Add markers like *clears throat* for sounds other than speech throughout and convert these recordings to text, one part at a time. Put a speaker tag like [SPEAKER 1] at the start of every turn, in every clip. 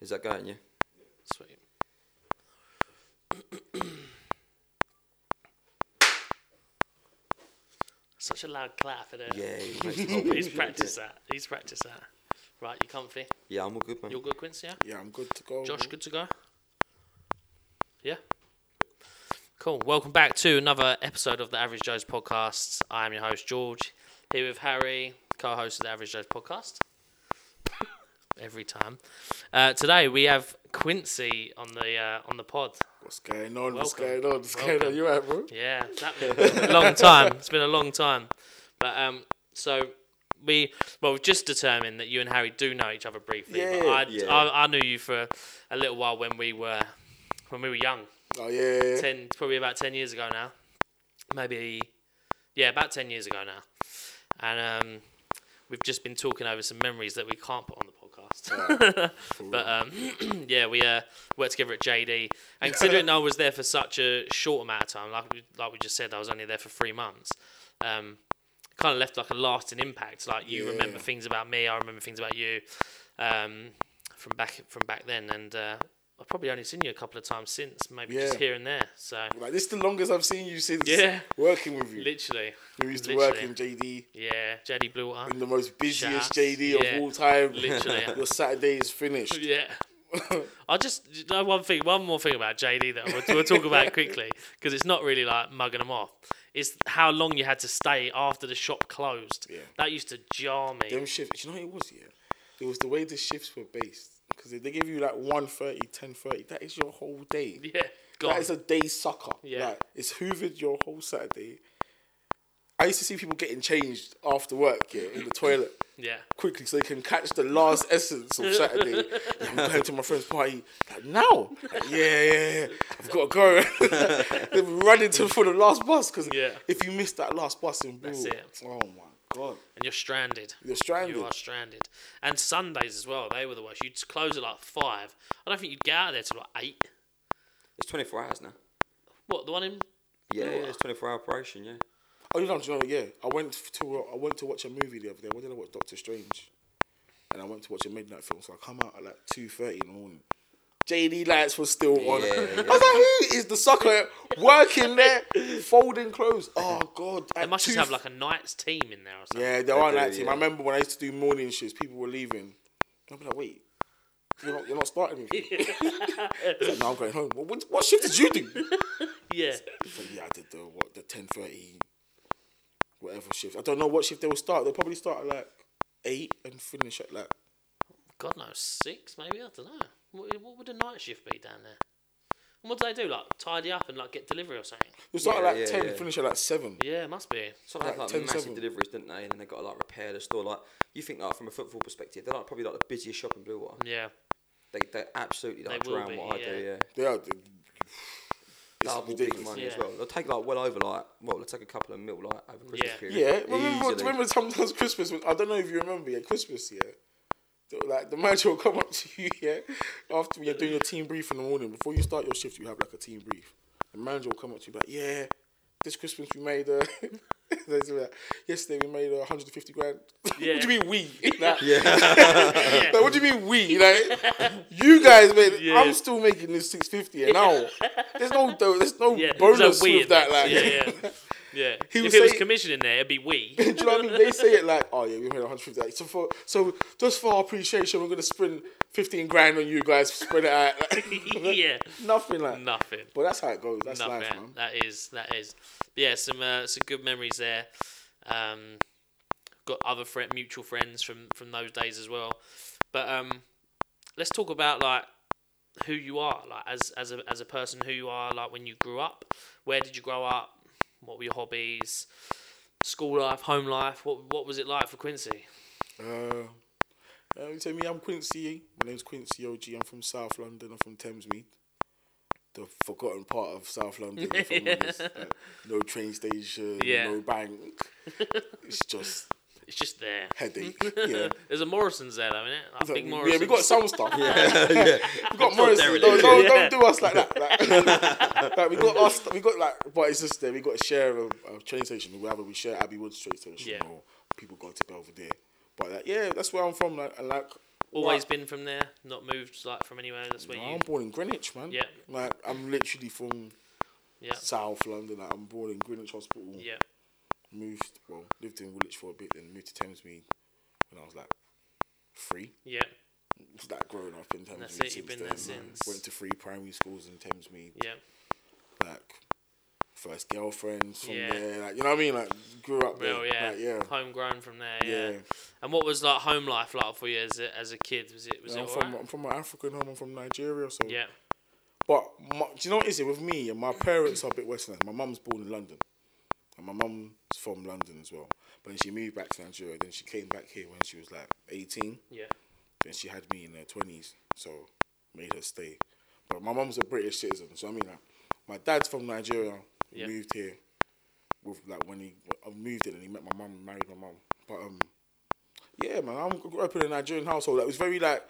[SPEAKER 1] Is that going, yeah?
[SPEAKER 2] Sweet. *clears throat* Such a loud clap, isn't it?
[SPEAKER 1] Yeah, it makes
[SPEAKER 2] *laughs*
[SPEAKER 1] the whole *laughs*
[SPEAKER 2] He's
[SPEAKER 1] place
[SPEAKER 2] practiced that. He's practiced that. Right, you comfy?
[SPEAKER 1] Yeah, I'm all good, man.
[SPEAKER 2] You're good, Quincy? Yeah?
[SPEAKER 3] Yeah, I'm good to go.
[SPEAKER 2] Josh, good to go? Yeah? Cool. Welcome back to another episode of the Average Joe's podcast. I am your host, George, here with Harry, co host of the Average Joe's podcast. *coughs* Every time. Uh, today we have Quincy on the uh, on the pod.
[SPEAKER 3] What's going on? What's
[SPEAKER 2] Welcome.
[SPEAKER 3] going on? What's going
[SPEAKER 2] Welcome.
[SPEAKER 3] on? You out, bro?
[SPEAKER 2] Yeah,
[SPEAKER 3] *laughs*
[SPEAKER 2] that long time. It's been a long time. But um, so we well we've just determined that you and Harry do know each other briefly. but
[SPEAKER 3] Yeah,
[SPEAKER 2] I,
[SPEAKER 1] yeah.
[SPEAKER 2] I I knew you for a little while when we were when we were young.
[SPEAKER 3] Oh yeah, yeah.
[SPEAKER 2] Ten probably about ten years ago now. Maybe yeah, about ten years ago now. And um, we've just been talking over some memories that we can't put on the podcast. *laughs* but um, *clears throat* yeah, we uh, worked together at JD, and considering I was there for such a short amount of time, like we, like we just said, I was only there for three months. Um, kind of left like a lasting impact. Like you
[SPEAKER 3] Yeah.
[SPEAKER 2] remember things about me, I remember things about you um, from back from back then, and uh, I've probably only seen you a couple of times since, maybe just
[SPEAKER 3] Yeah.
[SPEAKER 2] here and there. So
[SPEAKER 3] Like this is the longest I've seen you since
[SPEAKER 2] Yeah.
[SPEAKER 3] working with you.
[SPEAKER 2] literally,
[SPEAKER 3] we used to work in
[SPEAKER 2] literally.
[SPEAKER 3] JD
[SPEAKER 2] yeah, JD Blue Water.
[SPEAKER 3] in the most busiest
[SPEAKER 2] Shout
[SPEAKER 3] JD
[SPEAKER 2] out.
[SPEAKER 3] of all time.
[SPEAKER 2] Literally.
[SPEAKER 3] *laughs* Your Saturday is finished.
[SPEAKER 2] *laughs*
[SPEAKER 3] *laughs*
[SPEAKER 2] Yeah. I just you know, one thing, one more thing about JD that we'll, we'll talk
[SPEAKER 3] *laughs*
[SPEAKER 2] about quickly because it's not really like mugging them off. It's how long you had to stay after the shop closed.
[SPEAKER 3] Yeah.
[SPEAKER 2] That used to jar me.
[SPEAKER 3] Them shifts. You know what it was? Yeah, it was the way the shifts were based. Because they give you like 1.30, 10.30, that is your whole day.
[SPEAKER 2] *laughs* yeah, gone.
[SPEAKER 3] That is a day sucker.
[SPEAKER 2] Yeah.
[SPEAKER 3] Like, it's hoovered your whole Saturday. I used to see people getting changed after work, yeah, in the toilet
[SPEAKER 2] yeah,
[SPEAKER 3] quickly so they can catch the last essence
[SPEAKER 2] *laughs*
[SPEAKER 3] of Saturday. Yeah, I'm going to my friend's party. Like, now? Like, yeah, yeah, yeah. I've got to go. *laughs* They've been running to for the last bus because
[SPEAKER 2] Yeah.
[SPEAKER 3] if you miss that last bus in blue,
[SPEAKER 2] That's it.
[SPEAKER 3] oh my God.
[SPEAKER 2] and you're stranded.
[SPEAKER 3] You're stranded.
[SPEAKER 2] You are stranded. And Sundays as well. They were the worst. You'd close at like five. I don't think you'd get out of there till like eight.
[SPEAKER 1] It's 24 hours now.
[SPEAKER 2] What the one in?
[SPEAKER 1] Yeah, yeah, it's 24 hour operation, yeah.
[SPEAKER 3] Oh, you know, do you know, yeah. I went f- to I went to watch a movie the other day. What did I watch? Doctor Strange. And I went to watch a midnight film, so I come out at like two thirty in the morning. JD lights were still on.
[SPEAKER 1] Yeah,
[SPEAKER 3] *laughs* I was like, who is the sucker working there, folding clothes? Oh God!
[SPEAKER 2] They must just have like a night's team in there or something.
[SPEAKER 3] yeah, there are
[SPEAKER 1] do,
[SPEAKER 3] night team.
[SPEAKER 1] yeah.
[SPEAKER 3] I remember when I used to do morning shifts, people were leaving. I'd be like, wait, you're not, you're not starting
[SPEAKER 1] *laughs*
[SPEAKER 3] with me. It's like, no, I'm going home. What, what, what shift did you do?
[SPEAKER 2] Yeah.
[SPEAKER 3] *laughs* So yeah, I did the what the ten thirty, whatever shift. I don't know what shift they will start. They'll probably start at like eight and finish at like
[SPEAKER 2] God knows, six maybe. I don't know. What, what would a night shift be down there? And what do they do? Like tidy up and like get delivery or something?
[SPEAKER 3] they'll start
[SPEAKER 1] Yeah,
[SPEAKER 3] at like
[SPEAKER 1] yeah,
[SPEAKER 3] ten,
[SPEAKER 1] yeah.
[SPEAKER 3] finish at like seven.
[SPEAKER 2] Yeah, it must be.
[SPEAKER 1] So they had
[SPEAKER 3] Like
[SPEAKER 1] like
[SPEAKER 3] 10,
[SPEAKER 1] massive
[SPEAKER 3] seven.
[SPEAKER 1] deliveries, didn't they? And then they got to like repair the store. Like you think like from a football perspective, they're like probably like the busiest shop in Blue Water.
[SPEAKER 2] Yeah,
[SPEAKER 1] They they absolutely like
[SPEAKER 2] will
[SPEAKER 1] drown
[SPEAKER 2] be,
[SPEAKER 1] what I do.
[SPEAKER 2] yeah.
[SPEAKER 1] Yeah,
[SPEAKER 3] They are. They, *sighs* it's
[SPEAKER 1] double big
[SPEAKER 3] ridiculous.
[SPEAKER 1] money as
[SPEAKER 2] Yeah.
[SPEAKER 1] well. They'll take like well over like well, they'll take a couple of mil like over Christmas
[SPEAKER 2] Yeah.
[SPEAKER 1] period.
[SPEAKER 3] Yeah, remember,
[SPEAKER 1] Easily.
[SPEAKER 3] remember sometimes Christmas. When, I don't know if you remember. Yeah, Christmas. Yeah, They were like the manager will come up to you. *laughs* Yeah, after you're doing your team brief in the morning, before you start your shift, you have like a team brief. The manager will come up to you like, yeah, this Christmas we made a. *laughs* They say that, Yesterday we made a 150 grand. *laughs*
[SPEAKER 2] *laughs* Yeah.
[SPEAKER 3] what do you mean we? Like,
[SPEAKER 2] yeah.
[SPEAKER 3] like, what do you mean we? Like you guys made.
[SPEAKER 2] Yeah.
[SPEAKER 3] I'm still making this 650 an hour. There's no there's no
[SPEAKER 2] yeah.
[SPEAKER 3] bonus
[SPEAKER 2] There's no we in
[SPEAKER 3] with that.
[SPEAKER 2] there.
[SPEAKER 3] Like
[SPEAKER 2] yeah,
[SPEAKER 3] *laughs*
[SPEAKER 2] yeah, yeah.
[SPEAKER 3] He
[SPEAKER 2] if
[SPEAKER 3] was
[SPEAKER 2] it was
[SPEAKER 3] saying-
[SPEAKER 2] commission in there, it'd be we. *laughs*
[SPEAKER 3] *laughs* Do you know what I mean? They say it like, oh yeah, we made 150. Like, so for so just for our appreciation, we're gonna spend 15 grand on you guys. Spread it out. Like, *laughs*
[SPEAKER 2] yeah,
[SPEAKER 3] Nothing like.
[SPEAKER 2] nothing.
[SPEAKER 3] But that's how it goes. That's
[SPEAKER 2] Nothing.
[SPEAKER 3] life, man.
[SPEAKER 2] that is that is. But yeah, some uh, some good memories there. Um, got other friend, mutual friends from from those days as well. But um, let's talk about like who you are, like as as a as a person, who you are, like when you grew up. Where did you grow up? What were your hobbies? School life, home life. What what was it like for Quincy?
[SPEAKER 3] Uh, uh, you tell me, I'm Quincy. My name's Quincy OG. I'm from South London. I'm from Thamesmead, the forgotten part of South London. if I'm honest. Like, no train station.
[SPEAKER 2] Yeah.
[SPEAKER 3] No bank. it's just
[SPEAKER 2] It's just there.
[SPEAKER 3] headache. Yeah.
[SPEAKER 2] *laughs* There's a Morrison's there, though, isn't it? Like, big Morrison's.
[SPEAKER 3] *laughs* yeah, we got some stuff.
[SPEAKER 1] yeah,
[SPEAKER 3] We got Morris.
[SPEAKER 1] Derelict.
[SPEAKER 3] Don't, don't,
[SPEAKER 2] Yeah.
[SPEAKER 3] don't do us like that. *laughs* Like, like, we got us. We got like, but it's just that we got to share a, a train station. Whether we share Abbey Woods train station
[SPEAKER 2] Yeah.
[SPEAKER 3] or people go to Belvedere. But like, yeah, that's where I'm from. Like, and like
[SPEAKER 2] Always
[SPEAKER 3] Right.
[SPEAKER 2] been from there, not moved like from anywhere. That's where
[SPEAKER 3] No,
[SPEAKER 2] you.
[SPEAKER 3] I'm born in Greenwich, man.
[SPEAKER 2] Yeah.
[SPEAKER 3] Like I'm literally from
[SPEAKER 2] Yeah.
[SPEAKER 3] South London. Like, I'm born in Greenwich Hospital.
[SPEAKER 2] Yeah.
[SPEAKER 3] Moved, well, lived in Woolwich for a bit, then moved to Thamesmead when I was like three.
[SPEAKER 2] Yeah.
[SPEAKER 3] It's like growing up in Thamesmead.
[SPEAKER 2] that's it,
[SPEAKER 3] since
[SPEAKER 2] you've been
[SPEAKER 3] then,
[SPEAKER 2] there
[SPEAKER 3] man.
[SPEAKER 2] since.
[SPEAKER 3] Went to three primary schools in Thamesmead.
[SPEAKER 2] Yeah.
[SPEAKER 3] Like first girlfriends from
[SPEAKER 2] Yeah.
[SPEAKER 3] there. Like you know what I mean? Like grew up there.
[SPEAKER 2] Real, yeah.
[SPEAKER 3] Like, yeah.
[SPEAKER 2] Homegrown from there, yeah.
[SPEAKER 3] Yeah.
[SPEAKER 2] And what was like home life like for you as a, as a kid? Was it was
[SPEAKER 3] I'm
[SPEAKER 2] it
[SPEAKER 3] from
[SPEAKER 2] alright?
[SPEAKER 3] I'm from an African home. I'm from Nigeria, so
[SPEAKER 2] Yeah.
[SPEAKER 3] But my, do you know what is it with me? My parents are a bit Western. My mum's born in London, and my mum's from London as well. But then she moved back to Nigeria. Then she came back here when she was like eighteen.
[SPEAKER 2] Yeah.
[SPEAKER 3] Then she had me in her twenties, so made her stay. But my mum's a British citizen, so I mean, like, my dad's from Nigeria.
[SPEAKER 2] Yeah.
[SPEAKER 3] Moved here with like when he I moved in and he met my mum, and married my mum. But um, yeah, man, I'm grew up in a Nigerian household. That was very like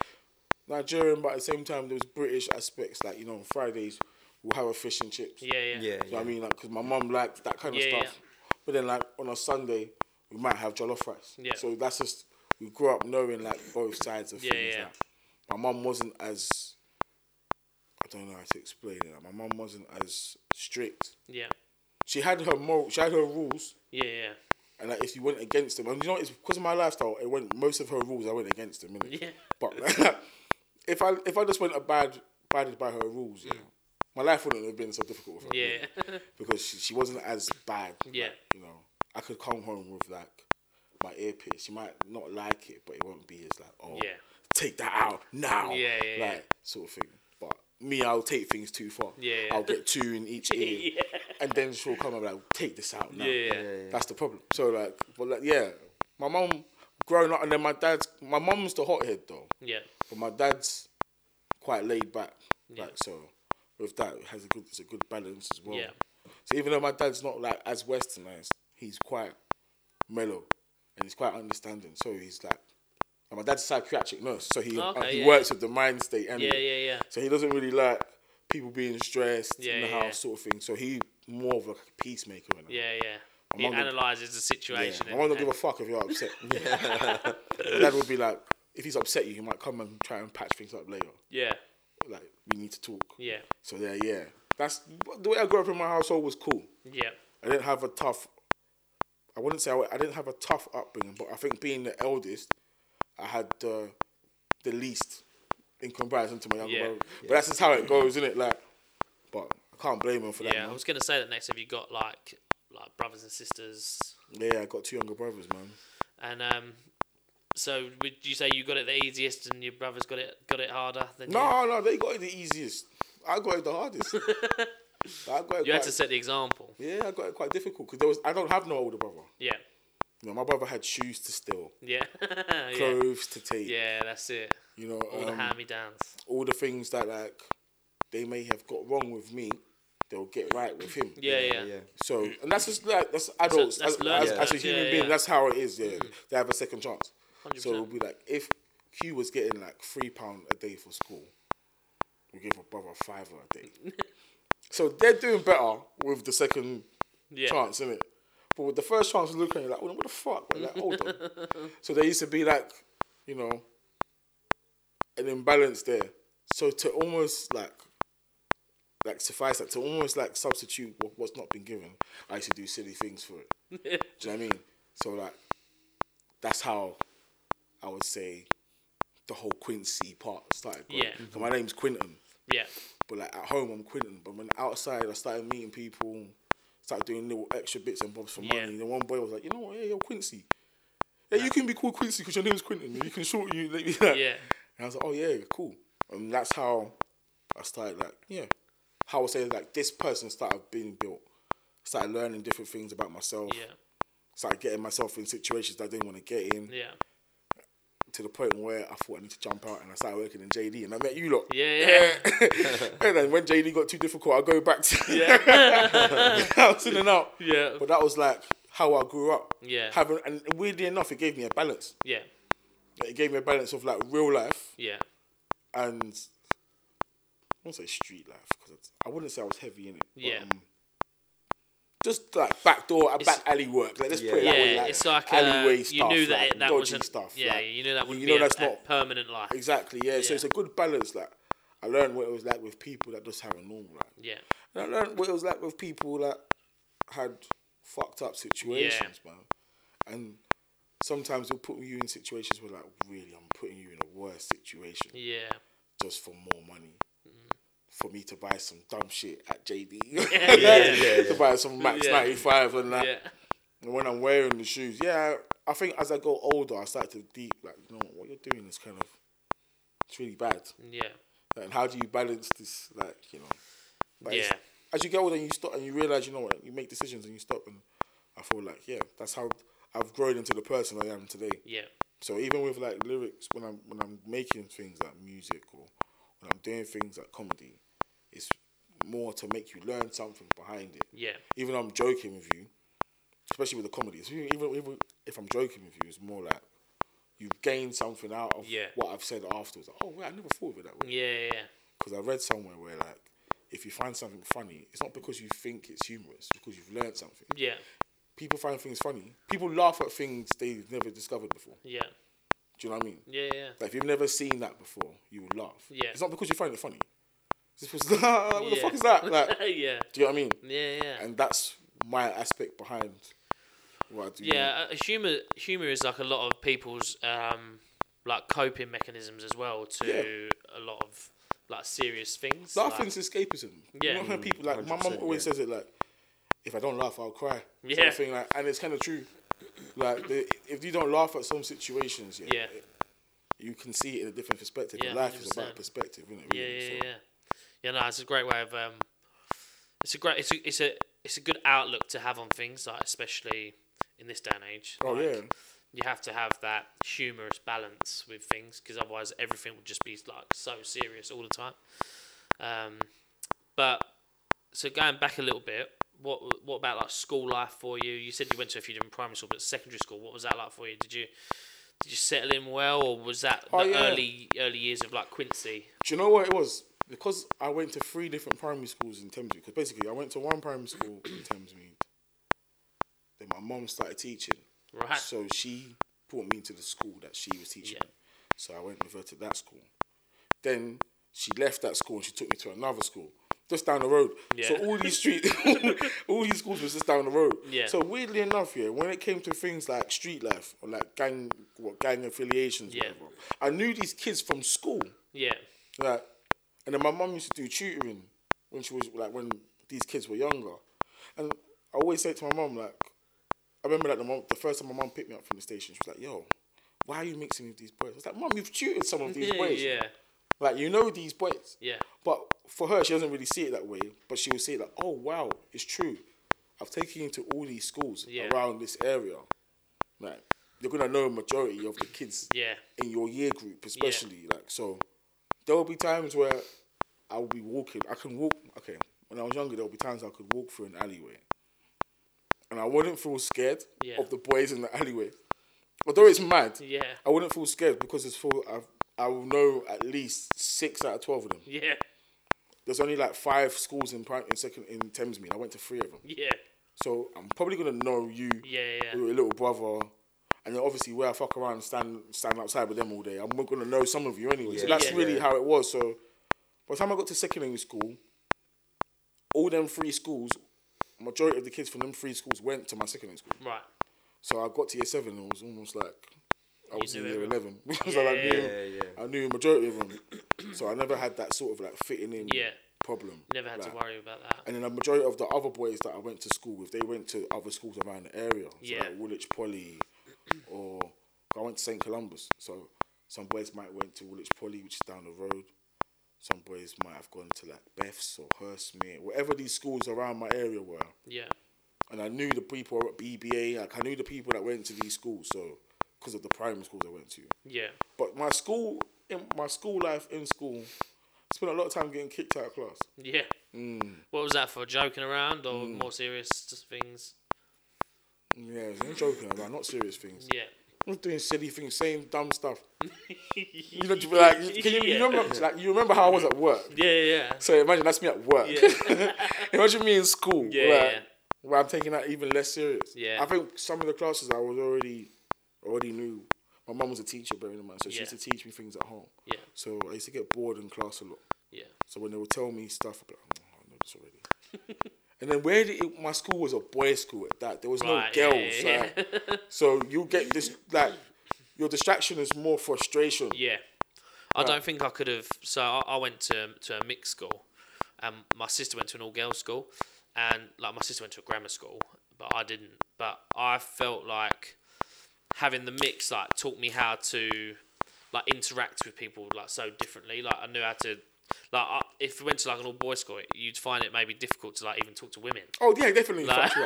[SPEAKER 3] Nigerian, but at the same time there was British aspects. Like you know, on Fridays we'll have a fish and chips.
[SPEAKER 2] Yeah, yeah.
[SPEAKER 1] Yeah,
[SPEAKER 3] Do you know
[SPEAKER 1] yeah.
[SPEAKER 3] what I mean? Like, because my mum liked that kind of
[SPEAKER 2] Yeah,
[SPEAKER 3] stuff. But then, like, on a Sunday, we might have jollof rice.
[SPEAKER 2] Yeah.
[SPEAKER 3] So that's just, we grew up knowing, like, both sides of
[SPEAKER 2] Yeah,
[SPEAKER 3] things.
[SPEAKER 2] yeah.
[SPEAKER 3] Like, my mum wasn't as, I don't know how to explain it. Like, my mum wasn't as strict.
[SPEAKER 2] Yeah.
[SPEAKER 3] She had her moral, she had her rules.
[SPEAKER 2] Yeah, yeah.
[SPEAKER 3] And like, if you went against them, and you know, it's because of my lifestyle. It went most of her rules. I went against them. innit?
[SPEAKER 2] Yeah. *laughs*
[SPEAKER 3] But *laughs* if I if I just went abide abided by her rules,
[SPEAKER 2] Mm.
[SPEAKER 3] yeah, my life wouldn't have been so difficult. For her,
[SPEAKER 2] Yeah.
[SPEAKER 3] because she, she wasn't as bad. like,
[SPEAKER 2] Yeah.
[SPEAKER 3] you know, I could come home with like my earpiece. She might not like it, but it won't be as like oh
[SPEAKER 2] Yeah.
[SPEAKER 3] take that out now.
[SPEAKER 2] Yeah, yeah,
[SPEAKER 3] like sort of thing. But me, I'll take things too far.
[SPEAKER 2] Yeah, yeah.
[SPEAKER 3] I'll get two
[SPEAKER 2] *laughs*
[SPEAKER 3] in each ear,
[SPEAKER 2] Yeah.
[SPEAKER 3] and then she'll come and be like, take this out now.
[SPEAKER 2] Yeah, yeah.
[SPEAKER 3] That's the problem. So like, but like, yeah, my mum growing up, and then my dad's. My mum's the hothead though,
[SPEAKER 2] Yeah.
[SPEAKER 3] but my dad's quite laid back.
[SPEAKER 2] Yeah.
[SPEAKER 3] Like so, with that, it has a good. It's a good balance as well.
[SPEAKER 2] Yeah.
[SPEAKER 3] So even though my dad's not like as westernized, he's quite mellow, and he's quite understanding. So he's like. And my dad's a psychiatric nurse, so he uh,
[SPEAKER 2] Okay,
[SPEAKER 3] he
[SPEAKER 2] yeah.
[SPEAKER 3] works with the mind state. Anyway.
[SPEAKER 2] Yeah, yeah, yeah.
[SPEAKER 3] So he doesn't really like people being stressed in
[SPEAKER 2] Yeah,
[SPEAKER 3] the
[SPEAKER 2] yeah.
[SPEAKER 3] house, sort of thing. So he more of like a peacemaker. and that.
[SPEAKER 2] Yeah, yeah. He
[SPEAKER 3] mum don't-
[SPEAKER 2] analyses the situation.
[SPEAKER 3] Yeah. I won't
[SPEAKER 2] and-
[SPEAKER 3] give a fuck if you're
[SPEAKER 2] *laughs*
[SPEAKER 3] upset. *laughs* My Dad would be like, if he's upset you, he might come and try and patch things up later.
[SPEAKER 2] Yeah.
[SPEAKER 3] Like we need to talk.
[SPEAKER 2] Yeah.
[SPEAKER 3] So there, yeah. That's the way I grew up in my household was cool.
[SPEAKER 2] Yeah.
[SPEAKER 3] I didn't have a tough. I wouldn't say I, I didn't have a tough upbringing, but I think being the eldest, I had uh, the least in comparison to my younger
[SPEAKER 2] Yeah.
[SPEAKER 3] brother. But that's just how it goes, isn't it? Like, but I can't blame him for that.
[SPEAKER 2] Yeah. I
[SPEAKER 3] man.
[SPEAKER 2] was gonna say that next have you got like like brothers and sisters
[SPEAKER 3] Yeah, I got two younger brothers, man.
[SPEAKER 2] and um so would you say you got it the easiest and your brothers got it got it harder than you?
[SPEAKER 3] No, no, they got it the easiest. I got it
[SPEAKER 2] *laughs*
[SPEAKER 3] the hardest. I got it
[SPEAKER 2] You had
[SPEAKER 3] quite-
[SPEAKER 2] to set the example.
[SPEAKER 3] yeah, I got it quite difficult because there was I don't have no older brother.
[SPEAKER 2] Yeah.
[SPEAKER 3] You know, my brother had shoes to steal,
[SPEAKER 2] Yeah. *laughs* yeah.
[SPEAKER 3] clothes to take.
[SPEAKER 2] Yeah, that's it.
[SPEAKER 3] You know,
[SPEAKER 2] All the
[SPEAKER 3] um,
[SPEAKER 2] hand me downs.
[SPEAKER 3] all the things that like they may have got wrong with me, they'll get right with him.
[SPEAKER 2] Yeah, yeah.
[SPEAKER 1] yeah, yeah.
[SPEAKER 3] So and that's just like that's adults
[SPEAKER 2] that's
[SPEAKER 3] as,
[SPEAKER 2] learned
[SPEAKER 3] as, as a
[SPEAKER 2] yeah,
[SPEAKER 3] human
[SPEAKER 2] yeah. Mm-hmm.
[SPEAKER 3] being. That's how it is. Yeah, they have a second chance.
[SPEAKER 2] 100%.
[SPEAKER 3] So it'll be like if Q was getting like three pound a day for school, we give a brother a fiver
[SPEAKER 2] *laughs*
[SPEAKER 3] a day. so they're doing better with the second
[SPEAKER 2] Yeah. *laughs*
[SPEAKER 3] chance, isn't it? But with the first chance, we're looking at it like, well, what the fuck? We're like, hold
[SPEAKER 2] *laughs*
[SPEAKER 3] on. so there used to be like, you know, an imbalance there. So to almost like, like suffice that to almost like substitute what, what's not been given, I used to do silly things for it. Do you know what I mean? So like, that's how I would say the whole Quincy part started. Growing.
[SPEAKER 2] Yeah.
[SPEAKER 3] So my name's Quinton,
[SPEAKER 2] yeah.
[SPEAKER 3] but like at home I'm Quinton. But when outside I started meeting people, started doing little extra bits and bobs for
[SPEAKER 2] Yeah.
[SPEAKER 3] money. Then one boy was like, you know what? Yeah, you're Quincy. Yeah, you can be called Quincy because your name's Quinton. You can short you. Like, *laughs* yeah.
[SPEAKER 2] Yeah.
[SPEAKER 3] And I was like, oh yeah, cool. And that's how I started like, yeah. How I would say like this person started being built. Started learning different things about myself.
[SPEAKER 2] Yeah.
[SPEAKER 3] Started getting myself in situations that I didn't want to get in.
[SPEAKER 2] Yeah.
[SPEAKER 3] To the point where I thought I need to jump out and I started working in JD and I met you lot.
[SPEAKER 2] Yeah. *laughs*
[SPEAKER 3] and then when JD got too difficult, I go back to *laughs* I was in and out.
[SPEAKER 2] *laughs* Yeah.
[SPEAKER 3] *laughs* But that was like how I grew up.
[SPEAKER 2] Yeah.
[SPEAKER 3] Having and weirdly enough, it gave me a balance.
[SPEAKER 2] Yeah.
[SPEAKER 3] It gave me a balance of like real life
[SPEAKER 2] Yeah.
[SPEAKER 3] and I won't say street life because I wouldn't say I was heavy in it. but,
[SPEAKER 2] Yeah.
[SPEAKER 3] um, just like backdoor and
[SPEAKER 2] It's-
[SPEAKER 3] back alley work. Like, let's put it
[SPEAKER 1] Yeah,
[SPEAKER 3] that way.
[SPEAKER 2] yeah,
[SPEAKER 3] Like,
[SPEAKER 2] it's like uh,
[SPEAKER 3] alleyway
[SPEAKER 2] you
[SPEAKER 3] stuff,
[SPEAKER 2] knew that
[SPEAKER 3] like,
[SPEAKER 2] it, that
[SPEAKER 3] dodgy
[SPEAKER 2] wasn't.
[SPEAKER 3] stuff.
[SPEAKER 2] Yeah,
[SPEAKER 3] like,
[SPEAKER 2] you knew that wouldn't
[SPEAKER 3] know
[SPEAKER 2] be a,
[SPEAKER 3] that's
[SPEAKER 2] a
[SPEAKER 3] not-
[SPEAKER 2] permanent life.
[SPEAKER 3] exactly. Yeah, so
[SPEAKER 2] Yeah.
[SPEAKER 3] it's a good balance. Like I learned what it was like with people that just have a normal life.
[SPEAKER 2] Yeah,
[SPEAKER 3] And I learned what it was like with people that had fucked up situations, man. And sometimes they'll put you in situations where, like, really, I'm putting you in a worse situation
[SPEAKER 2] yeah. Mm-hmm.
[SPEAKER 3] just for more money. For me to buy some dumb shit at JD.
[SPEAKER 2] *laughs* Yeah, yeah,
[SPEAKER 1] yeah.
[SPEAKER 3] *laughs* to buy some Max
[SPEAKER 2] Yeah.
[SPEAKER 3] 95 and that.
[SPEAKER 2] Yeah,
[SPEAKER 3] And when I'm wearing the shoes, yeah, I think as I go older, I start to deep, like, you know, what you're doing is kind of, it's really bad.
[SPEAKER 2] yeah,
[SPEAKER 3] And how do you balance this, like, you know? But it's-
[SPEAKER 2] yeah,
[SPEAKER 3] as you get older, you stop and you realize, you know what, you make decisions and you stop. And I feel like, yeah, that's how I've grown into the person I am today.
[SPEAKER 2] yeah,
[SPEAKER 3] So even with like lyrics, when I'm when I'm making things like music or when I'm doing things like comedy, it's more to make you learn something behind it.
[SPEAKER 2] yeah,
[SPEAKER 3] Even though I'm joking with you, especially with the comedy, it's even, even, even if I'm joking with you, it's more like you've gained something out of
[SPEAKER 2] Yeah.
[SPEAKER 3] what I've said afterwards. Like, oh, wait, I never thought of it that way
[SPEAKER 2] yeah, yeah.
[SPEAKER 3] because I read somewhere where like if you find something funny, it's not because you think it's humorous, it's because you've learned something.
[SPEAKER 2] Yeah,
[SPEAKER 3] People find things funny. People laugh at things they've never discovered before.
[SPEAKER 2] yeah,
[SPEAKER 3] Do you know what I mean?
[SPEAKER 2] yeah, *laughs* yeah.
[SPEAKER 3] Like if you've never seen that before, you will laugh.
[SPEAKER 2] Yeah.
[SPEAKER 3] It's not because you find it funny. It's because *laughs* what the
[SPEAKER 2] yeah.
[SPEAKER 3] fuck is that? Like,
[SPEAKER 2] yeah,
[SPEAKER 3] do you know what I mean?
[SPEAKER 2] yeah, yeah.
[SPEAKER 3] And that's my aspect behind what I do.
[SPEAKER 2] Yeah, uh, humor humor is like a lot of people's um, like coping mechanisms as well to a lot of like serious things.
[SPEAKER 3] Laughing's
[SPEAKER 2] Like,
[SPEAKER 3] escapism.
[SPEAKER 2] Yeah.
[SPEAKER 3] You know how people like my mum
[SPEAKER 1] 100%,
[SPEAKER 3] always
[SPEAKER 1] yeah.
[SPEAKER 3] says it like, if I don't laugh, I'll cry.
[SPEAKER 2] Yeah.
[SPEAKER 3] Sort of thing, like, and it's kind of true. Like, the, if you don't laugh at some situations, yeah,
[SPEAKER 2] Yeah.
[SPEAKER 3] you can see it in a different perspective.
[SPEAKER 2] Yeah,
[SPEAKER 3] and life is
[SPEAKER 2] 100%.
[SPEAKER 3] about perspective, isn't it?
[SPEAKER 2] yeah,
[SPEAKER 3] really?
[SPEAKER 2] yeah,
[SPEAKER 3] So,
[SPEAKER 2] yeah. Yeah, no, it's a great way of. Um, it's a great. It's a. It's a. It's a good outlook to have on things, like especially in this day and age.
[SPEAKER 3] Oh
[SPEAKER 2] Like,
[SPEAKER 3] yeah,
[SPEAKER 2] You have to have that humorous balance with things, because otherwise everything would just be like so serious all the time. Um, but so going back a little bit, what what about like school life for you? You said you went to a few different primary school, but secondary school, what was that like for you? Did you did you settle in well, or was that the
[SPEAKER 3] Oh, yeah.
[SPEAKER 2] early early years of like Quincy?
[SPEAKER 3] do you know what it was? Because I went to three different primary schools in Thamesmead. Because basically, I went to one primary school in Thamesmead. Then my mum started teaching,
[SPEAKER 2] Right.
[SPEAKER 3] so she brought me to the school that she was teaching.
[SPEAKER 2] Yeah.
[SPEAKER 3] me. So I went with her to that school. Then she left that school and she took me to another school just down the road. So
[SPEAKER 2] Yeah.
[SPEAKER 3] all these streets, *laughs* all these schools was just down the road.
[SPEAKER 2] Yeah.
[SPEAKER 3] So weirdly enough, yeah, when it came to things like street life or like gang, what gang affiliations,
[SPEAKER 2] Yeah.
[SPEAKER 3] whatever, I knew these kids from school.
[SPEAKER 2] Yeah.
[SPEAKER 3] Like, and then my mum used to do tutoring when she was like when these kids were younger, and I always say to my mum like, I remember like the mom, the first time my mum picked me up from the station, she was like, "Yo, why are you mixing with these boys?" I was like, "Mum, you've tutored some of these
[SPEAKER 2] *laughs* Yeah,
[SPEAKER 3] boys,
[SPEAKER 2] yeah.
[SPEAKER 3] like you know these boys."
[SPEAKER 2] Yeah.
[SPEAKER 3] But for her, she doesn't really see it that way. But she will see it like, "Oh wow, it's true. I've taken you to all these schools
[SPEAKER 2] Yeah.
[SPEAKER 3] around this area. Like, you're gonna know a majority of the kids
[SPEAKER 2] Yeah.
[SPEAKER 3] in your year group, especially like so. There will be times where I'll be walking. I can walk. Okay, when I was younger, there will be times I could walk through an alleyway, and I wouldn't feel scared
[SPEAKER 2] Yeah.
[SPEAKER 3] of the boys in the alleyway. Although it's mad,
[SPEAKER 2] Yeah.
[SPEAKER 3] I wouldn't feel scared because it's full. I I will know at least six out of twelve of them.
[SPEAKER 2] Yeah.
[SPEAKER 3] There's only like five schools in pri- in second in Thamesmead. I went to three of them,
[SPEAKER 2] Yeah.
[SPEAKER 3] so I'm probably gonna know you
[SPEAKER 2] Yeah. Yeah.
[SPEAKER 3] your little brother, and then obviously where I fuck around and stand stand outside with them all day, I'm gonna know some of you anyway. so
[SPEAKER 1] Yeah,
[SPEAKER 3] that's
[SPEAKER 2] yeah,
[SPEAKER 3] really
[SPEAKER 1] yeah.
[SPEAKER 3] how it was. So by the time I got to secondary school, all them three schools, majority of the kids from them three schools went to my secondary school.
[SPEAKER 2] Right.
[SPEAKER 3] So I got to year seven and it was almost like I was
[SPEAKER 2] knew
[SPEAKER 3] in year
[SPEAKER 2] everyone.
[SPEAKER 3] eleven. *laughs* because I, like, knew,
[SPEAKER 1] Yeah, yeah.
[SPEAKER 3] I knew majority of them. so I never had that sort of like fitting in
[SPEAKER 2] Yeah.
[SPEAKER 3] problem.
[SPEAKER 2] Never had to
[SPEAKER 3] Like,
[SPEAKER 2] worry about that.
[SPEAKER 3] and then the majority of the other boys that I went to school with, they went to other schools around the area. So
[SPEAKER 2] Yeah.
[SPEAKER 3] like Woolwich Poly or I went to St. Columbus. So some boys might went to Woolwich Poly, which is down the road. Some boys might have gone to like Beth's or Hurstmere, whatever these schools around my area were.
[SPEAKER 2] Yeah.
[SPEAKER 3] And I knew the people at BBA, like I knew the people that went to these schools, so because of the primary schools I went to.
[SPEAKER 2] Yeah.
[SPEAKER 3] But my school in my school life in school, spent a lot of time getting kicked out of class.
[SPEAKER 2] Yeah. What was that for? Joking around or more serious things?
[SPEAKER 3] Yeah, I'm joking about not serious things.
[SPEAKER 2] Yeah. *laughs*
[SPEAKER 3] I'm doing silly things, saying dumb stuff. You know, to be like, you- can you, you remember, like, you remember how I was at work?
[SPEAKER 2] Yeah. Yeah.
[SPEAKER 3] So imagine that's me at work.
[SPEAKER 2] Yeah.
[SPEAKER 3] *laughs* imagine me in school.
[SPEAKER 2] Yeah,
[SPEAKER 3] like,
[SPEAKER 2] yeah,
[SPEAKER 3] Where I'm taking that even less serious.
[SPEAKER 2] Yeah.
[SPEAKER 3] I think some of the classes I was already already knew. My mum was a teacher, bearing in mind, so she used
[SPEAKER 2] Yeah.
[SPEAKER 3] to teach me things at home.
[SPEAKER 2] Yeah.
[SPEAKER 3] So I used to get bored in class a lot.
[SPEAKER 2] Yeah.
[SPEAKER 3] So when they would tell me stuff, I'd be like, oh, I know this already.
[SPEAKER 2] *laughs*
[SPEAKER 3] and then where did it, my school was a boys' school at that. There was
[SPEAKER 2] Right,
[SPEAKER 3] no
[SPEAKER 2] yeah,
[SPEAKER 3] girls.
[SPEAKER 2] yeah,
[SPEAKER 3] like, so you get this like your distraction is more frustration.
[SPEAKER 2] *laughs* Yeah, I don't think I could have. So I, I went to to a mixed school, and my sister went to an all girls school, and like my sister went to a grammar school, but I didn't. But I felt like having the mix like taught me how to like interact with people like so differently. Like I knew how to. Like I, if we went to like an all boys school, you'd find it maybe difficult to like even talk to women.
[SPEAKER 3] Oh yeah, definitely
[SPEAKER 2] Like,
[SPEAKER 3] fucked you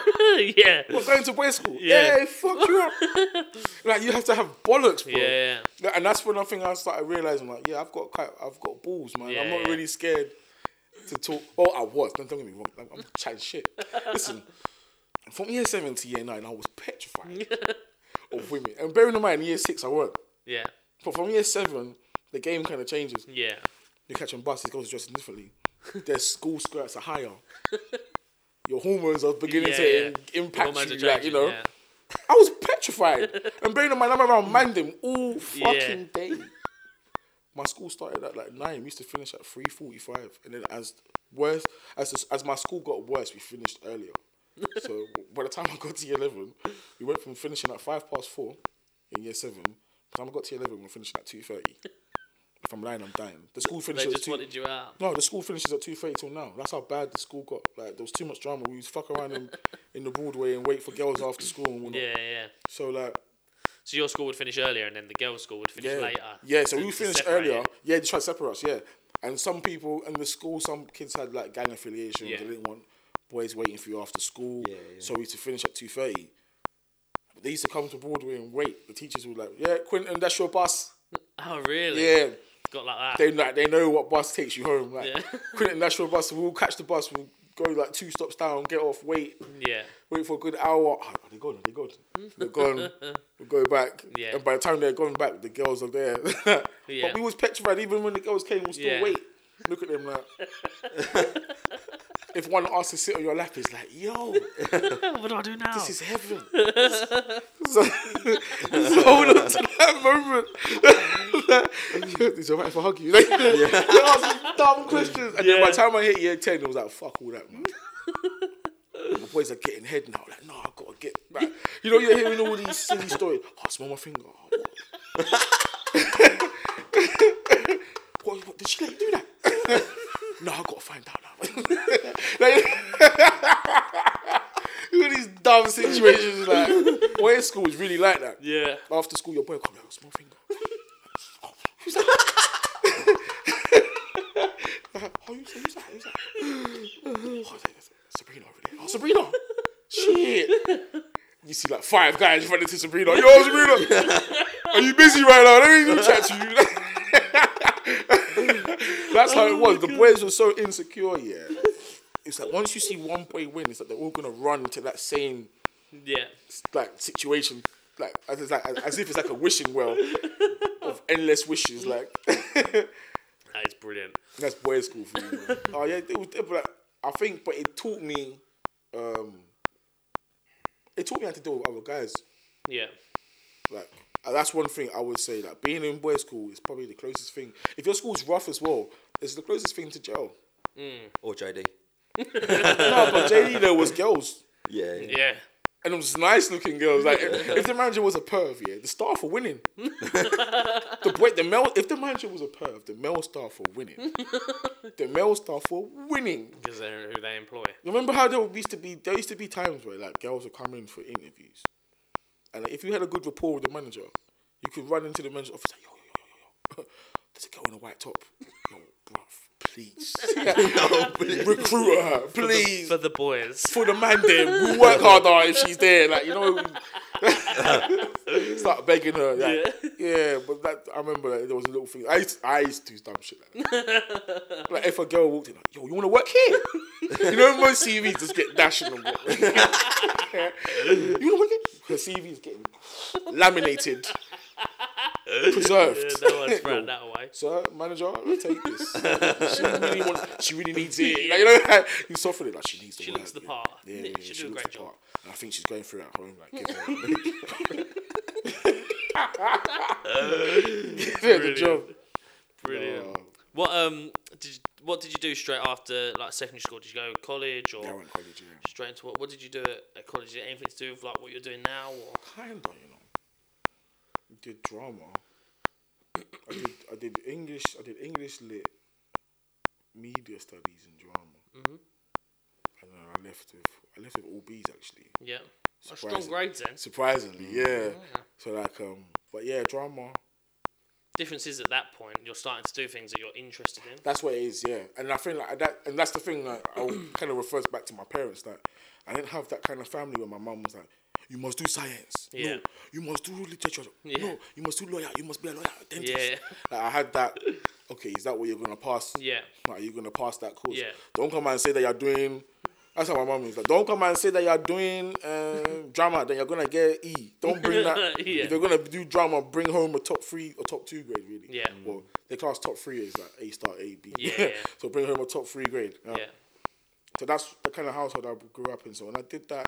[SPEAKER 3] up.
[SPEAKER 2] *laughs* yeah,
[SPEAKER 3] Well, going to boys' school,
[SPEAKER 2] Yeah.
[SPEAKER 3] yeah, it fucked
[SPEAKER 2] *laughs*
[SPEAKER 3] you up. like you have to have bollocks, bro.
[SPEAKER 2] yeah,
[SPEAKER 3] Yeah, and that's when I think I started realizing, like, yeah, I've got quite, I've got balls, man.
[SPEAKER 2] Yeah,
[SPEAKER 3] I'm not
[SPEAKER 2] yeah.
[SPEAKER 3] really scared to talk. Oh, I was. Don't, don't get me wrong. I'm, I'm chatting shit. Listen, from year seven to year nine, I was
[SPEAKER 2] *laughs*
[SPEAKER 3] petrified of women. And bearing in mind, year six, I was.
[SPEAKER 2] yeah,
[SPEAKER 3] But from year seven, the game kind of changes.
[SPEAKER 2] yeah,
[SPEAKER 3] You're catching buses, girls are dressing differently. Their school skirts are higher. Your hormones are beginning
[SPEAKER 2] yeah,
[SPEAKER 3] to
[SPEAKER 2] yeah.
[SPEAKER 3] im- impact
[SPEAKER 2] Hormones
[SPEAKER 3] you,
[SPEAKER 2] are
[SPEAKER 3] like, you
[SPEAKER 2] changing,
[SPEAKER 3] know.
[SPEAKER 2] yeah.
[SPEAKER 3] I was petrified. and bearing in mind, I'm around Mandem all fucking day. My school started at like nine. We used to finish at three forty-five, and then as worse as the- as my school got worse, we finished earlier. so *laughs* by the time I got to year eleven, we went from finishing at five past four in year seven. By the time I got to year eleven, we we're finishing at two thirty. If I'm lying, I'm dying. The school
[SPEAKER 2] They
[SPEAKER 3] finishes at
[SPEAKER 2] just
[SPEAKER 3] two.
[SPEAKER 2] wanted you out.
[SPEAKER 3] No, the school finishes at two thirty till now. That's how bad the school got. Like there was too much drama. We used to fuck around
[SPEAKER 2] *laughs*
[SPEAKER 3] in, in the Broadway and wait for girls after school and whatnot.
[SPEAKER 2] Yeah, yeah.
[SPEAKER 3] So like
[SPEAKER 2] So your school would finish earlier, and then the girls' school would finish
[SPEAKER 3] yeah,
[SPEAKER 2] later.
[SPEAKER 3] yeah. So
[SPEAKER 2] to-
[SPEAKER 3] we
[SPEAKER 2] to
[SPEAKER 3] finished
[SPEAKER 2] separate
[SPEAKER 3] earlier.
[SPEAKER 2] it.
[SPEAKER 3] Yeah, they tried to separate us. Yeah, and some people in the school, some kids had like gang affiliations.
[SPEAKER 2] Yeah.
[SPEAKER 3] They didn't want boys waiting for you after school.
[SPEAKER 1] Yeah, yeah.
[SPEAKER 3] So we used to finish at two thirty. They used to come to Broadway and wait. The teachers were like, "Yeah, Quinton, that's your bus."
[SPEAKER 2] Oh really?
[SPEAKER 3] Yeah,
[SPEAKER 2] Got like that.
[SPEAKER 3] they like they know what bus takes you home. Like *laughs*
[SPEAKER 2] Yeah.
[SPEAKER 3] Quinton, that's your bus. We'll catch the bus. We'll go like two stops down, get off, wait,
[SPEAKER 2] yeah.
[SPEAKER 3] wait for a good hour. Oh, they're gone, they're gone.
[SPEAKER 2] *laughs*
[SPEAKER 3] They're gone. we go back.
[SPEAKER 2] Yeah.
[SPEAKER 3] And by the time they're gone back, the girls are there. *laughs*
[SPEAKER 2] Yeah.
[SPEAKER 3] But we was petrified. Even when the girls came, we'll still
[SPEAKER 2] Yeah.
[SPEAKER 3] wait. Look at
[SPEAKER 2] *laughs*
[SPEAKER 3] them like. if one asks to sit on your lap, it's like, yo,
[SPEAKER 2] *laughs* what do I do now?
[SPEAKER 3] this is heaven.
[SPEAKER 2] *laughs*
[SPEAKER 3] so, so hold on to that *laughs* moment. it's alright if I hug you. *laughs* Like, They ask me dumb questions. And then
[SPEAKER 2] Yeah.
[SPEAKER 3] by the time I hit year 10, it was like, fuck all that, man. *laughs* My boys are getting head now. Like, no, i got to get back. You know, you're hearing all these silly stories. *laughs* Oh, I smell my finger. Oh, what? what, what, did she let you do that? *laughs* no, i got to find out now. *laughs* like, *laughs* all these dumb situations. Like, boy, school is really like that.
[SPEAKER 2] yeah.
[SPEAKER 3] After school, your boy come like, small finger. *laughs* Oh, who's that? oh, who's that? Who's that? Who's that? Oh, that's- that's Sabrina over there. Oh, Sabrina. Shit. You see like five guys running to Sabrina. Yo, Sabrina. Are you busy right now? Let me do chat to you. *laughs* That's how it was. The boys were so insecure, yeah. It's like once you see one boy win, it's like they're all gonna run to that same
[SPEAKER 2] Yeah.
[SPEAKER 3] like situation, like as, it's like as if it's like a wishing well of endless wishes. Like *laughs*
[SPEAKER 2] That is brilliant.
[SPEAKER 3] that's boys' school for me. man. oh yeah, it was, but I think, but it taught me, um, it taught me how to deal with other guys.
[SPEAKER 2] Yeah.
[SPEAKER 3] Like and that's one thing I would say. Like being in boys' school is probably the closest thing. If your school's rough as well, it's the closest thing to jail.
[SPEAKER 1] Or JD.
[SPEAKER 3] no, but JD there was girls.
[SPEAKER 1] Yeah. yeah.
[SPEAKER 2] Yeah.
[SPEAKER 3] and it was nice looking girls. Like if, if the manager was a perv, yeah, the staff were winning. the boy, the male, if the manager was a perv, the male staff were winning. the male staff were winning.
[SPEAKER 2] Because they're who they employ.
[SPEAKER 3] You remember how there used to be there used to be times where like girls would come in for interviews, and like, if you had a good rapport with the manager, you could run into the manager's office like yo yo yo yo yo. There's a girl in a white top. Yo, bruv, please. Recruit her, please
[SPEAKER 2] For the boys.
[SPEAKER 3] for the man then we work harder if she's there like you know *laughs* start begging her like, yeah. but that I remember like, there was a little thing I used, I used to do dumb shit like
[SPEAKER 2] *laughs*
[SPEAKER 3] that like if a girl walked in like yo you want to work here you know most CVs just get dashing *laughs* them you know what her CV's getting laminated preserved.
[SPEAKER 2] no
[SPEAKER 3] *laughs*
[SPEAKER 2] one's thrown that away.
[SPEAKER 3] Sir, manager, take
[SPEAKER 2] *laughs*
[SPEAKER 3] this. she, really want, she really needs it. Like, you know, *laughs* like, you suffered it. Like she needs the
[SPEAKER 2] She
[SPEAKER 3] work,
[SPEAKER 2] looks the
[SPEAKER 3] yeah.
[SPEAKER 2] part.
[SPEAKER 3] Yeah,
[SPEAKER 2] Nick,
[SPEAKER 3] yeah,
[SPEAKER 2] she'll
[SPEAKER 3] she
[SPEAKER 2] do a
[SPEAKER 3] looks
[SPEAKER 2] great
[SPEAKER 3] the
[SPEAKER 2] job.
[SPEAKER 3] part. And I think she's going through it at home. Like, gives her-
[SPEAKER 2] *laughs*
[SPEAKER 3] *laughs* Gives her the
[SPEAKER 2] Brilliant.
[SPEAKER 3] job.
[SPEAKER 2] Brilliant.
[SPEAKER 3] Oh,
[SPEAKER 2] What um did you, what did you do straight after like secondary school? Did you go to college or
[SPEAKER 3] yeah, I went college, yeah.
[SPEAKER 2] straight into what? What did you do at, at college? Did it anything to do with like what you're doing now? Or
[SPEAKER 3] Kinda, you know. Did drama. I did. I did English. I did English lit. Media studies and drama.
[SPEAKER 2] Mm-hmm.
[SPEAKER 3] And then I left with. I left with all B's actually.
[SPEAKER 2] yeah, Well, strong
[SPEAKER 3] Surprising.
[SPEAKER 2] grades then.
[SPEAKER 3] Surprisingly,
[SPEAKER 2] Mm-hmm.
[SPEAKER 3] yeah. So like um, but yeah, drama.
[SPEAKER 2] Difference is at that point you're starting to do things that you're interested in.
[SPEAKER 3] That's what it is, yeah. And I think like that, and that's the thing. Like I
[SPEAKER 2] *clears throat*
[SPEAKER 3] kind of refers back to my parents that I didn't have that kind of family where my mum was like, "You must do science.
[SPEAKER 2] Yeah.
[SPEAKER 3] No, you must do literature.
[SPEAKER 2] Yeah.
[SPEAKER 3] No, you must do lawyer. You must be a lawyer, a dentist."
[SPEAKER 2] Yeah.
[SPEAKER 3] Like, I had that. Okay, is that what you're gonna pass?
[SPEAKER 2] Yeah.
[SPEAKER 3] Like, you're gonna pass that course.
[SPEAKER 2] Yeah.
[SPEAKER 3] Don't come and say that you're doing. That's how my mum is. Like, don't come and say that you're doing um, drama. Then you're gonna get E. Don't bring that.
[SPEAKER 2] *laughs* Yeah.
[SPEAKER 3] If you're gonna do drama, bring home a top three or top two grade, really.
[SPEAKER 2] Yeah.
[SPEAKER 3] Well, the class top three is like A star, A B. *laughs*
[SPEAKER 2] Yeah, yeah.
[SPEAKER 3] so bring home a top three grade. Yeah.
[SPEAKER 2] Yeah,
[SPEAKER 3] So that's the kind of household I grew up in. So when I did that,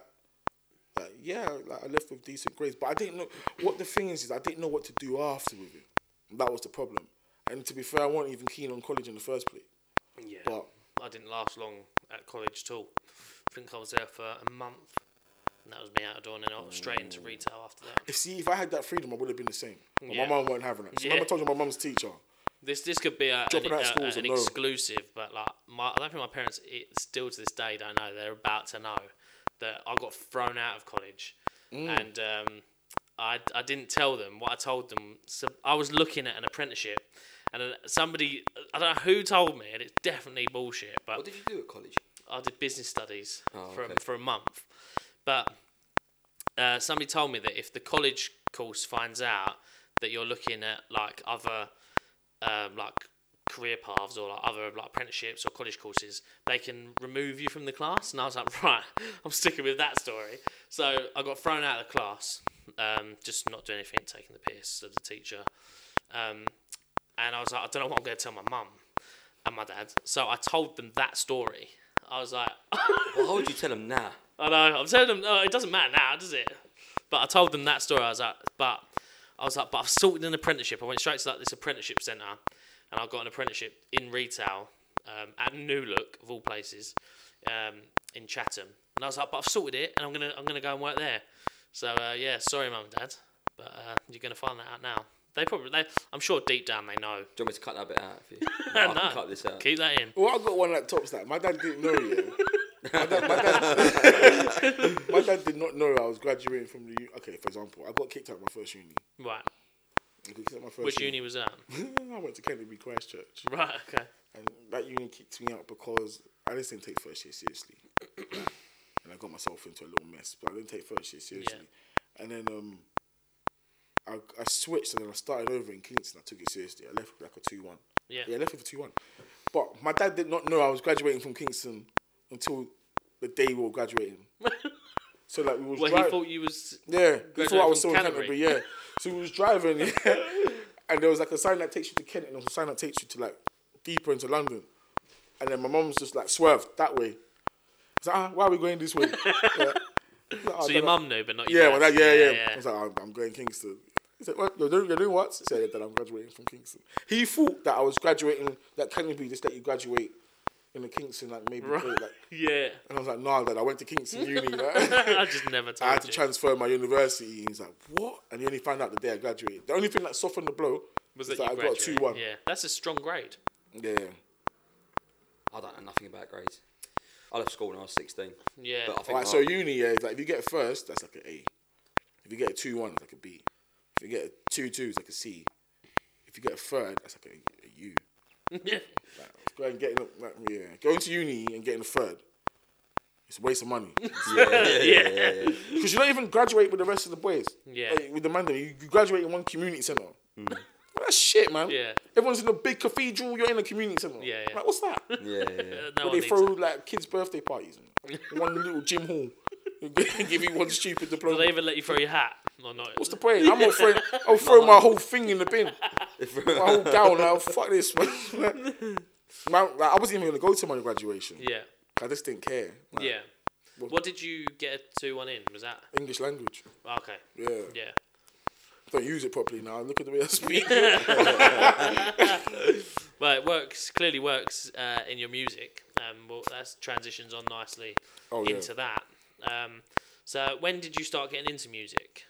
[SPEAKER 3] like, yeah, like I left with decent grades, but I didn't know what the thing is. Is I didn't know what to do after with it. That was the problem. And to be fair, I wasn't even keen on college in the first place.
[SPEAKER 2] yeah.
[SPEAKER 3] But
[SPEAKER 2] I didn't last long at college at all. I think I was there for a month, and that was me out of door, and then I was straight into retail after that.
[SPEAKER 3] if see, if I had that freedom, I would have been the same. But
[SPEAKER 2] Yeah.
[SPEAKER 3] my mum weren't having that. So
[SPEAKER 2] Yeah.
[SPEAKER 3] remember I told you my mum's teacher.
[SPEAKER 2] This this could be a, an,
[SPEAKER 3] Dropping out of
[SPEAKER 2] a-
[SPEAKER 3] school's a
[SPEAKER 2] an
[SPEAKER 3] no.
[SPEAKER 2] exclusive, but like my, I don't think my parents it, still to this day don't know. They're about to know that I got thrown out of college,
[SPEAKER 3] Mm.
[SPEAKER 2] and um, I I didn't tell them what I told them. So I was looking at an apprenticeship, and then somebody I don't know who told me, and it's definitely bullshit. But
[SPEAKER 1] What did you do at college?
[SPEAKER 2] I did business studies
[SPEAKER 1] Oh,
[SPEAKER 2] for, a,
[SPEAKER 1] okay.
[SPEAKER 2] for a month, but uh, somebody told me that if the college course finds out that you're looking at like other um, like career paths or like other like apprenticeships or college courses, they can remove you from the class. And I was like, *laughs* right, I'm sticking with that story. So I got thrown out of the class, um, just not doing anything, taking the piss of the teacher. Um, and I was like, I don't know what I'm going to tell my mum and my dad. So I told them that story. I was like, *laughs*
[SPEAKER 1] Well, how would you tell them now?
[SPEAKER 2] I know. I'm telling them, oh, it doesn't matter now, does it? But I told them that story. I was like, but I was like, but I've sorted an apprenticeship. I went straight to like this apprenticeship centre, and I got an apprenticeship in retail um, at New Look of all places um, in Chatham. And I was like, but I've sorted it, and I'm gonna I'm gonna go and work there. So uh, yeah, sorry, mum and dad, but uh, you're gonna find that out now. They probably, they, I'm sure deep down they know.
[SPEAKER 1] Do you want me to cut that bit out? If
[SPEAKER 2] *laughs*
[SPEAKER 1] you, no, I can cut this out.
[SPEAKER 2] Keep that in.
[SPEAKER 3] Well, I got one that tops that. My dad didn't know you. My dad, my, dad,
[SPEAKER 2] *laughs*
[SPEAKER 3] my dad did not know I was graduating from the. U- Okay, for example, I got kicked out of my first uni.
[SPEAKER 2] Right.
[SPEAKER 3] I got kicked out of my first
[SPEAKER 2] Which uni was that? *laughs*
[SPEAKER 3] *laughs* I went to Kennedy Christchurch,
[SPEAKER 2] Right. Okay.
[SPEAKER 3] and that uni kicked me out because I just didn't take first year seriously, *coughs* and I got myself into a little mess. But I didn't take first year seriously, and then um, I, I switched and then I started over in Kingston. I took it seriously. I left with like a two one.
[SPEAKER 2] Yeah.
[SPEAKER 3] Yeah, I left with a two one. But my dad did not know I was graduating from Kingston until the day we
[SPEAKER 2] *laughs*
[SPEAKER 3] were graduating. so like we was
[SPEAKER 2] Well, he
[SPEAKER 3] driving-
[SPEAKER 2] thought you was
[SPEAKER 3] yeah, he thought I was
[SPEAKER 2] from
[SPEAKER 3] still in Canterbury. Yeah, so we was driving, *laughs* yeah, and there was like a sign that takes you to Kent, and there was a sign that takes you to like deeper into London. And then my mum's just like swerved that way. I was like, ah, why are we going this *laughs* way? Yeah. She's like, "Oh,
[SPEAKER 2] So your
[SPEAKER 3] Dad, I-
[SPEAKER 2] mum knew, but not your
[SPEAKER 3] Yeah,
[SPEAKER 2] dad.
[SPEAKER 3] well, that, yeah, yeah, I was like, I'm, I'm going Kingston. He said, what? You're doing, you're doing what? I said that I'm graduating from Kingston. He thought that I was graduating, that can be just that you graduate in the Kingston, like maybe.
[SPEAKER 2] Right.
[SPEAKER 3] Like,
[SPEAKER 2] yeah.
[SPEAKER 3] and I was like, no, dad, I went to Kingston Uni. Like.
[SPEAKER 2] *laughs*
[SPEAKER 3] *laughs*
[SPEAKER 2] I just never told
[SPEAKER 3] I had to
[SPEAKER 2] you.
[SPEAKER 3] transfer my university. He's like, what? And he only found out the day I graduated. The only thing that softened the blow was, that,
[SPEAKER 2] you
[SPEAKER 3] I got a
[SPEAKER 2] graduated.
[SPEAKER 3] 2 1.
[SPEAKER 2] Yeah, that's a strong grade.
[SPEAKER 3] Yeah.
[SPEAKER 1] I don't know nothing about grades. I left school when I was 16.
[SPEAKER 2] Yeah.
[SPEAKER 1] But I think
[SPEAKER 3] Alright,
[SPEAKER 1] I-
[SPEAKER 3] so uni, yeah, it's like if you get a first, that's like an A. If you get a 2 1, it's like a B. If you get a 2 2, it's like a C. If you get a third, that's like a, a U.
[SPEAKER 2] *laughs* yeah.
[SPEAKER 3] Like, going, getting, a- like, yeah. going to uni and getting a third, it's a waste
[SPEAKER 2] *laughs*
[SPEAKER 3] of money.
[SPEAKER 1] yeah, yeah, yeah, yeah, yeah.
[SPEAKER 3] Because you don't even graduate with the rest of the boys.
[SPEAKER 2] Yeah.
[SPEAKER 3] Like, with the man, you you graduate in one community center. That's shit, man.
[SPEAKER 2] Yeah.
[SPEAKER 3] Everyone's in a big cathedral. You're in a community center.
[SPEAKER 2] Yeah, yeah.
[SPEAKER 3] Like, what's that?
[SPEAKER 1] yeah, yeah.
[SPEAKER 2] *laughs* Uh, No
[SPEAKER 3] Where
[SPEAKER 2] one
[SPEAKER 3] they
[SPEAKER 2] needs
[SPEAKER 3] throw
[SPEAKER 2] it.
[SPEAKER 3] like kids' birthday parties. man. one little gym hall. *laughs* give you one stupid
[SPEAKER 2] Do
[SPEAKER 3] diploma.
[SPEAKER 2] they even let you throw your hat? Or not.
[SPEAKER 3] What's the point? I'm gonna throw,
[SPEAKER 2] *laughs*
[SPEAKER 3] I'll throw my whole thing in the bin.
[SPEAKER 1] *laughs*
[SPEAKER 3] My whole gown. Like, fuck this,
[SPEAKER 2] *laughs*
[SPEAKER 3] man. My, like, I wasn't even gonna go to my graduation.
[SPEAKER 2] Yeah.
[SPEAKER 3] I just didn't care. Like,
[SPEAKER 2] Yeah. What did you get a 2 1 in? Was that? oh,
[SPEAKER 3] English language.
[SPEAKER 2] Okay.
[SPEAKER 3] Yeah.
[SPEAKER 2] Yeah.
[SPEAKER 3] Don't use it properly now. Look at the way I speak.
[SPEAKER 2] Well, it works, clearly works uh, in your music. Um, well, that transitions on nicely
[SPEAKER 3] Oh, yeah.
[SPEAKER 2] into that. Um, so, when did you start getting into music?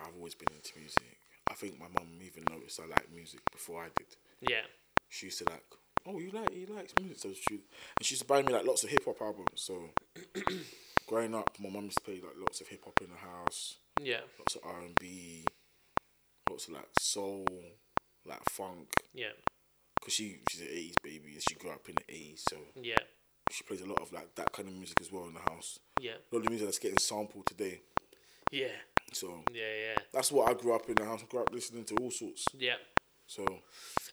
[SPEAKER 3] I've always been into music. I think my mum even noticed I liked music before I did.
[SPEAKER 2] Yeah.
[SPEAKER 3] She used to like, oh, you like, you like music, so she, and she used to buy me like lots of hip hop albums. So, growing up, my mum used to play like lots of hip hop in the house,
[SPEAKER 2] Yeah.
[SPEAKER 3] lots of R and B, lots of like soul, like funk.
[SPEAKER 2] Yeah.
[SPEAKER 3] Cause she she's an eighties baby, and she grew up in the eighties, so
[SPEAKER 2] Yeah.
[SPEAKER 3] she plays a lot of like that kind of music as well in the house.
[SPEAKER 2] Yeah.
[SPEAKER 3] A lot of the music that's getting sampled today.
[SPEAKER 2] Yeah.
[SPEAKER 3] So
[SPEAKER 2] Yeah. Yeah.
[SPEAKER 3] that's what I grew up in the house. I grew up listening to all sorts.
[SPEAKER 2] Yeah.
[SPEAKER 3] So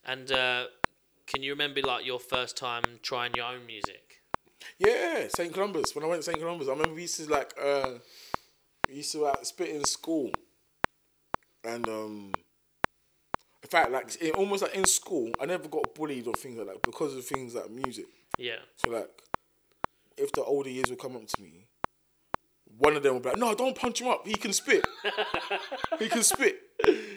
[SPEAKER 2] And uh, can you remember like your first time trying your own music?
[SPEAKER 3] Yeah, St. Columbus. When I went to St. Columbus, I remember we used to like uh we used to like spit in school. And um in fact like it, almost like in school, I never got bullied or things like that because of things like music.
[SPEAKER 2] Yeah.
[SPEAKER 3] So like if the older years would come up to me, one of them would be like, No, don't punch him up, he can spit. he can spit.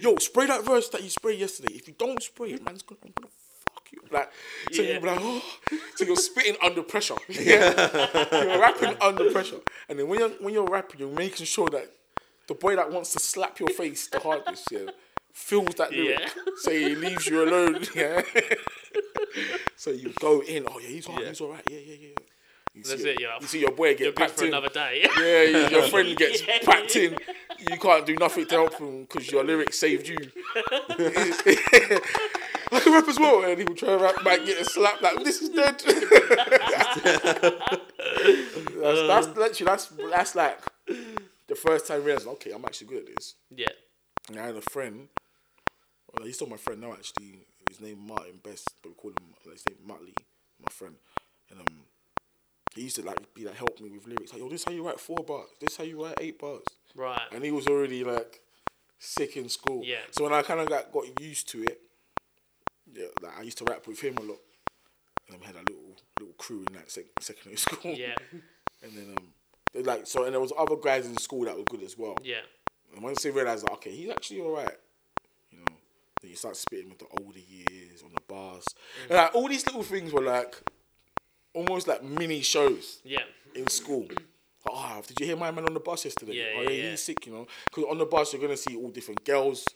[SPEAKER 3] Yo, spray that verse that you sprayed yesterday. If you don't spray it, man's gonna, I'm gonna fuck you. Like so
[SPEAKER 2] Yeah.
[SPEAKER 3] you'd be like, oh so you're spitting under
[SPEAKER 2] *laughs*
[SPEAKER 3] pressure. Yeah. *laughs* you're rapping under pressure. And then when you're when you're rapping, you're making sure that the boy that wants to slap your face the hardest, yeah, feels that lyric.
[SPEAKER 2] Yeah.
[SPEAKER 3] So he leaves you alone, *laughs* yeah. so you go in, oh yeah, he's alright,
[SPEAKER 1] Yeah.
[SPEAKER 3] he's alright, yeah, yeah, yeah. You
[SPEAKER 2] That's
[SPEAKER 3] see
[SPEAKER 2] it, you're like,
[SPEAKER 3] you see your boy
[SPEAKER 2] You're
[SPEAKER 3] get
[SPEAKER 2] good
[SPEAKER 3] packed
[SPEAKER 2] for
[SPEAKER 3] in.
[SPEAKER 2] another day. *laughs*
[SPEAKER 3] Yeah, you- your friend gets
[SPEAKER 2] Yeah.
[SPEAKER 3] packed in. You can't do nothing to help him because your lyrics saved you. *laughs* I can rap as well, and he will try to rap back, get a slap like this is dead. *laughs* that's,
[SPEAKER 2] Uh.
[SPEAKER 3] that's literally that's that's like the first time realizing okay, I'm actually good at this.
[SPEAKER 2] yeah.
[SPEAKER 3] And I had a friend. Well, he's still my friend now, actually. His name Martin Best, but we call him like, his name Matley, my friend. And um, he used to like be like help me with lyrics. Like, yo, this how you write four bars. This how you write eight bars.
[SPEAKER 2] Right.
[SPEAKER 3] And he was already like sick in school.
[SPEAKER 2] Yeah.
[SPEAKER 3] So when I kind of got, got used to it, yeah, like I used to rap with him a lot. And then we had a little little crew in that sec- secondary *laughs* school.
[SPEAKER 2] Yeah.
[SPEAKER 3] And then um, they like so, and there was other guys in school that were good as well.
[SPEAKER 2] Yeah.
[SPEAKER 3] And once they realise that, okay, he's actually alright, you know, then you start spitting with the older years on the bars. And like all these little things were like almost like mini shows
[SPEAKER 2] Yeah.
[SPEAKER 3] in school. Like, oh, did you hear my man on the bus yesterday?
[SPEAKER 2] Yeah,
[SPEAKER 3] oh,
[SPEAKER 2] yeah,
[SPEAKER 3] yeah,
[SPEAKER 2] yeah.
[SPEAKER 3] he's sick, you know. Because on the bus, you're going to see all different girls,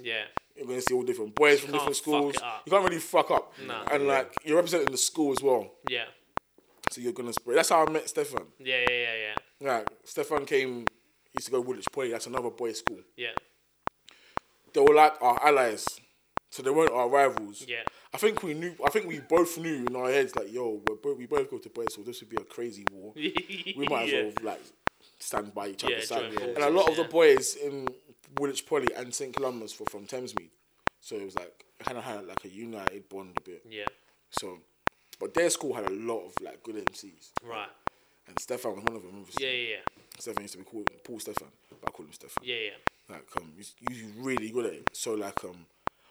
[SPEAKER 2] Yeah.
[SPEAKER 3] you're going to see all different boys from
[SPEAKER 2] can't
[SPEAKER 3] different
[SPEAKER 2] fuck
[SPEAKER 3] schools.
[SPEAKER 2] it up.
[SPEAKER 3] You can't really fuck up.
[SPEAKER 2] No.
[SPEAKER 3] And like, you're representing the school as well.
[SPEAKER 2] Yeah.
[SPEAKER 3] So you're going to spread. That's how I met Stefan.
[SPEAKER 2] Yeah. Yeah. Yeah. Yeah.
[SPEAKER 3] Like, Stefan came, he used to go to Woolwich Poly, that's another boys' school.
[SPEAKER 2] Yeah.
[SPEAKER 3] they were like our allies, so they weren't our rivals.
[SPEAKER 2] Yeah.
[SPEAKER 3] I think we knew. I think we both knew in our heads like, yo, we're both, we both go to boys, so this would be a crazy war. We might as
[SPEAKER 2] Yeah. *laughs*
[SPEAKER 3] well like stand by each
[SPEAKER 2] Yeah,
[SPEAKER 3] other's side.
[SPEAKER 2] join
[SPEAKER 3] And a lot
[SPEAKER 2] forces,
[SPEAKER 3] of the
[SPEAKER 2] yeah.
[SPEAKER 3] boys in Woolwich Poly and St Columbus were from Thamesmead, so it was like kind of had like a united bond a bit.
[SPEAKER 2] Yeah.
[SPEAKER 3] So, but their school had a lot of like good MCs,
[SPEAKER 2] Right.
[SPEAKER 3] and Stefan was one of them. Obviously.
[SPEAKER 2] Yeah. Yeah. Yeah.
[SPEAKER 3] Stefan used to be called Paul Stefan, but I call him Stefan.
[SPEAKER 2] Yeah. Yeah.
[SPEAKER 3] Like um, he's, he's really good at it. So like um,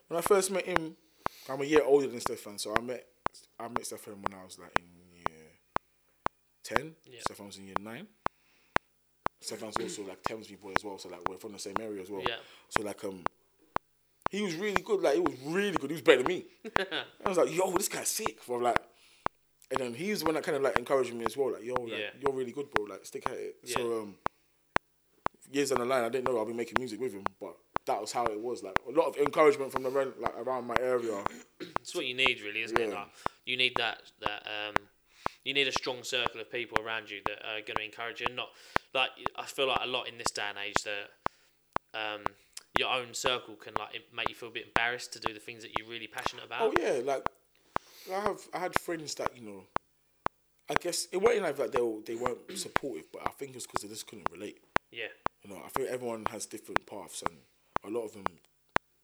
[SPEAKER 3] when I first met him, I'm a year older than Stefan. So I met I met Stefan when I was like in year ten.
[SPEAKER 2] Yeah.
[SPEAKER 3] Stefan was in year nine. Stefan's also like Thames people as well. So like we're from the same area as well.
[SPEAKER 2] Yeah.
[SPEAKER 3] So like um, he was really good. Like he was really good. He was better
[SPEAKER 2] *laughs*
[SPEAKER 3] than me. I was like, yo, this guy's sick. Bro. Like, and then he's the one that kind of like encouraged me as well. Like, yo, like,
[SPEAKER 2] Yeah.
[SPEAKER 3] you're really good, bro. Like, stick at it.
[SPEAKER 2] Yeah.
[SPEAKER 3] So um, years down the line, I didn't know I'll be making music with him, but that was how it was. Like a lot of encouragement from the around, like around my area.
[SPEAKER 2] It's what you need, really, isn't it?
[SPEAKER 3] Yeah.
[SPEAKER 2] Like, you need that that um, you need a strong circle of people around you that are going to encourage you. And not like I feel like a lot in this day and age that um, your own circle can like it- make you feel a bit embarrassed to do the things that you're really passionate about.
[SPEAKER 3] Oh yeah, like I have I had friends that you know. I guess it wasn't like that they were, they weren't *clears throat* supportive, but I think it's because they just couldn't relate.
[SPEAKER 2] yeah,
[SPEAKER 3] You know, I think everyone has different paths, and a lot of them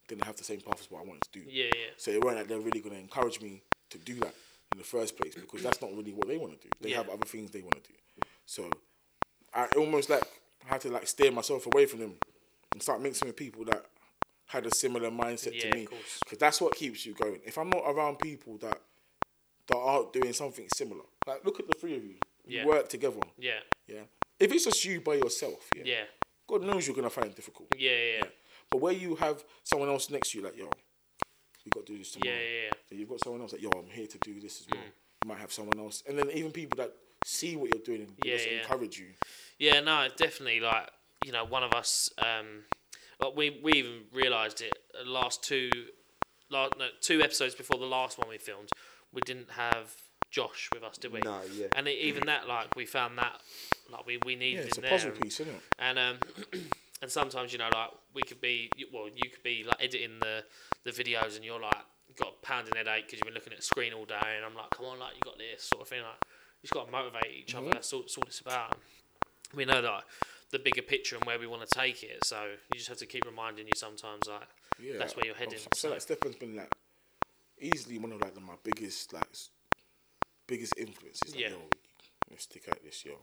[SPEAKER 3] didn't have the same path as what I wanted to do.
[SPEAKER 2] yeah, yeah,
[SPEAKER 3] So it weren't like they're really going to encourage me to do that in the first place because that's not really what they want to do. They
[SPEAKER 2] Yeah.
[SPEAKER 3] have other things they want to do. So I almost like I had to like steer myself away from them and start mixing with people that had a similar mindset
[SPEAKER 2] Yeah,
[SPEAKER 3] to
[SPEAKER 2] of
[SPEAKER 3] me.
[SPEAKER 2] course.
[SPEAKER 3] Because that's what keeps you going. If I'm not around people that that aren't doing something similar, like look at the three of you. You
[SPEAKER 2] Yeah.
[SPEAKER 3] work together.
[SPEAKER 2] Yeah.
[SPEAKER 3] Yeah. If it's just you by yourself, yeah,
[SPEAKER 2] Yeah.
[SPEAKER 3] God knows you're gonna find it difficult.
[SPEAKER 2] Yeah. Yeah.
[SPEAKER 3] But where you have someone else next to you, like yo, you got to do this
[SPEAKER 2] Yeah. Yeah.
[SPEAKER 3] tomorrow.
[SPEAKER 2] Yeah.
[SPEAKER 3] So you've got someone else like yo, I'm here to do this as well.
[SPEAKER 2] Mm.
[SPEAKER 3] You might have someone else, and then even people that see what you're doing and
[SPEAKER 2] Yeah,
[SPEAKER 3] just
[SPEAKER 2] yeah.
[SPEAKER 3] encourage you.
[SPEAKER 2] Yeah, no, it's definitely. Like you know, one of us. Um, well, we we even realised it uh, last two, last no, two episodes before the last one we filmed, we didn't have Josh with us, did we?
[SPEAKER 1] No, yeah.
[SPEAKER 2] And it, even that, like, we found that like we we needed
[SPEAKER 3] Yeah,
[SPEAKER 2] him
[SPEAKER 3] it's a
[SPEAKER 2] there.
[SPEAKER 3] puzzle piece, isn't it?
[SPEAKER 2] and um, *clears throat* and sometimes you know like we could be you- well you could be like editing the the videos and you're like got a pounding headache because you've been looking at the screen all day and I'm like come on like you got this sort of thing like you just got to motivate each other
[SPEAKER 3] Mm-hmm.
[SPEAKER 2] that's all, that's all it's about we know that the bigger picture and where we want to take it so you just have to keep reminding you sometimes like
[SPEAKER 3] Yeah,
[SPEAKER 2] that's where you're heading
[SPEAKER 3] I'm, so like Stefan's been like easily one of like my biggest like s- biggest influences. Like,
[SPEAKER 2] Yeah.
[SPEAKER 3] yo, let's stick at this, yo.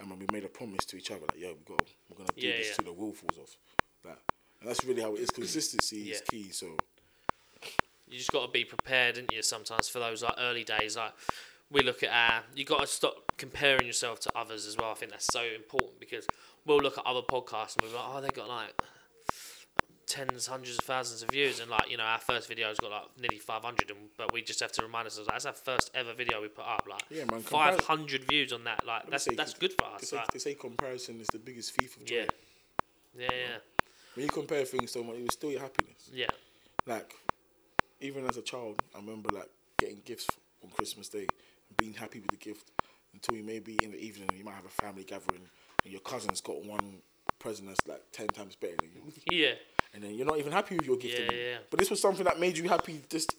[SPEAKER 3] And when we made a promise to each other, like yo, we got we're gonna do
[SPEAKER 2] Yeah,
[SPEAKER 3] this
[SPEAKER 2] yeah. Mm.
[SPEAKER 3] till the wall falls off. Like, and that's really how it is. Consistency is
[SPEAKER 2] Yeah.
[SPEAKER 3] key. So
[SPEAKER 2] you just got to be prepared, didn't you? Sometimes for those like early days, like we look at our, you got to stop comparing yourself to others as well. I think that's so important because we'll look at other podcasts and we're like, oh, they got like tens, hundreds of thousands of views, and like you know, our first video's got like nearly five hundred, and but we just have to remind ourselves like, that's our first ever video we put up, like
[SPEAKER 3] Yeah, man, compare-
[SPEAKER 2] five hundred views on that, like that's
[SPEAKER 3] say
[SPEAKER 2] that's
[SPEAKER 3] com-
[SPEAKER 2] good for
[SPEAKER 3] they
[SPEAKER 2] us,
[SPEAKER 3] say,
[SPEAKER 2] like,
[SPEAKER 3] they say comparison is the biggest thief of joy.
[SPEAKER 2] yeah, yeah, yeah,
[SPEAKER 3] When you compare things so much, it was still your happiness.
[SPEAKER 2] yeah, *laughs*
[SPEAKER 3] Like even as a child, I remember like getting gifts on Christmas Day and being happy with the gift until you maybe in the evening you might have a family gathering and your cousin's got one present that's like ten times better than you,
[SPEAKER 2] yeah.
[SPEAKER 3] and then you're not even happy with your gift.
[SPEAKER 2] Yeah,
[SPEAKER 3] anymore.
[SPEAKER 2] yeah.
[SPEAKER 3] But this was something that made you happy just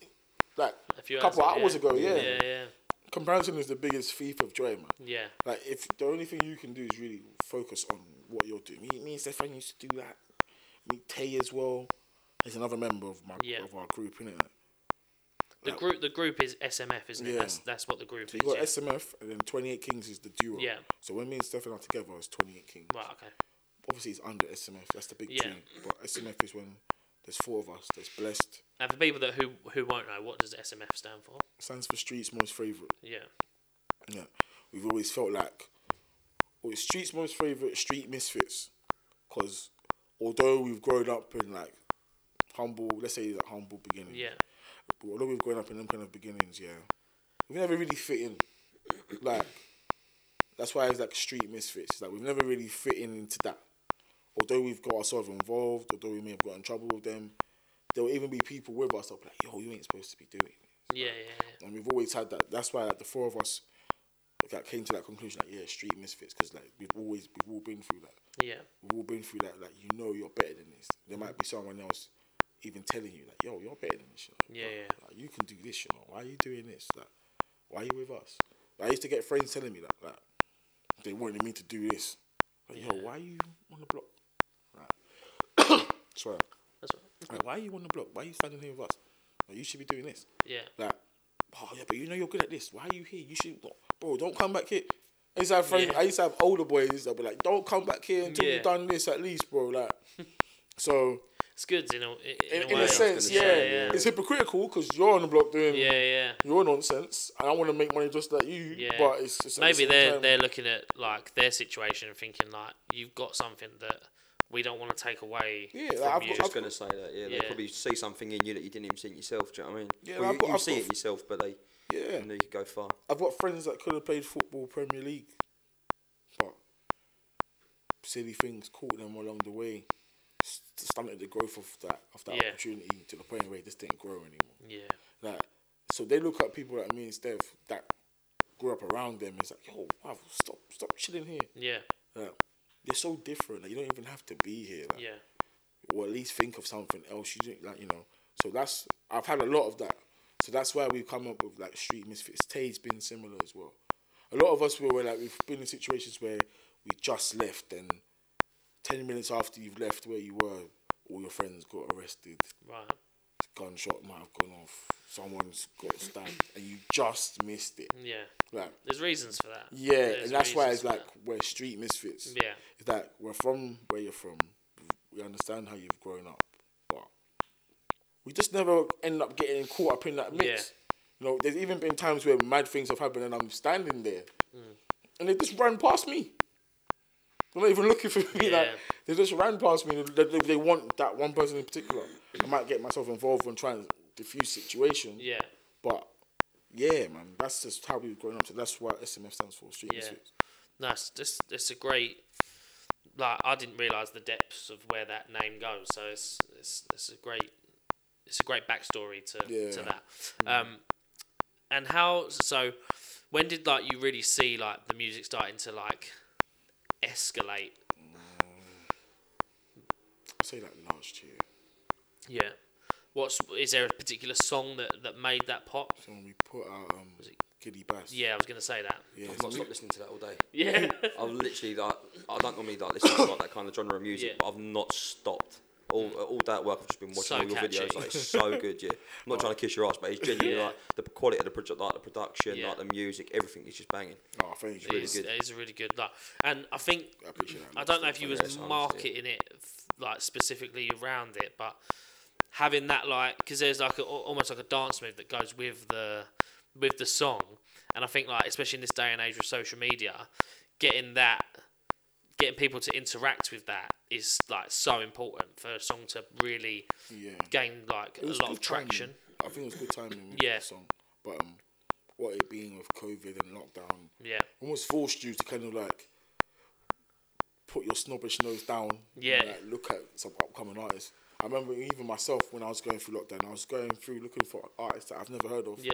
[SPEAKER 3] like
[SPEAKER 2] A few
[SPEAKER 3] couple
[SPEAKER 2] hours,
[SPEAKER 3] hours ago. Yeah.
[SPEAKER 2] yeah, yeah,
[SPEAKER 3] Comparison is the biggest thief of joy, man.
[SPEAKER 2] yeah.
[SPEAKER 3] Like if the only thing you can do is really focus on what you're doing. Me, me and Stefan used to do that. Me, Tay as well. There's another member of my
[SPEAKER 2] Yeah.
[SPEAKER 3] of our group, innit?
[SPEAKER 2] The
[SPEAKER 3] Like-
[SPEAKER 2] group, the group is SMF, isn't it?
[SPEAKER 3] Yeah.
[SPEAKER 2] That's that's what the group
[SPEAKER 3] You got
[SPEAKER 2] is.
[SPEAKER 3] SMF and then 28 Kings is the duo.
[SPEAKER 2] Yeah.
[SPEAKER 3] So when me and Stefan are together, it's 28 Kings.
[SPEAKER 2] Yeah. Right. Okay.
[SPEAKER 3] Obviously, it's under SMF. That's the big
[SPEAKER 2] Yeah.
[SPEAKER 3] team. But SMF is when there's four of us. There's Blessed.
[SPEAKER 2] And for people that who who won't know, what does SMF stand for?
[SPEAKER 3] Stands for Streets Most Favorite.
[SPEAKER 2] Yeah.
[SPEAKER 3] Yeah. We've always felt like well, it's Streets Most Favorite, Street Misfits. Because although we've grown up in like humble, let's say like humble beginnings.
[SPEAKER 2] Yeah.
[SPEAKER 3] But although we've grown up in them kind of beginnings, yeah, we've never really fit in. Like, that's why it's like street misfits. Like, we've never really fit in into that. Although we've got ourselves involved, although we may have got in trouble with them, there will even be people with us that will be like, yo, you ain't supposed to be doing it.
[SPEAKER 2] Yeah. Yeah.
[SPEAKER 3] And we've always had that. That's why like, the four of us like, came to that conclusion, like, yeah, street misfits, because like, we've always, we've all been through that
[SPEAKER 2] Yeah. Yeah.
[SPEAKER 3] we've all been through that. Like you know, you're better than this. There might be someone else even telling you, like, yo, you're better than this. You know?
[SPEAKER 2] Yeah, yeah.
[SPEAKER 3] Like, you can do this. You know, why are you doing this? Like, why are you with us? Like, I used to get friends telling me that, like, they wanted me to do this. Like, yo, why are you on the block? Like, *coughs* sorry.
[SPEAKER 2] That's right.
[SPEAKER 3] Like, why are you on the block? Why are you standing here with us? Like, you should be doing this.
[SPEAKER 2] Yeah.
[SPEAKER 3] Like, oh yeah, but you know you're good at this. Why are you here? You should, bro. Don't come back here. I used to have friends.
[SPEAKER 2] Yeah.
[SPEAKER 3] I used to have older boys that were like, don't come back here until
[SPEAKER 2] Yeah.
[SPEAKER 3] you've done this at least, bro. Like, so
[SPEAKER 2] It's good in a in,
[SPEAKER 3] in,
[SPEAKER 2] in
[SPEAKER 3] in
[SPEAKER 2] way.
[SPEAKER 3] a sense, yeah,
[SPEAKER 2] yeah. Yeah.
[SPEAKER 3] it's hypocritical because you're on the block doing
[SPEAKER 2] Yeah. yeah.
[SPEAKER 3] your nonsense, and I want to make money just like you.
[SPEAKER 2] Yeah.
[SPEAKER 3] but it's, it's at the
[SPEAKER 2] Maybe
[SPEAKER 3] same
[SPEAKER 2] they're
[SPEAKER 3] time-
[SPEAKER 2] they're looking at like their situation and thinking like you've got something that we don't want to take away
[SPEAKER 3] Yeah, like,
[SPEAKER 2] from
[SPEAKER 3] I've
[SPEAKER 2] you.
[SPEAKER 1] I
[SPEAKER 3] got-
[SPEAKER 1] was going to say that, yeah. They
[SPEAKER 2] Yeah.
[SPEAKER 1] probably see something in you that you didn't even see in yourself, do you know what I mean?
[SPEAKER 3] Yeah,
[SPEAKER 1] well,
[SPEAKER 3] I've
[SPEAKER 1] you,
[SPEAKER 3] got-
[SPEAKER 1] you
[SPEAKER 3] I've
[SPEAKER 1] see
[SPEAKER 3] got-
[SPEAKER 1] it in yourself, but they
[SPEAKER 3] yeah.
[SPEAKER 1] you know you could go far.
[SPEAKER 3] I've got friends that could have played football Premier League, but silly things caught them along the way, st- stunted the growth of that of that
[SPEAKER 2] Yeah.
[SPEAKER 3] opportunity to the point where it just didn't grow anymore.
[SPEAKER 2] yeah.
[SPEAKER 3] Like, so they look at people like me and Steph that grew up around them. It's like, yo, wow, stop, stop chilling here.
[SPEAKER 2] Yeah.
[SPEAKER 3] Like, they're so different. Like, you don't even have to be here. Like,
[SPEAKER 2] Yeah.
[SPEAKER 3] or at least think of something else. You do like you know. So that's I've had a lot of that. So that's why we've come up with like street misfits. Tay's been similar as well. A lot of us we were like we've been in situations where we just left and ten minutes after you've left where you were, all your friends got arrested,
[SPEAKER 2] Right.
[SPEAKER 3] gunshot might have gone off. Someone's got stabbed, and you just missed it.
[SPEAKER 2] Yeah.
[SPEAKER 3] Like,
[SPEAKER 2] There's reasons for that.
[SPEAKER 3] yeah,
[SPEAKER 2] There's
[SPEAKER 3] and that's why
[SPEAKER 2] reasons
[SPEAKER 3] it's
[SPEAKER 2] for
[SPEAKER 3] like
[SPEAKER 2] that.
[SPEAKER 3] we're street misfits.
[SPEAKER 2] Yeah.
[SPEAKER 3] It's like we're from where you're from. We understand how you've grown up, but we just never end up getting caught up in that mix.
[SPEAKER 2] Yeah.
[SPEAKER 3] You know, there's even been times where mad things have happened and I'm standing there,
[SPEAKER 2] Mm.
[SPEAKER 3] and they just ran past me. They're not even looking for me. Like
[SPEAKER 2] Yeah.
[SPEAKER 3] they just ran past me. They, they, they want that one person in particular. I might get myself involved and try and diffuse situation.
[SPEAKER 2] Yeah.
[SPEAKER 3] But yeah, man, that's just how we've grown up. So that's what SMF stands for. Street
[SPEAKER 2] Yeah.
[SPEAKER 3] misfits.
[SPEAKER 2] No, it's just it's a great. Like I didn't realize the depths of where that name goes. So it's it's it's a great it's a great backstory to to
[SPEAKER 3] Yeah.
[SPEAKER 2] that. Um, and how so? When did like you really see like the music starting to like escalate?
[SPEAKER 3] I say like last year.
[SPEAKER 2] Yeah. What's is there a particular song that that made that pop?
[SPEAKER 3] So when we put out um, Giddy Bass.
[SPEAKER 2] Yeah, I was gonna say that.
[SPEAKER 3] Yeah,
[SPEAKER 1] I've not stopped listening to that all day.
[SPEAKER 2] *laughs* Yeah.
[SPEAKER 1] I've literally like I don't normally like listen to like that kind of genre of music,
[SPEAKER 2] Yeah.
[SPEAKER 1] but I've not stopped. All, all that work, I've just been watching
[SPEAKER 2] So
[SPEAKER 1] all your
[SPEAKER 2] catchy.
[SPEAKER 1] videos. Like, it's so good, yeah. I'm not trying to kiss your ass, but it's genuinely
[SPEAKER 2] Yeah.
[SPEAKER 1] like the quality of the project, like the production,
[SPEAKER 2] Yeah.
[SPEAKER 1] like the music, everything is just banging.
[SPEAKER 3] Oh, thank you.
[SPEAKER 2] It is,
[SPEAKER 1] good.
[SPEAKER 2] it is a really good like, and I think
[SPEAKER 3] I appreciate that.
[SPEAKER 2] I don't know if you
[SPEAKER 1] Yeah,
[SPEAKER 2] was
[SPEAKER 1] it's honest, yeah.
[SPEAKER 2] marketing it f- like specifically around it, but having that like because there's like a, al- almost like a dance move that goes with the with the song, and I think like especially in this day and age with social media, getting that getting people to interact with that is like so important for a song to really
[SPEAKER 3] Yeah.
[SPEAKER 2] gain like a
[SPEAKER 3] It was
[SPEAKER 2] lot
[SPEAKER 3] good
[SPEAKER 2] of traction.
[SPEAKER 3] timing. I think it was good timing with
[SPEAKER 2] Yeah.
[SPEAKER 3] the song. But um, what it being with COVID and lockdown
[SPEAKER 2] Yeah,
[SPEAKER 3] almost forced you to kind of like put your snobbish nose down. and,
[SPEAKER 2] Yeah.
[SPEAKER 3] like, look at some upcoming artists. I remember even myself when I was going through lockdown, I was going through looking for artists that I've never heard of.
[SPEAKER 2] yeah,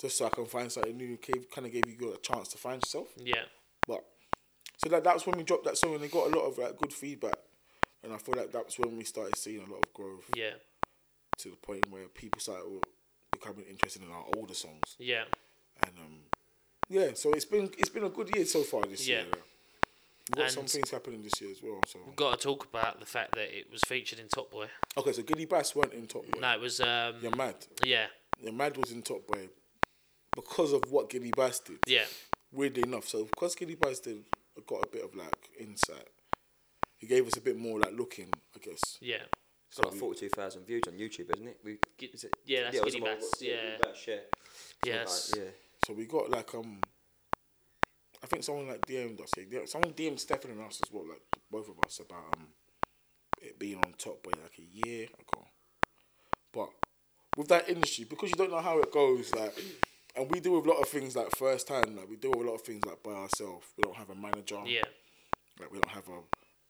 [SPEAKER 3] Just so I can find something new. Gave, kind of gave you a chance to find yourself.
[SPEAKER 2] yeah,
[SPEAKER 3] But so that that's when we dropped that song and they got a lot of like good feedback. And I feel like that's when we started seeing a lot of growth
[SPEAKER 2] yeah,
[SPEAKER 3] to the point where people started becoming interested in our older songs.
[SPEAKER 2] yeah.
[SPEAKER 3] And um, yeah, so it's been it's been a good year so far this
[SPEAKER 2] Yeah.
[SPEAKER 3] year. We've got some
[SPEAKER 2] And-
[SPEAKER 3] things happening this year as well. So
[SPEAKER 2] Got to talk about the fact that it was featured in Top Boy.
[SPEAKER 3] okay, so Goody Bass weren't in Top Boy.
[SPEAKER 2] No, it was um,
[SPEAKER 3] You're mad.
[SPEAKER 2] yeah,
[SPEAKER 3] You're mad was in Top Boy because of what Giddy Bass did.
[SPEAKER 2] yeah,
[SPEAKER 3] weirdly enough, so because Giddy Bites did got a bit of like insight, he gave us a bit more like looking, I guess.
[SPEAKER 2] yeah.
[SPEAKER 1] It's got like 42,000 views on YouTube, isn't it? We,
[SPEAKER 2] Gi-
[SPEAKER 1] is it
[SPEAKER 2] Mm. yeah, that's
[SPEAKER 1] it was
[SPEAKER 2] Giddy
[SPEAKER 1] about-
[SPEAKER 2] Bass, yeah.
[SPEAKER 1] Giddy Bass, yeah.
[SPEAKER 2] Yes.
[SPEAKER 1] Like, yeah.
[SPEAKER 3] So we got like um, I think someone like DM'd us. Yeah, yeah, someone DM'd Stefan and us as well, like both of us about um, it being on top by like a year ago. But with that industry, because you don't know how it goes, like, and we deal with a lot of things like first time, like we deal with a lot of things like by ourselves. We don't have a manager.
[SPEAKER 2] Yeah,
[SPEAKER 3] Like we don't have a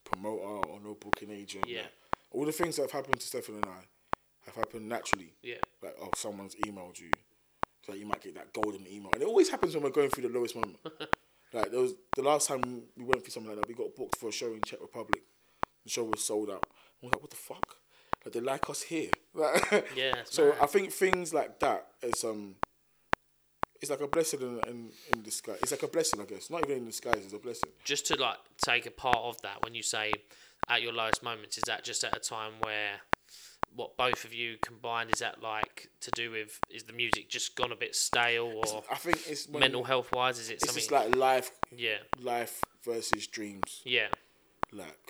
[SPEAKER 3] promoter or no booking agent.
[SPEAKER 2] Yeah.
[SPEAKER 3] Like, all the things that have happened to Stefan and I have happened naturally.
[SPEAKER 2] yeah,
[SPEAKER 3] Like oh, someone's emailed you, so you might get that golden email, and it always happens when we're going through the lowest
[SPEAKER 2] *laughs*
[SPEAKER 3] moment. like there was the last time we went through something like that, we got booked for a show in Czech Republic. The show was sold out. I was like, what the fuck? Like they like us here. *laughs* Like,
[SPEAKER 2] Yeah, it's
[SPEAKER 3] So
[SPEAKER 2] mad.
[SPEAKER 3] I think things like that is um. It's like a blessing in, in, in disguise. It's like a blessing, I guess. Not even in disguise, it's a blessing.
[SPEAKER 2] Just to like take a part of that when you say at your lowest moments, is that just at a time where what both of you combined is that like to do with is the music just gone a bit stale or
[SPEAKER 3] I think it's when
[SPEAKER 2] mental health wise? Is it
[SPEAKER 3] It's
[SPEAKER 2] something?
[SPEAKER 3] just like life,
[SPEAKER 2] yeah,
[SPEAKER 3] life versus dreams.
[SPEAKER 2] yeah,
[SPEAKER 3] Like,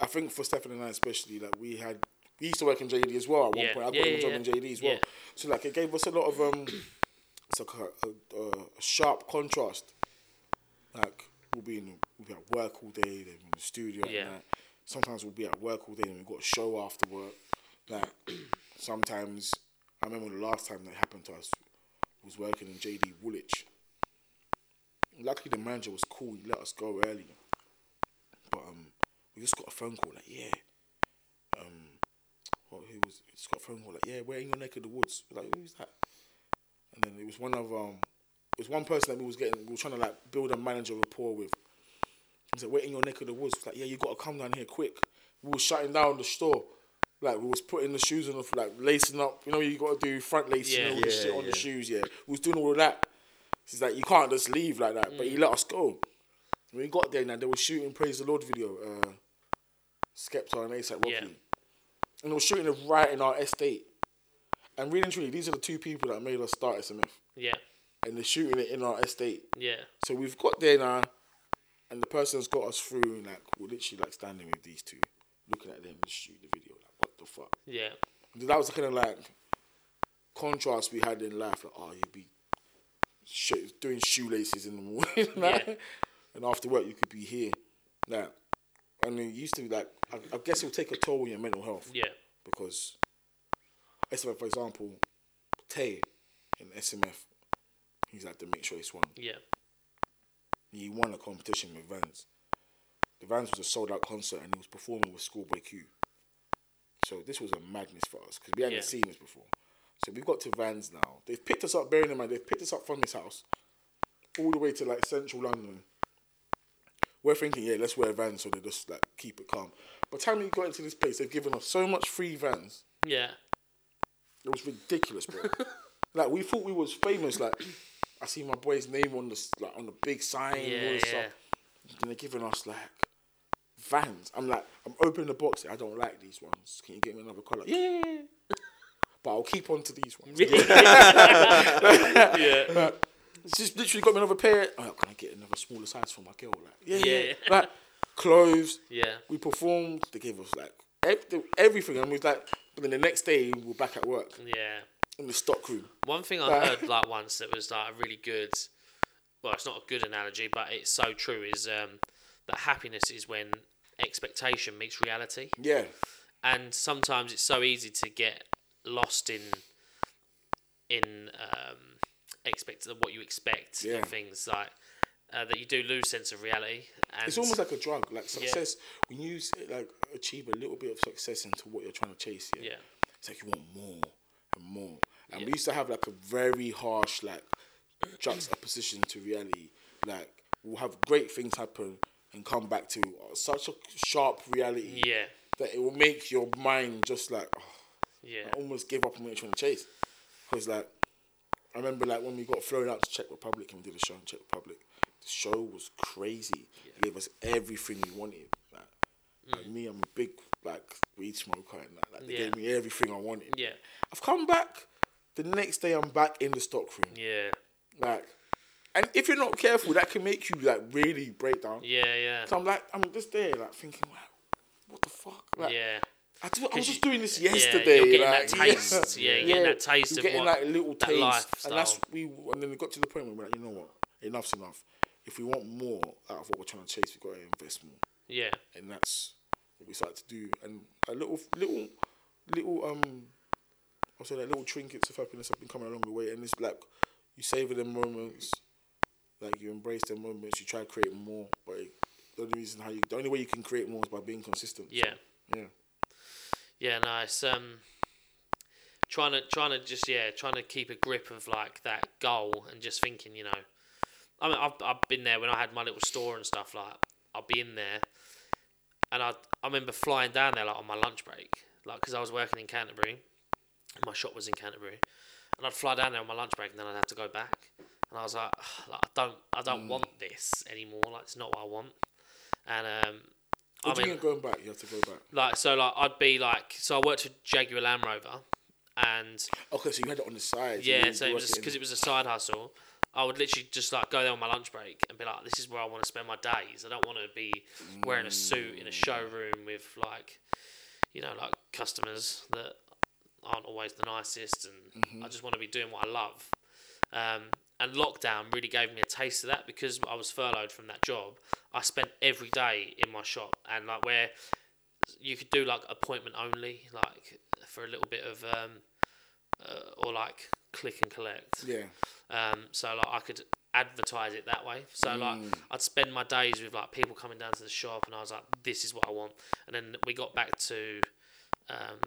[SPEAKER 3] I think for Stefan and I especially, like we had, we used to work in JD as well at one
[SPEAKER 2] Yeah.
[SPEAKER 3] point. I got
[SPEAKER 2] Yeah,
[SPEAKER 3] him a
[SPEAKER 2] yeah,
[SPEAKER 3] job
[SPEAKER 2] yeah.
[SPEAKER 3] in JD as well.
[SPEAKER 2] Yeah.
[SPEAKER 3] So like it gave us a lot of um, it's like a, a, a sharp contrast. Like we'll be in, we'll be at work all day, then in the studio
[SPEAKER 2] Yeah.
[SPEAKER 3] at night. Sometimes we'll be at work all day, and we've got a show after work. Like *clears throat* sometimes, I remember the last time that happened to us was working in JD Woolwich. Luckily, the manager was cool. He let us go early. But um, we just got a phone call like, yeah. Um, well, who was? Just got a phone call like, yeah, we're in your neck of the woods. We're like, who's that? And then it was one of um, it was one person that we was getting. We were trying to like build a manager rapport with. He said, we're in your neck of the woods. Like, yeah, you got to come down here quick. We was shutting down the store. Like we was putting the shoes on, the f- like lacing up. You know, you got to do front lacing
[SPEAKER 2] Yeah.
[SPEAKER 3] and all this
[SPEAKER 1] Yeah,
[SPEAKER 3] shit on the
[SPEAKER 1] yeah.
[SPEAKER 3] shoes. Yeah, we was doing all of that. He's like, you can't just leave like that.
[SPEAKER 1] Mm.
[SPEAKER 3] But he let us go. When we got there, now they were shooting "Praise the Lord" video, uh, Skepta and ASAP Rocky,
[SPEAKER 2] Yeah.
[SPEAKER 3] and they were shooting it right in our estate. And really and truly, these are the two people that made us start SMF.
[SPEAKER 2] Yeah.
[SPEAKER 3] And they're shooting it in our estate.
[SPEAKER 2] Yeah.
[SPEAKER 3] So we've got there now, and the person's got us through, and like we're literally like standing with these two, looking at them and shoot the video. Like, what the fuck?
[SPEAKER 2] Yeah.
[SPEAKER 3] And that was the kind of like contrast we had in life. Like, oh, you'd be sho- doing shoelaces in the morning, *laughs* like,
[SPEAKER 2] Yeah.
[SPEAKER 3] and after work you could be here. Like, I mean, it used to be like, I, I guess it would take a toll on your mental health
[SPEAKER 2] Yeah.
[SPEAKER 3] because SMF, for example, Tay in SMF, he's like the mixed race one.
[SPEAKER 2] Yeah.
[SPEAKER 3] He won a competition with Vans. The Vans was a sold out concert and he was performing with Schoolboy Q. So this was a madness for us because we hadn't
[SPEAKER 2] Yeah.
[SPEAKER 3] seen this before. So we got to Vans now. They've picked us up, bearing in mind, they've picked us up from his house all the way to like central London. We're thinking, yeah, let's wear Vans so they just like keep it calm. By the time we got into this place, they've given us so much free Vans.
[SPEAKER 2] Yeah.
[SPEAKER 3] It was ridiculous,
[SPEAKER 2] *laughs*
[SPEAKER 3] bro. like we thought we was famous. Like I see my boy's name on the s- like on the big sign. and all
[SPEAKER 2] Yeah.
[SPEAKER 3] this
[SPEAKER 2] Yeah.
[SPEAKER 3] Stuff. And they're giving us like vans. I'm like, I'm opening the box. I don't like these ones. Can you get me another color? Yeah. But I'll keep on to these ones.
[SPEAKER 2] *laughs*
[SPEAKER 3] *laughs*
[SPEAKER 2] Yeah.
[SPEAKER 3] It's just literally got me another pair. I'm like, can I get another smaller size for my girl? Like, yeah, yeah.
[SPEAKER 2] Yeah.
[SPEAKER 3] Like clothes.
[SPEAKER 2] Yeah.
[SPEAKER 3] We performed. They gave us like ev- everything, and we was like. But then the next day, we were back at work
[SPEAKER 2] Yeah.
[SPEAKER 3] in the stock room.
[SPEAKER 2] One thing
[SPEAKER 3] Uh,
[SPEAKER 2] I heard like once that was like a really good, well, it's not a good analogy, but it's so true is um, that happiness is when expectation meets reality,
[SPEAKER 3] Yeah.
[SPEAKER 2] and sometimes it's so easy to get lost in in um, expect what you expect
[SPEAKER 3] Yeah.
[SPEAKER 2] and things like uh, that you do lose sense of reality. And
[SPEAKER 3] It's almost like a drug. Like success, when you s- like achieve a little bit of success into what you're trying to chase, yeah,
[SPEAKER 2] Yeah.
[SPEAKER 3] it's like you want more and more. And we used to have like a very harsh like juxtaposition to reality. Like we'll have great things happen and come back to uh, such a sharp reality
[SPEAKER 2] yeah,
[SPEAKER 3] that it will make your mind just like oh,
[SPEAKER 2] yeah,
[SPEAKER 3] I almost gave up on what you're trying to chase. Because like I remember like when we got flown out to Czech Republic and we did a show in Czech Republic, the show was crazy. It gave us everything we wanted. Like, like, me, I'm a big like weed smoker and that. Like, they
[SPEAKER 2] Mm. Yeah.
[SPEAKER 3] gave me everything I wanted.
[SPEAKER 2] Yeah.
[SPEAKER 3] I've come back. The next day I'm back in the stock room.
[SPEAKER 2] yeah,
[SPEAKER 3] Like and if you're not careful, that can make you like really break down.
[SPEAKER 2] yeah, yeah,
[SPEAKER 3] So I'm like I'm just there like thinking, wow, what the fuck? Like,
[SPEAKER 2] yeah.
[SPEAKER 3] I, do, I was
[SPEAKER 2] you-
[SPEAKER 3] just doing this
[SPEAKER 2] yeah, you're
[SPEAKER 3] yesterday.
[SPEAKER 2] getting that
[SPEAKER 3] like,
[SPEAKER 2] taste, yeah, you're getting that taste
[SPEAKER 3] you're
[SPEAKER 2] of
[SPEAKER 3] getting
[SPEAKER 2] what-
[SPEAKER 3] that little
[SPEAKER 2] that
[SPEAKER 3] taste,
[SPEAKER 2] lifestyle.
[SPEAKER 3] and that's we. And then we got to the point where we're like, you know what, enough's enough. If we want more out of what we're trying to chase, we've got to invest more,
[SPEAKER 2] yeah.
[SPEAKER 3] and that's what we started to do. And a little, little, little um, I'll say that little trinkets of happiness have been coming along the way, and it's like you savor the moments, like you embrace the moments, you try to create more, but it, the only reason how you, the only way you can create more is by being consistent. So,
[SPEAKER 2] Yeah.
[SPEAKER 3] yeah.
[SPEAKER 2] Yeah, nice. Um, trying to trying to just yeah, trying to keep a grip of like that goal and just thinking, you know, I mean, I've I've been there when I had my little store and stuff. Like, I'll be in there, and I I remember flying down there like on my lunch break, like because I was working in Canterbury, and my shop was in Canterbury, and I'd fly down there on my lunch break, and then I'd have to go back, and I was like, like I don't I
[SPEAKER 3] Mm.
[SPEAKER 2] don't want this anymore. Like, it's not what I want, and um.
[SPEAKER 3] What
[SPEAKER 2] I
[SPEAKER 3] do you
[SPEAKER 2] mean,
[SPEAKER 3] mean going back? You have to go back.
[SPEAKER 2] like so like I'd be like so I worked for Jaguar Land Rover and
[SPEAKER 3] Okay, so you had it on the side.
[SPEAKER 2] yeah
[SPEAKER 3] you
[SPEAKER 2] so it was
[SPEAKER 3] worked
[SPEAKER 2] because
[SPEAKER 3] in-
[SPEAKER 2] it was a side hustle I would literally just like go there on my lunch break and be like this is where I want to spend my days I don't want to be wearing a suit in a
[SPEAKER 3] Mm.
[SPEAKER 2] showroom with like you know like customers that aren't always the nicest and
[SPEAKER 3] Mm-hmm.
[SPEAKER 2] I just want to be doing what I love um, and lockdown really gave me a taste of that because I was furloughed from that job I spent every day in my shop and like where you could do like appointment only, like for a little bit of, um, uh, or like click and collect.
[SPEAKER 3] yeah.
[SPEAKER 2] Um, so like I could advertise it that way. So like
[SPEAKER 1] Mm.
[SPEAKER 2] I'd spend my days with like people coming down to the shop, and I was like, this is what I want. And then we got back to, um,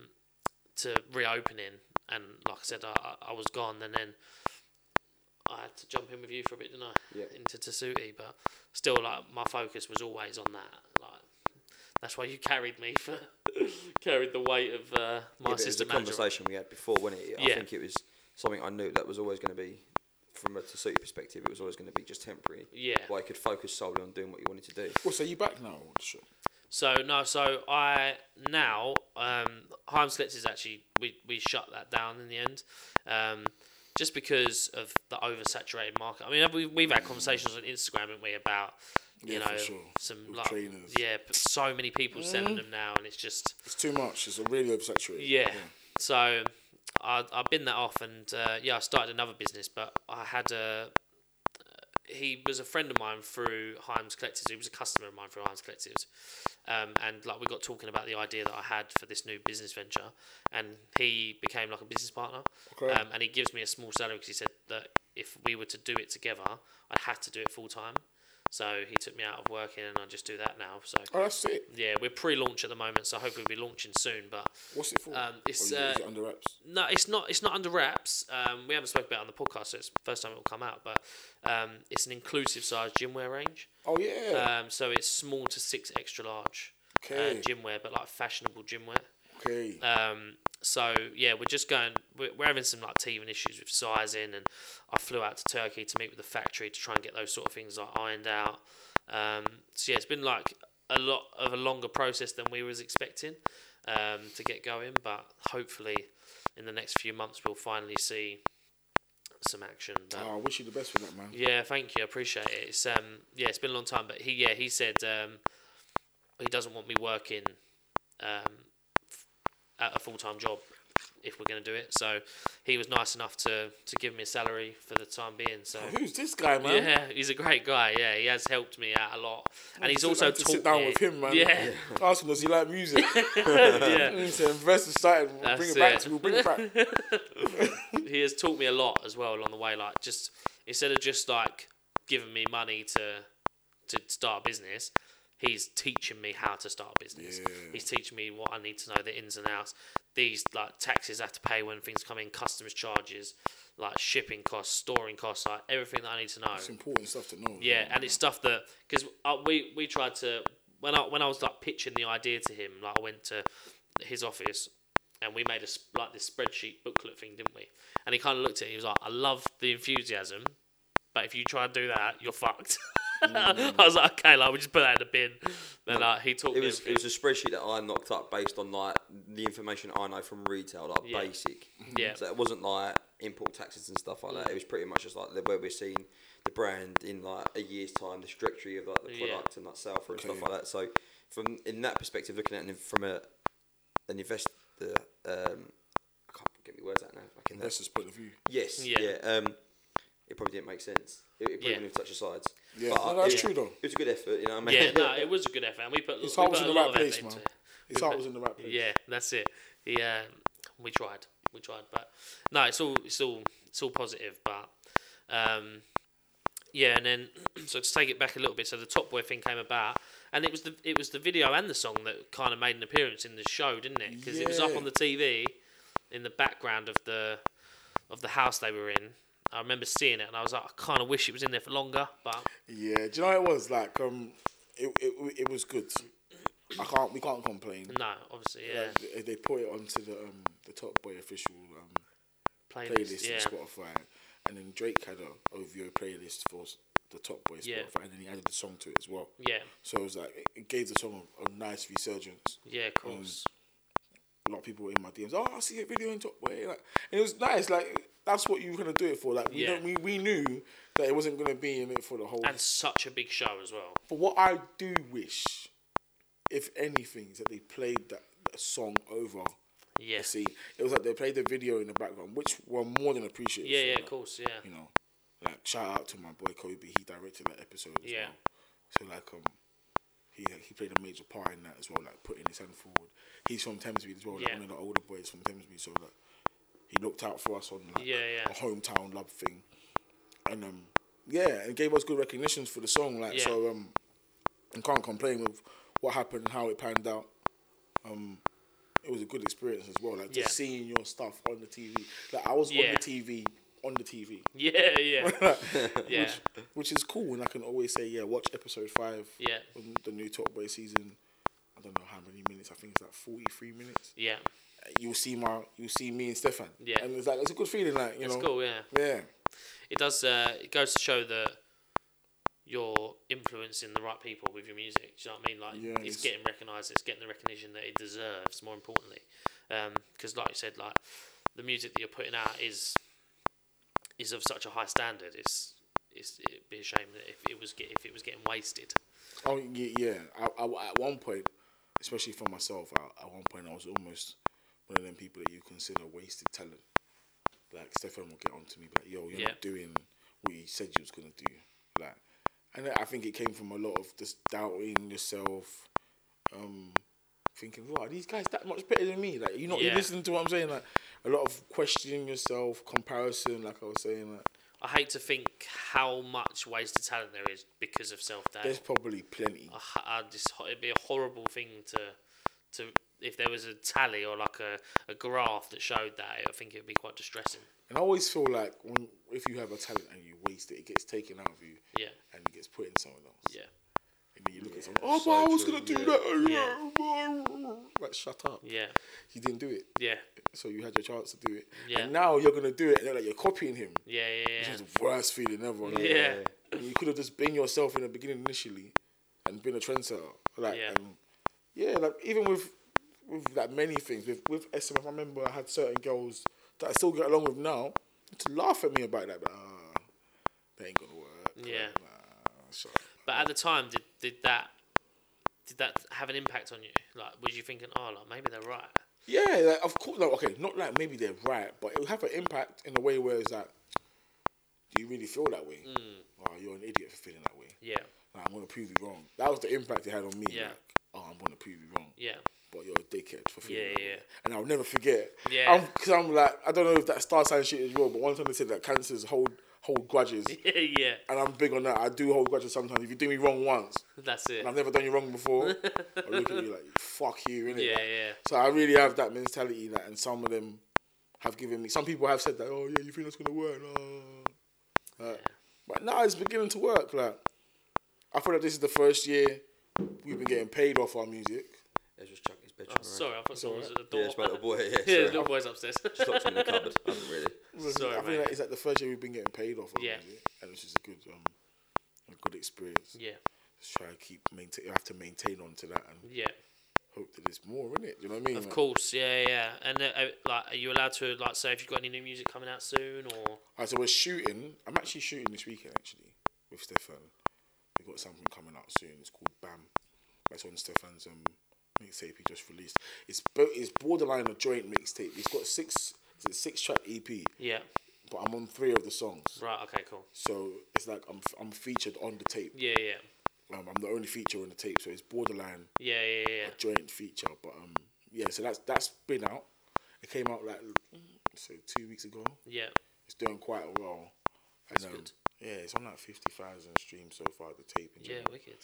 [SPEAKER 2] to reopening, and like I said, I, I- I was gone, and then I had to jump in with you for a bit, didn't I?
[SPEAKER 1] Yeah.
[SPEAKER 2] Into Tasuti, but still, like my focus was always on that. Like that's why you carried me for *laughs* carried the weight of uh, my
[SPEAKER 1] Yeah, but it was a
[SPEAKER 2] assistant manager.
[SPEAKER 1] conversation we had before, wasn't it? I
[SPEAKER 2] Yeah.
[SPEAKER 1] think it was something I knew that was always going to be, from a Tasuti perspective, it was always going to be just temporary.
[SPEAKER 2] Yeah.
[SPEAKER 1] Where I could focus solely on doing what you wanted to do.
[SPEAKER 3] Well, so you back now? Sure.
[SPEAKER 2] So no, so I now um, Harm Slits is actually we, we shut that down in the end, um, just because of the oversaturated market. I mean, we've, we've had conversations on Instagram, haven't we, about you
[SPEAKER 3] Yeah, for
[SPEAKER 2] know
[SPEAKER 3] sure.
[SPEAKER 2] some
[SPEAKER 3] With
[SPEAKER 2] like,
[SPEAKER 3] trainers.
[SPEAKER 2] yeah, but so many people selling them now, and it's just
[SPEAKER 3] It's too much. It's really oversaturated.
[SPEAKER 2] yeah. So I I bin that off, and uh, yeah, I started another business, but I had a. uh, He was a friend of mine through Himes Collectives. He was a customer of mine through Himes Collectives, um, and like we got talking about the idea that I had for this new business venture, and he became like a business partner.
[SPEAKER 3] Okay.
[SPEAKER 2] Um, and he gives me a small salary because he said that if we were to do it together, I'd have to do it full time. So he took me out of working, and I just do that now. So
[SPEAKER 3] Oh, that's it.
[SPEAKER 2] yeah, we're pre-launch at the moment, so hopefully we'll be launching soon. But
[SPEAKER 3] What's it for? Oh,
[SPEAKER 2] Um, it's,
[SPEAKER 3] Or is it- is
[SPEAKER 2] uh,
[SPEAKER 3] it under wraps?
[SPEAKER 2] no, it's not. It's not under wraps. Um, we haven't spoken about it on the podcast, so it's the first time it will come out. But um, it's an inclusive size gym wear range.
[SPEAKER 3] Oh yeah.
[SPEAKER 2] Um, so it's small to six extra large
[SPEAKER 3] Okay.
[SPEAKER 2] uh, gym wear, but like fashionable gym wear.
[SPEAKER 3] okay.
[SPEAKER 2] Um, so yeah, we're just going. We're, we're having some like teething issues with sizing, and I flew out to Turkey to meet with the factory to try and get those sort of things like ironed out. Um, so yeah, it's been like a lot of a longer process than we was expecting um, to get going, but hopefully in the next few months we'll finally see some action. But,
[SPEAKER 3] Oh, I wish you the best with that, man.
[SPEAKER 2] yeah, thank you. I appreciate it. It's um yeah, it's been a long time, but he yeah, he said um he doesn't want me working um f- at a full-time job if we're going to do it. So he was nice enough to to give me a salary for the time being. So
[SPEAKER 3] Who's this guy, man?
[SPEAKER 2] yeah, he's a great guy. Yeah, he has helped me out a lot, and he's
[SPEAKER 3] Sit
[SPEAKER 2] also
[SPEAKER 3] down to
[SPEAKER 2] taught
[SPEAKER 3] sit down
[SPEAKER 2] me.
[SPEAKER 3] with him, man.
[SPEAKER 2] Yeah,
[SPEAKER 3] *laughs* Ask him, does he like music?
[SPEAKER 2] *laughs*
[SPEAKER 3] *laughs*
[SPEAKER 2] yeah.
[SPEAKER 3] Mm, so invest inside. We'll bring
[SPEAKER 2] That's
[SPEAKER 3] it back.
[SPEAKER 2] it.
[SPEAKER 3] To, we'll bring it
[SPEAKER 2] *laughs*
[SPEAKER 3] back.
[SPEAKER 2] he has taught me a lot as well along the way. Like just instead of just like giving me money to to start a business, he's teaching me how to start a business.
[SPEAKER 3] Yeah.
[SPEAKER 2] He's teaching me what I need to know, the ins and outs. These like taxes I have to pay when things come in, customers charges, like shipping costs, storing costs, like everything that I need to know.
[SPEAKER 3] It's important stuff to know.
[SPEAKER 2] Yeah, and it's stuff that because uh, we we tried to when I when I was like pitching the idea to him, like I went to his office and we made a s- like this spreadsheet booklet thing, didn't we? And he kind of looked at it. He was like, "I love the enthusiasm, but if you try and do that, you're fucked." *laughs* I was like, "Okay, like we just put that in the bin." Then like he talked
[SPEAKER 1] Mm. It
[SPEAKER 2] me
[SPEAKER 1] was
[SPEAKER 2] through-
[SPEAKER 1] it was a spreadsheet that I knocked up based on like the information I know from retail, like
[SPEAKER 2] Yeah.
[SPEAKER 1] basic.
[SPEAKER 2] Yeah.
[SPEAKER 1] So it wasn't like import taxes and stuff like that. It was pretty much just like the, where we're seeing the brand in like a year's time, the trajectory of like the
[SPEAKER 2] Yeah.
[SPEAKER 1] product and like sell through and
[SPEAKER 3] Okay.
[SPEAKER 1] stuff like that. So from in that perspective, looking at it from a an investor, um, I can't get my words out now. Fucking hell.
[SPEAKER 3] That's his point of view.
[SPEAKER 1] Yes.
[SPEAKER 2] Yeah.
[SPEAKER 1] Yeah. um, it probably didn't make sense. It, it probably
[SPEAKER 2] Yeah.
[SPEAKER 1] wouldn't have touched the sides.
[SPEAKER 3] Yeah, no, that's
[SPEAKER 1] it-
[SPEAKER 3] true though.
[SPEAKER 1] It was a good effort, you know. What I mean? *laughs*
[SPEAKER 2] yeah, no, it was a good effort. And we put, we
[SPEAKER 3] His
[SPEAKER 2] put
[SPEAKER 3] heart was
[SPEAKER 2] a
[SPEAKER 3] in the
[SPEAKER 2] lot of
[SPEAKER 3] right
[SPEAKER 2] effort
[SPEAKER 3] place, man.
[SPEAKER 2] into it.
[SPEAKER 3] His heart was in the right place.
[SPEAKER 2] Yeah, that's it. Yeah, we tried. We tried, but no, it's all it's all it's all positive. But um, yeah, and then *clears throat* so to take it back a little bit, so the Top Boy thing came about, and it was the it was the video and the song that kind of made an appearance in the show, didn't it? Because it was up
[SPEAKER 3] Yeah.
[SPEAKER 2] on the TV in the background of the of the house they were in. I remember seeing it, and I was like, I kind of wish it was in there for longer, but
[SPEAKER 3] Yeah, do you know how it was like? Um, it, it, it was good. I can't. We can't complain.
[SPEAKER 2] no, obviously, yeah,
[SPEAKER 3] Like, they- they put it onto the um the Top Boy official um
[SPEAKER 2] playlist,
[SPEAKER 3] playlist
[SPEAKER 2] yeah,
[SPEAKER 3] on Spotify, and then Drake had a OVO playlist for s- the Top Boy Spotify,
[SPEAKER 2] Yeah.
[SPEAKER 3] and then he added the song to it as well.
[SPEAKER 2] yeah,
[SPEAKER 3] So it was like it- it gave the song a, a nice resurgence.
[SPEAKER 2] yeah, of course,
[SPEAKER 3] A lot of people were in my DMs, oh, I see a video in Top Boy, like, and it was nice. Like that's what you were gonna do it for. Like we
[SPEAKER 2] Yeah.
[SPEAKER 3] don't, we, we knew that it wasn't gonna be in it for the whole
[SPEAKER 2] and such a big show as well.
[SPEAKER 3] But what I do wish, if anything, is that they played that that song over.
[SPEAKER 2] Yeah.
[SPEAKER 3] See, it was like they played the video in the background, which were more than appreciated.
[SPEAKER 2] Yeah,
[SPEAKER 3] for
[SPEAKER 2] yeah,
[SPEAKER 3] that,
[SPEAKER 2] of course, yeah.
[SPEAKER 3] You know, like shout out to my boy Kobe. He directed that episode. As
[SPEAKER 2] Yeah.
[SPEAKER 3] Well. So like um, he he played a major part in that as well. Like putting his hand forward. He's from Thamesmead as well. Like
[SPEAKER 2] Yeah.
[SPEAKER 3] one of the older boys from Thamesmead. So like he looked out for us on like
[SPEAKER 2] Yeah, yeah.
[SPEAKER 3] a hometown love thing, and um yeah, and gave us good recognitions for the song. Like
[SPEAKER 2] Yeah.
[SPEAKER 3] so um, and can't complain with what happened and how it panned out. Um, it was a good experience as well. Like just
[SPEAKER 2] Yeah.
[SPEAKER 3] seeing your stuff on the TV. Like I was on
[SPEAKER 2] Yeah.
[SPEAKER 3] the TV on the TV,
[SPEAKER 2] Yeah, yeah. yeah.
[SPEAKER 3] *laughs* which is cool. And I can always say, yeah, watch episode five.
[SPEAKER 2] Yeah.
[SPEAKER 3] of the new Top Boy season. I don't know how many minutes. I think it's like forty-three minutes.
[SPEAKER 2] Yeah.
[SPEAKER 3] You'll see my, you'll see me and Stefan.
[SPEAKER 2] Yeah.
[SPEAKER 3] and it's like it's a good feeling. Like you
[SPEAKER 2] It's
[SPEAKER 3] know,
[SPEAKER 2] cool, yeah.
[SPEAKER 3] yeah.
[SPEAKER 2] It does uh it goes to show that you're influencing the right people with your music. Do you know what I mean? Like
[SPEAKER 3] Yeah,
[SPEAKER 2] it's,
[SPEAKER 3] it's-
[SPEAKER 2] getting recognised. It's getting the recognition that it deserves. More importantly, because like you said, like the music that you're putting out is is of such a high standard. It's it's it'd be a shame that if it was get, if it was getting wasted.
[SPEAKER 3] Oh yeah, yeah. I, I, at one point, especially for myself, I, at one point I was almost one of them people that you consider wasted talent. Like Stefan will get on to me, like, "Yo, you're
[SPEAKER 2] Yeah.
[SPEAKER 3] not doing what you said you was gonna do." Like, and I think it came from a lot of just doubting yourself, um, thinking, "Wow, are these guys that much better than me?" Like, you know,
[SPEAKER 2] Yeah.
[SPEAKER 3] you listening to what I'm saying? Like, a lot of questioning yourself, comparison. Like I was saying, like,
[SPEAKER 2] I hate to think how much wasted talent there is because of self doubt.
[SPEAKER 3] there's probably plenty.
[SPEAKER 2] I, h- I just ho- it'd be a horrible thing to to if there was a tally or like a, a graph that showed that. I think it'd be quite distressing.
[SPEAKER 3] And I always feel like when if you have a talent and you waste it, it gets taken out of you
[SPEAKER 2] Yeah,
[SPEAKER 3] and it gets put in someone else.
[SPEAKER 2] yeah,
[SPEAKER 3] And then you look at someone, oh,
[SPEAKER 1] so
[SPEAKER 3] but I was
[SPEAKER 1] true,
[SPEAKER 3] gonna do
[SPEAKER 1] yeah.
[SPEAKER 3] that. Like shut up.
[SPEAKER 2] yeah,
[SPEAKER 3] You didn't do it,
[SPEAKER 2] yeah,
[SPEAKER 3] so you had your chance to do it.
[SPEAKER 2] Yeah.
[SPEAKER 3] And now you're gonna do it, and they're like you're copying him.
[SPEAKER 2] yeah, yeah,
[SPEAKER 3] It's the worst feeling ever.
[SPEAKER 2] yeah,
[SPEAKER 3] Like,
[SPEAKER 2] yeah,
[SPEAKER 3] You could have just been yourself in the beginning initially, and been a trendsetter. Like
[SPEAKER 2] Yeah.
[SPEAKER 3] and yeah, like even with with like many things with with SMF, I remember I had certain girls that I still get along with now to laugh at me about that. But ah, that ain't gonna work.
[SPEAKER 2] Yeah.
[SPEAKER 3] Nah, shut up.
[SPEAKER 2] But at the time, did did that did that have an impact on you? Like, was you thinking, oh, like maybe they're right?
[SPEAKER 3] Yeah, like, of course. No, okay, not like maybe they're right, but it will have an impact in a way where it's like, do you really feel that way?
[SPEAKER 2] Mm.
[SPEAKER 3] Oh, you're an idiot for feeling that way.
[SPEAKER 2] Yeah,
[SPEAKER 3] Like, I'm gonna prove you wrong. That was the impact it had on me.
[SPEAKER 2] Yeah.
[SPEAKER 3] Like, oh, I'm gonna prove you wrong.
[SPEAKER 2] yeah, *laughs*
[SPEAKER 3] But you're a dickhead for feeling.
[SPEAKER 2] Yeah,
[SPEAKER 3] that
[SPEAKER 2] yeah,
[SPEAKER 3] way.
[SPEAKER 2] yeah.
[SPEAKER 3] And I'll never forget.
[SPEAKER 2] Yeah.
[SPEAKER 3] Because I'm, like, I don't know if that star sign shit is real, but one time they said that cancers hold hold grudges,
[SPEAKER 2] yeah, yeah.
[SPEAKER 3] and I'm big on that. I do hold grudges sometimes. If you do me wrong once,
[SPEAKER 2] That's it.
[SPEAKER 3] and I've never done you wrong
[SPEAKER 2] *laughs*
[SPEAKER 3] before, I look at you like, fuck you, innit?
[SPEAKER 2] Yeah,
[SPEAKER 3] Like,
[SPEAKER 2] yeah,
[SPEAKER 3] so I really have that mentality, like, and some of them have given me. Some people have said that, oh yeah, you think that's gonna work? No. Like, But now it's beginning to work. Like, I feel like this is the first year we've been getting paid off our music.
[SPEAKER 1] Ezra's just chucking his bedroom. around.
[SPEAKER 2] Oh, Sorry, I thought someone was
[SPEAKER 3] alright.
[SPEAKER 2] at the door.
[SPEAKER 1] Yeah, it's my little boy. *laughs* Yeah,
[SPEAKER 2] *laughs* Yeah, the
[SPEAKER 1] sorry.
[SPEAKER 2] little boy's upstairs.
[SPEAKER 1] Just locked him in the cupboard. I haven't really.
[SPEAKER 2] Sorry,
[SPEAKER 3] I feel
[SPEAKER 2] mate.
[SPEAKER 3] like it's like the first year we've been getting paid off our
[SPEAKER 2] Yeah.
[SPEAKER 3] music, and it's just a good, um, a good experience.
[SPEAKER 2] *laughs* Yeah,
[SPEAKER 3] Just try to keep maintain. I have to maintain on to that and
[SPEAKER 2] yeah.
[SPEAKER 3] hope that there's more in it. You know what I mean?
[SPEAKER 2] Of
[SPEAKER 3] Like,
[SPEAKER 2] course, yeah, yeah. And uh, uh, like, are you allowed to like say if you've got any new music coming out soon or?
[SPEAKER 3] Alright, so we're shooting. I'm actually shooting this weekend actually with Stefan. We've got something coming out soon. It's called Bam. That's on Stefan's um, mixtape he just released. It's bo- it's borderline a joint mixtape. He's got six it's a six track EP,
[SPEAKER 2] Yeah.
[SPEAKER 3] but I'm on three of the songs.
[SPEAKER 2] Right. Okay. Cool.
[SPEAKER 3] So it's like I'm f- I'm featured on the tape.
[SPEAKER 2] Yeah. Yeah.
[SPEAKER 3] Um, I'm the only feature on the tape, so it's borderline
[SPEAKER 2] Yeah. Yeah. Yeah.
[SPEAKER 3] joint feature. But um, yeah. So that's that's been out. It came out like so two weeks ago.
[SPEAKER 2] Yeah.
[SPEAKER 3] it's doing quite well. And, um,
[SPEAKER 2] good.
[SPEAKER 3] Yeah, it's on like fifty thousand streams so far. The tape. And,
[SPEAKER 2] Yeah. Wicked.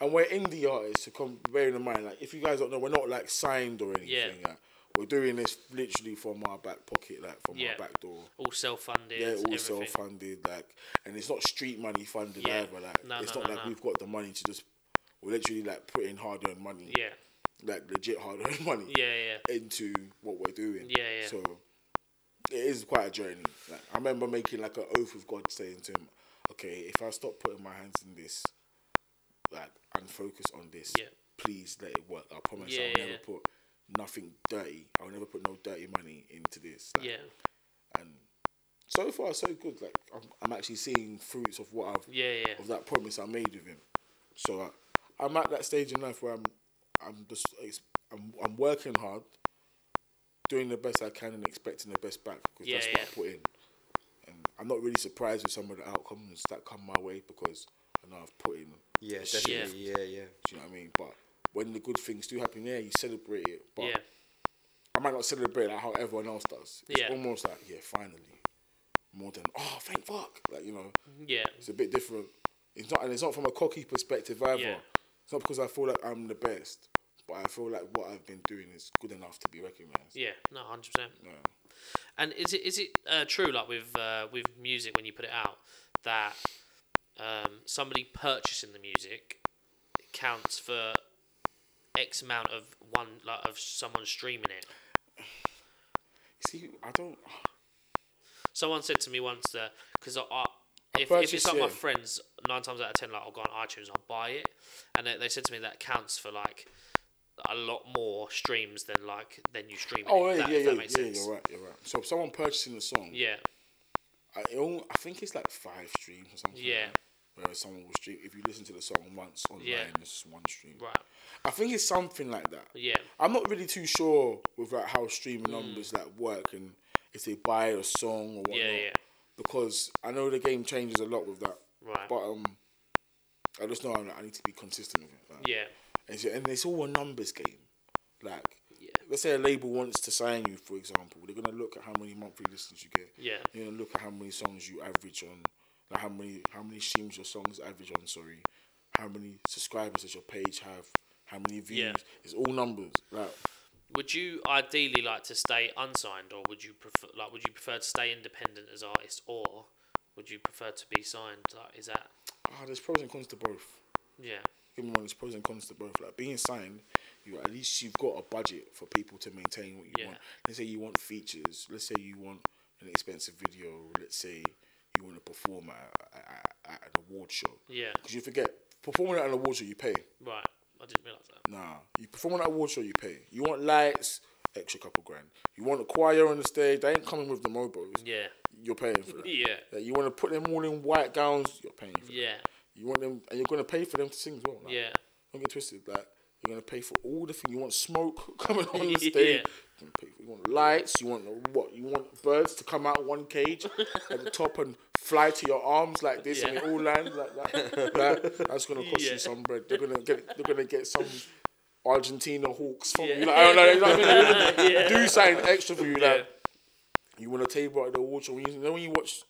[SPEAKER 3] and we're indie artists. So come bearing in mind, like if you guys don't know, we're not like signed or anything.
[SPEAKER 2] Yeah.
[SPEAKER 3] Like, we're doing this literally from our back pocket, like from
[SPEAKER 2] Yeah.
[SPEAKER 3] our back door.
[SPEAKER 2] All self-funded.
[SPEAKER 3] Yeah, all
[SPEAKER 2] everything.
[SPEAKER 3] self-funded, like, and it's not street money funded
[SPEAKER 2] Yeah.
[SPEAKER 3] either. Like,
[SPEAKER 2] No,
[SPEAKER 3] it's
[SPEAKER 2] no,
[SPEAKER 3] not
[SPEAKER 2] no,
[SPEAKER 3] like
[SPEAKER 2] no.
[SPEAKER 3] we've got the money to just. We're literally like putting hard-earned money,
[SPEAKER 2] Yeah.
[SPEAKER 3] like legit hard-earned *laughs* money,
[SPEAKER 2] Yeah. Yeah.
[SPEAKER 3] into what we're doing.
[SPEAKER 2] Yeah, yeah.
[SPEAKER 3] So it is quite a journey. Like I remember making like an oath with God, saying to him, "Okay, if I stop putting my hands in this, like and focus on this,
[SPEAKER 2] Yeah.
[SPEAKER 3] please let it work. I promise
[SPEAKER 2] Yeah,
[SPEAKER 3] I'll
[SPEAKER 2] yeah,
[SPEAKER 3] never
[SPEAKER 2] yeah.
[SPEAKER 3] put nothing dirty. I'll never put no dirty money into this. Like,
[SPEAKER 2] Yeah.
[SPEAKER 3] And so far, so good. Like I'm, I'm actually seeing fruits of what I've
[SPEAKER 2] Yeah. Yeah.
[SPEAKER 3] of that promise I made with him. So uh, I'm at that stage in life where I'm, I'm just, it's, I'm, I'm working hard, doing the best I can and expecting the best back because
[SPEAKER 2] Yeah,
[SPEAKER 3] that's
[SPEAKER 2] yeah.
[SPEAKER 3] what I put in. And I'm not really surprised with some of the outcomes that come my way because I know I've put in.
[SPEAKER 1] Yeah,
[SPEAKER 3] the shit,
[SPEAKER 1] definitely. Yeah, yeah.
[SPEAKER 3] Do you know what I mean? But when the good things do happen, yeah, you celebrate it. But
[SPEAKER 2] Yeah.
[SPEAKER 3] I might not celebrate like how everyone else does. It's
[SPEAKER 2] Yeah.
[SPEAKER 3] almost like yeah, finally, more than oh thank fuck, like you know.
[SPEAKER 2] Yeah.
[SPEAKER 3] It's a bit different. It's not, and it's not from a cocky perspective either.
[SPEAKER 2] Yeah.
[SPEAKER 3] It's not because I feel like I'm the best, but I feel like what I've been doing is good enough to be recognized.
[SPEAKER 2] Yeah. No. Hundred percent.
[SPEAKER 3] Yeah.
[SPEAKER 2] And is it is it uh, true like with uh, with music when you put it out that um, somebody purchasing the music counts for X amount of one like of someone streaming it?
[SPEAKER 3] See, I don't.
[SPEAKER 2] Someone said to me once that because I, I
[SPEAKER 3] I
[SPEAKER 2] if, if it's
[SPEAKER 3] purchased
[SPEAKER 2] like my
[SPEAKER 3] it.
[SPEAKER 2] friends nine times out of ten, like I'll go on iTunes, I'll buy it, and they, they said to me that counts for like a lot more streams than like than you stream.
[SPEAKER 3] Oh
[SPEAKER 2] it,
[SPEAKER 3] yeah,
[SPEAKER 2] that,
[SPEAKER 3] yeah,
[SPEAKER 2] if
[SPEAKER 3] yeah,
[SPEAKER 2] that
[SPEAKER 3] yeah.
[SPEAKER 2] makes sense.
[SPEAKER 3] You're right. You're right. So if someone purchasing the song,
[SPEAKER 2] Yeah,
[SPEAKER 3] I, it all- I think it's like five streams or something.
[SPEAKER 2] Yeah.
[SPEAKER 3] Whereas someone will stream if you listen to the song once online,
[SPEAKER 2] Yeah.
[SPEAKER 3] it's just one stream.
[SPEAKER 2] right.
[SPEAKER 3] I think it's something like that.
[SPEAKER 2] Yeah,
[SPEAKER 3] I'm not really too sure with like how streaming numbers like work and if they buy a song or whatnot.
[SPEAKER 2] Mm. yeah, yeah.
[SPEAKER 3] Because I know the game changes a lot with that.
[SPEAKER 2] Right.
[SPEAKER 3] But um, I just know I'm like, I need to be consistent with it. Like,
[SPEAKER 2] Yeah,
[SPEAKER 3] and, so, and it's all a numbers game. Like,
[SPEAKER 2] Yeah.
[SPEAKER 3] let's say a label wants to sign you, for example, they're gonna look at how many monthly listens you get.
[SPEAKER 2] Yeah.
[SPEAKER 3] They're gonna look at how many songs you average on, like how many how many streams your songs average on. Sorry, how many subscribers does your page have? How many views? It's all numbers. Like,
[SPEAKER 2] Would you ideally like to stay unsigned, or would you prefer like would you prefer to stay independent as artist, or would you prefer to be signed? Like, is that
[SPEAKER 3] ah, there's pros and cons to both.
[SPEAKER 2] yeah,
[SPEAKER 3] Give me one. There's pros and cons to both. Like being signed, you at least you've got a budget for people to maintain what you
[SPEAKER 2] Yeah.
[SPEAKER 3] want. Let's say you want features. Let's say you want an expensive video. Let's say you want to perform at, at, at an award show.
[SPEAKER 2] yeah,
[SPEAKER 3] Because you forget performing at an award show, you pay.
[SPEAKER 2] right? I didn't realize that.
[SPEAKER 3] Nah, you perform on that award show, you pay. You want lights, extra couple grand. You want a choir on the stage, they ain't coming with the mobos.
[SPEAKER 2] Yeah,
[SPEAKER 3] You're paying for
[SPEAKER 2] *laughs*
[SPEAKER 3] that.
[SPEAKER 2] yeah,
[SPEAKER 3] Like, you want to put them all in white gowns, you're paying for that.
[SPEAKER 2] yeah,
[SPEAKER 3] You want them, and you're gonna pay for them to sing as well. Like,
[SPEAKER 2] yeah,
[SPEAKER 3] Don't get twisted. Like you're gonna pay for all the things. You want smoke *laughs* coming on the stage.
[SPEAKER 2] *laughs* Yeah.
[SPEAKER 3] You're gonna pay for- you want lights. You want the- what? You want birds to come out one
[SPEAKER 2] *laughs*
[SPEAKER 3] cage at the top and fly to your arms like this, and
[SPEAKER 2] Yeah.
[SPEAKER 3] it all lands
[SPEAKER 2] *laughs*
[SPEAKER 3] like that. Like, that's gonna cost
[SPEAKER 2] Yeah.
[SPEAKER 3] you some bread. They're gonna get. They're gonna get some. Argentina hawks from
[SPEAKER 2] Yeah.
[SPEAKER 3] you, like, I don't know, you know what I mean? They're gonna
[SPEAKER 2] *laughs* Yeah.
[SPEAKER 3] Do something extra for you, like
[SPEAKER 2] Yeah.
[SPEAKER 3] you want a table at the award show. When you, you know when you watch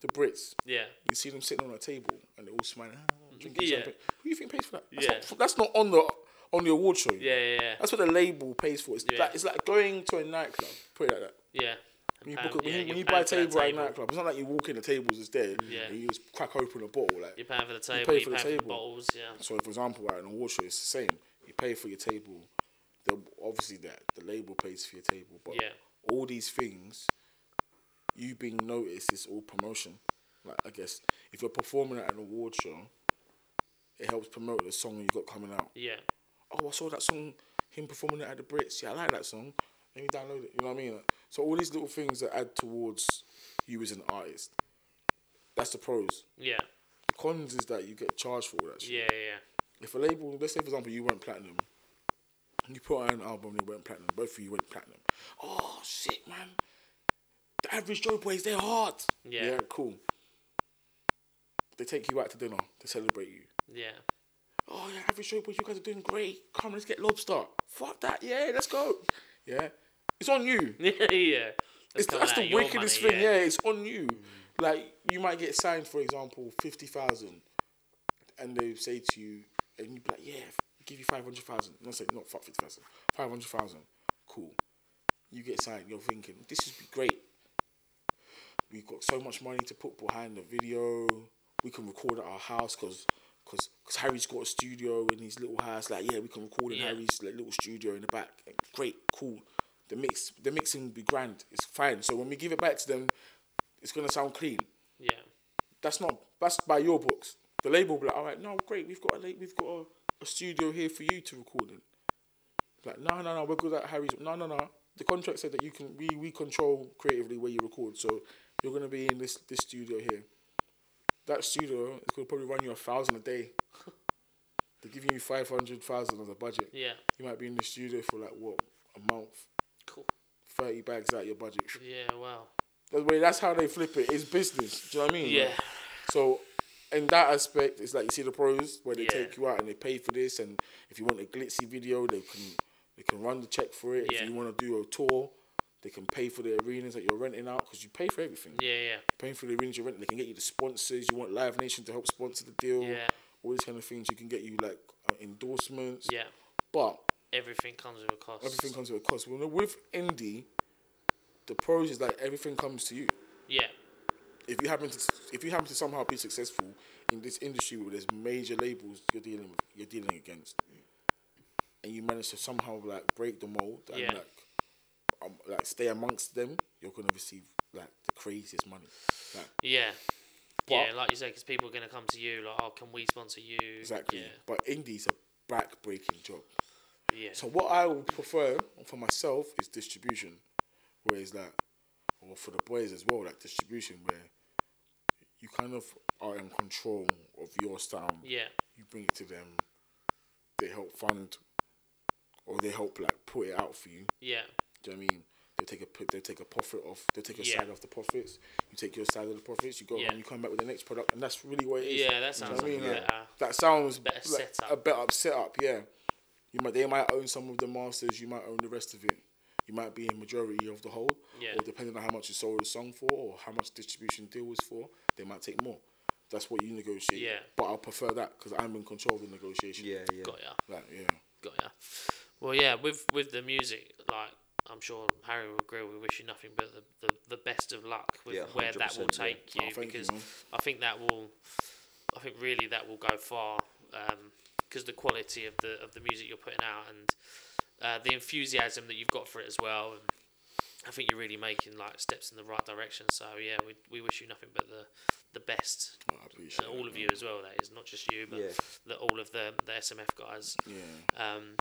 [SPEAKER 3] the Brits,
[SPEAKER 2] yeah,
[SPEAKER 3] you see them sitting on a table and they're all smiling, ah, drinking
[SPEAKER 2] Yeah.
[SPEAKER 3] champagne. Who do you think pays for that? That's,
[SPEAKER 2] Yeah.
[SPEAKER 3] not, that's not on the on the award show. you
[SPEAKER 2] yeah,
[SPEAKER 3] know.
[SPEAKER 2] yeah, yeah.
[SPEAKER 3] That's what the label pays for. It's
[SPEAKER 2] Yeah.
[SPEAKER 3] like it's like going to a nightclub. Put it like that.
[SPEAKER 2] yeah.
[SPEAKER 3] When you,
[SPEAKER 2] Um,
[SPEAKER 3] book a, when
[SPEAKER 2] yeah,
[SPEAKER 3] you,
[SPEAKER 2] you're
[SPEAKER 3] when
[SPEAKER 2] paying
[SPEAKER 3] you buy a
[SPEAKER 2] for that
[SPEAKER 3] table, at a
[SPEAKER 2] table.
[SPEAKER 3] nightclub, it's not like you walk in the tables is dead.
[SPEAKER 2] Yeah.
[SPEAKER 3] And you just crack open a bottle like.
[SPEAKER 2] You're paying for the table. You're
[SPEAKER 3] pay
[SPEAKER 2] paying for,
[SPEAKER 3] for the
[SPEAKER 2] the
[SPEAKER 3] table.
[SPEAKER 2] bottles. Yeah,
[SPEAKER 3] So, for example, at an award show, it's the same. You pay for your table. The, obviously, that the label pays for your table, but
[SPEAKER 2] Yeah.
[SPEAKER 3] all these things, you being noticed, is all promotion. Like I guess if you're performing at an award show, it helps promote the song you got coming out.
[SPEAKER 2] yeah,
[SPEAKER 3] Oh, I saw that song, him performing it at the Brits. Yeah, I like that song. Let me download it. You know what I mean? So all these little things that add towards you as an artist. That's the pros.
[SPEAKER 2] yeah,
[SPEAKER 3] The cons is that you get charged for all that shit
[SPEAKER 2] yeah, yeah.
[SPEAKER 3] if a label, let's say for example, you went platinum, and you put out an album and it went platinum, both of you went platinum. Oh shit, man! The average Joe boys, they're hard.
[SPEAKER 2] Yeah.
[SPEAKER 3] cool. They take you out to dinner to celebrate you.
[SPEAKER 2] Yeah, *laughs*
[SPEAKER 3] Oh yeah, average Joe boys, you guys are doing great. Come, let's get lobster. Fuck that, yeah, let's go. Yeah, it's on you.
[SPEAKER 2] yeah, yeah. yeah.
[SPEAKER 3] It's
[SPEAKER 2] coming
[SPEAKER 3] that's
[SPEAKER 2] out of
[SPEAKER 3] the
[SPEAKER 2] your
[SPEAKER 3] wickedest
[SPEAKER 2] money,
[SPEAKER 3] thing. Yeah. it's on you. Like you might get signed, for example, fifty thousand, and they say to you, and you be like, "Yeah, give you five hundred thousand. No, say not fuck fifty thousand. Five hundred thousand. Cool. You get signed. You're thinking this would be great. We've got so much money to put behind the video. We can record at our house because. Cause, Cause Harry's got a studio in his little house. Like, yeah, we can record in
[SPEAKER 2] Yeah.
[SPEAKER 3] Harry's like, little studio in the back. Great, cool. The mix, the mixing will be grand. It's fine. So when we give it back to them, it's gonna sound clean.
[SPEAKER 2] Yeah,
[SPEAKER 3] That's not. That's by your books. The label will be like, all right, no, great. We've got a la- we've got a, a studio here for you to record in. Like, no, no, no. We're good at Harry's. No, no, no. The contract said that you can we we control creatively where you record. So you're gonna be in this this studio here. That studio is gonna probably run you a thousand a day. *laughs* They're giving you five hundred thousand as a budget.
[SPEAKER 2] yeah.
[SPEAKER 3] You might be in the studio for like what a month,
[SPEAKER 2] Cool.
[SPEAKER 3] thirty bags out your budget.
[SPEAKER 2] Yeah. Wow.
[SPEAKER 3] That's way. That's how they flip it. It's business. Do you know what I mean?
[SPEAKER 2] Yeah.
[SPEAKER 3] Like, so, in that aspect, it's like you see the pros where they
[SPEAKER 2] Yeah.
[SPEAKER 3] take you out and they pay for this, and if you want a glitzy video, they can they can run the check for it.
[SPEAKER 2] Yeah.
[SPEAKER 3] If you want to do a tour, they can pay for the arenas that you're renting out because you pay for everything.
[SPEAKER 2] Yeah. Yeah.
[SPEAKER 3] Paying for the arenas you're renting, they can get you the sponsors. You want Live Nation to help sponsor the deal.
[SPEAKER 2] Yeah.
[SPEAKER 3] All these kind of things. You can get you like uh, endorsements.
[SPEAKER 2] Yeah.
[SPEAKER 3] But
[SPEAKER 2] Everything comes with a cost.
[SPEAKER 3] everything comes with a cost. Well, with indie, the pros is like everything comes to you.
[SPEAKER 2] Yeah.
[SPEAKER 3] if you happen to if you happen to somehow be successful in this industry where there's major labels you're dealing with, you're dealing against, and you manage to somehow like break the mold and
[SPEAKER 2] Yeah.
[SPEAKER 3] like um, like stay amongst them, you're gonna receive like the craziest money. Like
[SPEAKER 2] Yeah. yeah, like you said, because people are going to come to you like, oh, can we sponsor you?
[SPEAKER 3] Exactly.
[SPEAKER 2] Yeah.
[SPEAKER 3] But indie's a back breaking job.
[SPEAKER 2] yeah.
[SPEAKER 3] So what I would prefer for myself is distribution, whereas that, or for the boys as well, like distribution where you kind of are in control of your sound.
[SPEAKER 2] yeah.
[SPEAKER 3] You bring it to them, they help fund, or they help like put it out for you.
[SPEAKER 2] Yeah.
[SPEAKER 3] Do you know what I mean? They take a p- they take a profit off. They take a
[SPEAKER 2] Yeah.
[SPEAKER 3] side off the profits. You take your side of the profits. You go
[SPEAKER 2] Yeah.
[SPEAKER 3] and you come back with the next product, and that's really what it is.
[SPEAKER 2] Yeah, that
[SPEAKER 3] Do you know
[SPEAKER 2] sounds
[SPEAKER 3] what I
[SPEAKER 2] like
[SPEAKER 3] mean?
[SPEAKER 2] a
[SPEAKER 3] Like,
[SPEAKER 2] better-
[SPEAKER 3] that sounds
[SPEAKER 2] better
[SPEAKER 3] like
[SPEAKER 2] setup.
[SPEAKER 3] A better setup, yeah. You might they might own some of the masters. You might own the rest of it. You might be in majority of the whole,
[SPEAKER 2] Yeah.
[SPEAKER 3] or depending on how much you sold the song for, or how much distribution deal was for, they might take more. That's what you negotiate.
[SPEAKER 2] Yeah.
[SPEAKER 3] But I prefer that because I'm in control of the negotiation.
[SPEAKER 1] Yeah, yeah.
[SPEAKER 2] Got ya.
[SPEAKER 3] Like yeah.
[SPEAKER 2] Got ya. Well, yeah, with with the music, like I'm sure Harry will agree, we wish you nothing but the, the, the best of luck with
[SPEAKER 1] Yeah,
[SPEAKER 2] where that will
[SPEAKER 1] 100%, yeah.
[SPEAKER 2] take
[SPEAKER 3] Oh,
[SPEAKER 2] you,
[SPEAKER 3] thank you,
[SPEAKER 2] because
[SPEAKER 3] man.
[SPEAKER 2] I think that will, I think really that will go far, because the quality of the of the music you're putting out and uh, the enthusiasm that you've got for it as well. And I think you're really making like steps in the right direction. So yeah, we, we wish you nothing but the the best,
[SPEAKER 3] Oh, I appreciate
[SPEAKER 2] and
[SPEAKER 3] that,
[SPEAKER 2] all of
[SPEAKER 3] man.
[SPEAKER 2] you as well. That is not just you, but
[SPEAKER 1] Yeah.
[SPEAKER 2] the, all of the the SMF guys.
[SPEAKER 3] Yeah.
[SPEAKER 2] Um,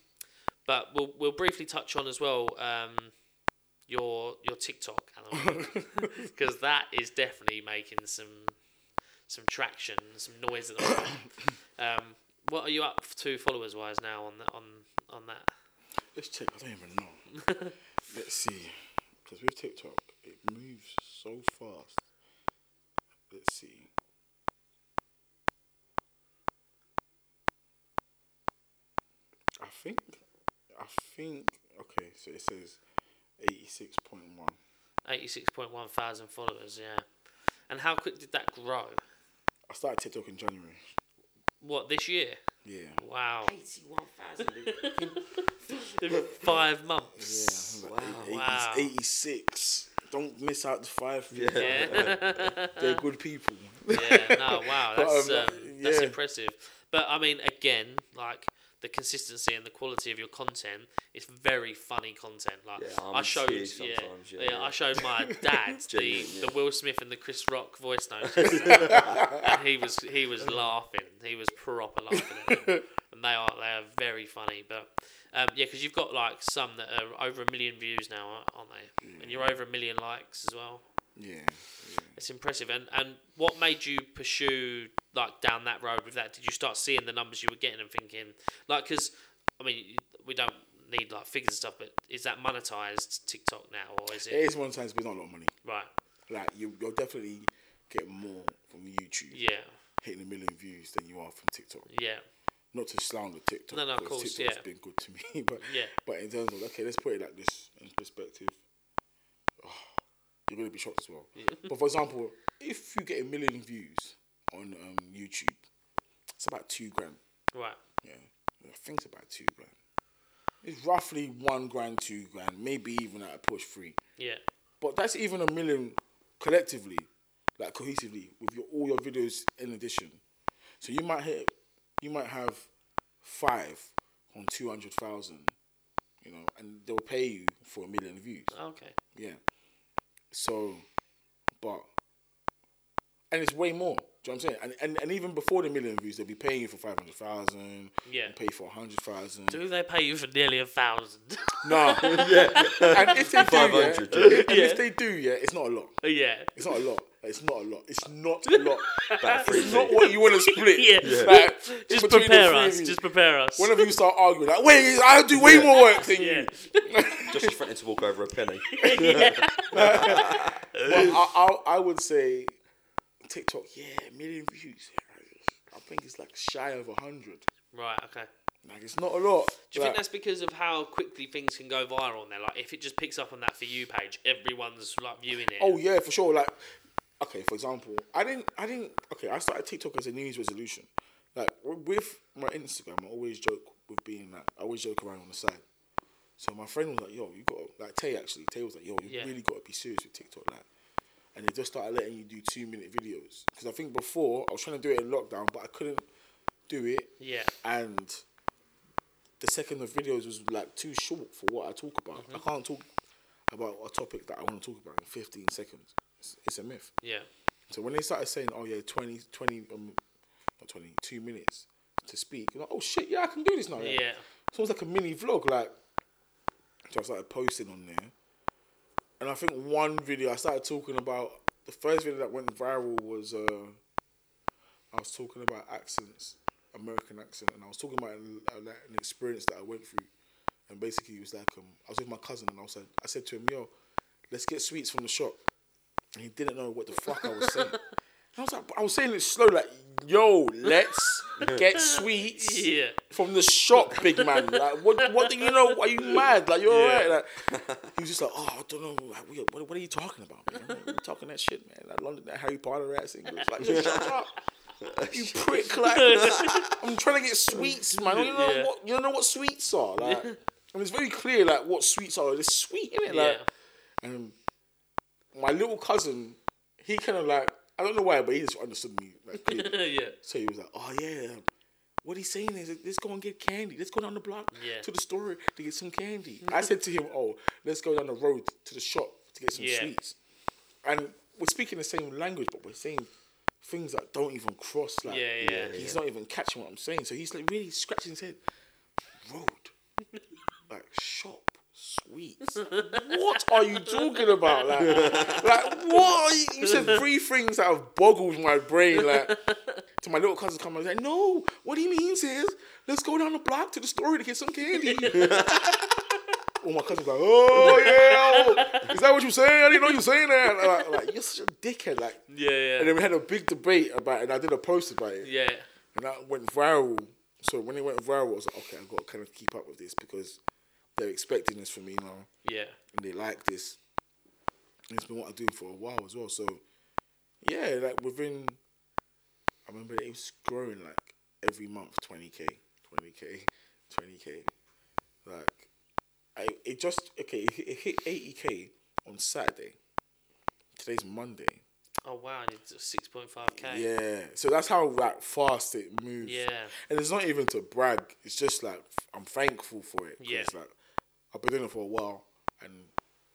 [SPEAKER 2] but we'll we'll briefly touch on as well um, your your TikTok,
[SPEAKER 3] *laughs*
[SPEAKER 2] because that is definitely making some some traction, some noise at the moment. um, what are you up to followers wise now on the, on on that?
[SPEAKER 3] Let's check. I don't even know. Let's see. Because with TikTok, it moves so fast. Let's see. I think. I think. Okay, so it says 86.1.
[SPEAKER 2] Eighty six point one thousand followers, yeah. And how quick did that grow?
[SPEAKER 3] I started TikTok in January.
[SPEAKER 2] What this year?
[SPEAKER 3] Yeah.
[SPEAKER 2] Wow,
[SPEAKER 1] 81,000.
[SPEAKER 2] *laughs* five months.
[SPEAKER 3] Yeah. Wow.
[SPEAKER 2] Wow.
[SPEAKER 3] 86. Don't miss out the five.
[SPEAKER 1] Yeah.
[SPEAKER 2] yeah.
[SPEAKER 3] They're good people.
[SPEAKER 2] yeah,
[SPEAKER 1] *laughs*
[SPEAKER 2] no, wow,
[SPEAKER 3] But,
[SPEAKER 2] that's
[SPEAKER 3] um,
[SPEAKER 2] um, that's
[SPEAKER 3] yeah.
[SPEAKER 2] impressive. But I mean, again, like the consistency and the quality of your content is very funny content. Like
[SPEAKER 1] Yeah, I'm
[SPEAKER 2] I showed,
[SPEAKER 1] scared
[SPEAKER 2] yeah,
[SPEAKER 1] sometimes,
[SPEAKER 2] yeah,
[SPEAKER 1] yeah, yeah.
[SPEAKER 2] I showed my
[SPEAKER 1] *laughs*
[SPEAKER 2] dad the,
[SPEAKER 1] Genuinely,
[SPEAKER 2] the
[SPEAKER 1] yeah.
[SPEAKER 2] Will Smith and the Chris Rock
[SPEAKER 1] *laughs*
[SPEAKER 2] voice notes, and he was he was laughing. He was proper laughing at
[SPEAKER 1] *laughs*
[SPEAKER 2] them. And they are they are very funny, but um, yeah, because you've got like some that are over a million views now, aren't they? And
[SPEAKER 1] Mm.
[SPEAKER 2] you're over a million likes as well.
[SPEAKER 3] Yeah.
[SPEAKER 2] It's impressive. And and what made you pursue like down that road with that? Did you start seeing the numbers you were getting and thinking like because I mean we don't need like figures and stuff, but is that monetized TikTok now or is it,
[SPEAKER 3] It is one time, but it's not a lot of money.
[SPEAKER 2] right?
[SPEAKER 3] Like you, you'll definitely get more from YouTube
[SPEAKER 2] Yeah,
[SPEAKER 3] hitting a million views than you are from TikTok.
[SPEAKER 2] yeah,
[SPEAKER 3] Not to slander TikTok.
[SPEAKER 2] No, no, of
[SPEAKER 3] because
[SPEAKER 2] course,
[SPEAKER 3] TikTok's
[SPEAKER 2] yeah.
[SPEAKER 3] been good to me, *laughs* but
[SPEAKER 2] Yeah.
[SPEAKER 3] but in terms of okay, let's put it like this in perspective. Oh, you're gonna be shocked as well. But for example, if you get a million views on um, YouTube, it's about two grand.
[SPEAKER 2] right.
[SPEAKER 3] Yeah, I think it's about two grand. It's roughly one grand, two grand, maybe even at a push three.
[SPEAKER 2] Yeah,
[SPEAKER 3] But that's even a million collectively, like cohesively, with your all your videos in addition. So you might hit, you might have five on two hundred thousand, you know, and they'll pay you for a million views.
[SPEAKER 2] okay.
[SPEAKER 3] Yeah. So, but and it's way more. Do you know what I'm saying? And and, and even before the million views, they'll be paying you for five hundred thousand.
[SPEAKER 2] Yeah.
[SPEAKER 3] Pay for a hundred thousand.
[SPEAKER 2] Do they pay you for nearly a thousand? *laughs*
[SPEAKER 3] No. *laughs* yeah. And if they do, yeah,
[SPEAKER 1] 500,
[SPEAKER 3] and if they do, yeah, it's not a lot.
[SPEAKER 2] yeah,
[SPEAKER 3] It's not a lot. It's not a lot. It's not a
[SPEAKER 2] *laughs*
[SPEAKER 3] lot.
[SPEAKER 1] About three
[SPEAKER 3] it's not
[SPEAKER 1] feet.
[SPEAKER 3] what you want to split.
[SPEAKER 2] Yeah. Yeah.
[SPEAKER 3] Like,
[SPEAKER 2] just
[SPEAKER 3] between the
[SPEAKER 2] prepare
[SPEAKER 3] three of
[SPEAKER 2] us.
[SPEAKER 3] you.
[SPEAKER 2] Just prepare us.
[SPEAKER 3] one of you start arguing like, "Wait, I do way more work than
[SPEAKER 2] Yeah,
[SPEAKER 3] you."
[SPEAKER 1] Just as threatening to walk over a
[SPEAKER 3] *laughs*
[SPEAKER 1] penny.
[SPEAKER 3] Well, I, I, I would say TikTok, yeah, a million views. I think it's like shy of hundred.
[SPEAKER 2] right. Okay.
[SPEAKER 3] Like it's not a lot.
[SPEAKER 2] Do you
[SPEAKER 3] Like,
[SPEAKER 2] think that's because of how quickly things can go viral? And they're like, if it just picks up on that for you page, everyone's like viewing it.
[SPEAKER 3] Oh yeah, for sure. Like, okay, for example, I didn't, I didn't. Okay, I started TikTok as a New Year's resolution. Like w- with my Instagram, I always joke with being like, I always joke around on the side. So my friend was like, "Yo, you got to like Tay actually." Tay was like, "Yo, you
[SPEAKER 2] Yeah.
[SPEAKER 3] really got to be serious with TikTok, like." And they just started letting you do two minute videos because I think before I was trying to do it in lockdown, but I couldn't do it
[SPEAKER 2] Yeah,
[SPEAKER 3] and the second of videos was like too short for what I talk about. I can't talk about a topic that I want to talk about in 15 seconds. It's, it's a myth.
[SPEAKER 2] yeah,
[SPEAKER 3] So when they started saying, "Oh yeah, 20, 20 um, not twenty, two minutes to speak," you're like, "Oh shit, yeah, I can do this now."
[SPEAKER 2] Yeah.
[SPEAKER 3] So it's like a mini vlog, like. So I started posting on there, and I think one video I started talking about the first video that went viral was uh, I was talking about accents, American accent, and I was talking about uh, like an experience that I went through, and basically it was like um, I was with my cousin, and I was like, I said to him, "Yo, let's get sweets from the shop," and he didn't know what the fuck I was saying. I was like, I was saying it slow, like, "Yo, let's
[SPEAKER 2] *laughs*
[SPEAKER 3] get sweets."
[SPEAKER 2] Yeah.
[SPEAKER 3] from the shop, big man. Like, what, what do you know? Are you mad? Like, you're
[SPEAKER 2] Yeah.
[SPEAKER 3] alright.
[SPEAKER 2] *laughs*
[SPEAKER 3] Like, he was just like, oh, I don't know. Like, what, what, what are you talking about, man? I'm like, You're talking that shit, man. Like, London, that Harry Potter ass English. Like, just shut up. *laughs*
[SPEAKER 2] *laughs*
[SPEAKER 3] You prick, like I'm trying to get sweets, man. You don't know
[SPEAKER 2] Yeah.
[SPEAKER 3] what you don't know what sweets
[SPEAKER 2] *laughs*
[SPEAKER 3] are, like, and it's very clear, like, what sweets are. It's sweet, innit? Like,
[SPEAKER 2] Yeah.
[SPEAKER 3] and my little cousin, he kind of like, I don't know why, but he just understood me, like, clearly.
[SPEAKER 2] *laughs* yeah.
[SPEAKER 3] So he was like, "Oh yeah, what he's saying is let's go and get candy. Let's go down the block
[SPEAKER 2] Yeah.
[SPEAKER 3] to the store to get some candy." I said to him, "Oh, let's go down the road to the shop to get some
[SPEAKER 2] Yeah.
[SPEAKER 3] sweets." And we're speaking the same language, but we're saying things that don't even cross. Like
[SPEAKER 2] Yeah, yeah, Yeah,
[SPEAKER 3] he's not even catching what I'm saying. So he's like really scratching his head. Road,
[SPEAKER 2] *laughs*
[SPEAKER 3] like shop. Sweets. What are you talking about? Like, like what? Are you, you said three things that have boggled my brain. Like, to my little cousin come and like, no, what he means is let's go down the block to the store to get some candy. *laughs* Well, my cousin's like, oh yeah, oh, is that what you saying? I didn't know you were saying that. And I'm like, I'm like, you're such a dickhead. Like,
[SPEAKER 2] Yeah.
[SPEAKER 3] and then we had a big debate about it, and I did a post about it,
[SPEAKER 2] Yeah.
[SPEAKER 3] and that went viral. So when it went viral, I was like, okay, I've got to kind of keep up with this because they're expecting this from me now
[SPEAKER 2] Yeah.
[SPEAKER 3] and they like this. And it's been what I do for a while as well. So yeah, like within I remember it was growing like every month 20k, 20k, 20k. Like I it just okay, it hit- it hit 80k on Saturday. Today's Monday.
[SPEAKER 2] Oh wow, I need six point five k.
[SPEAKER 3] Yeah. So that's how like fast it moves.
[SPEAKER 2] Yeah.
[SPEAKER 3] And it's not even to brag. It's just like I'm thankful for it. 'cause,
[SPEAKER 2] Yeah.
[SPEAKER 3] Like I've been doing it for a while, and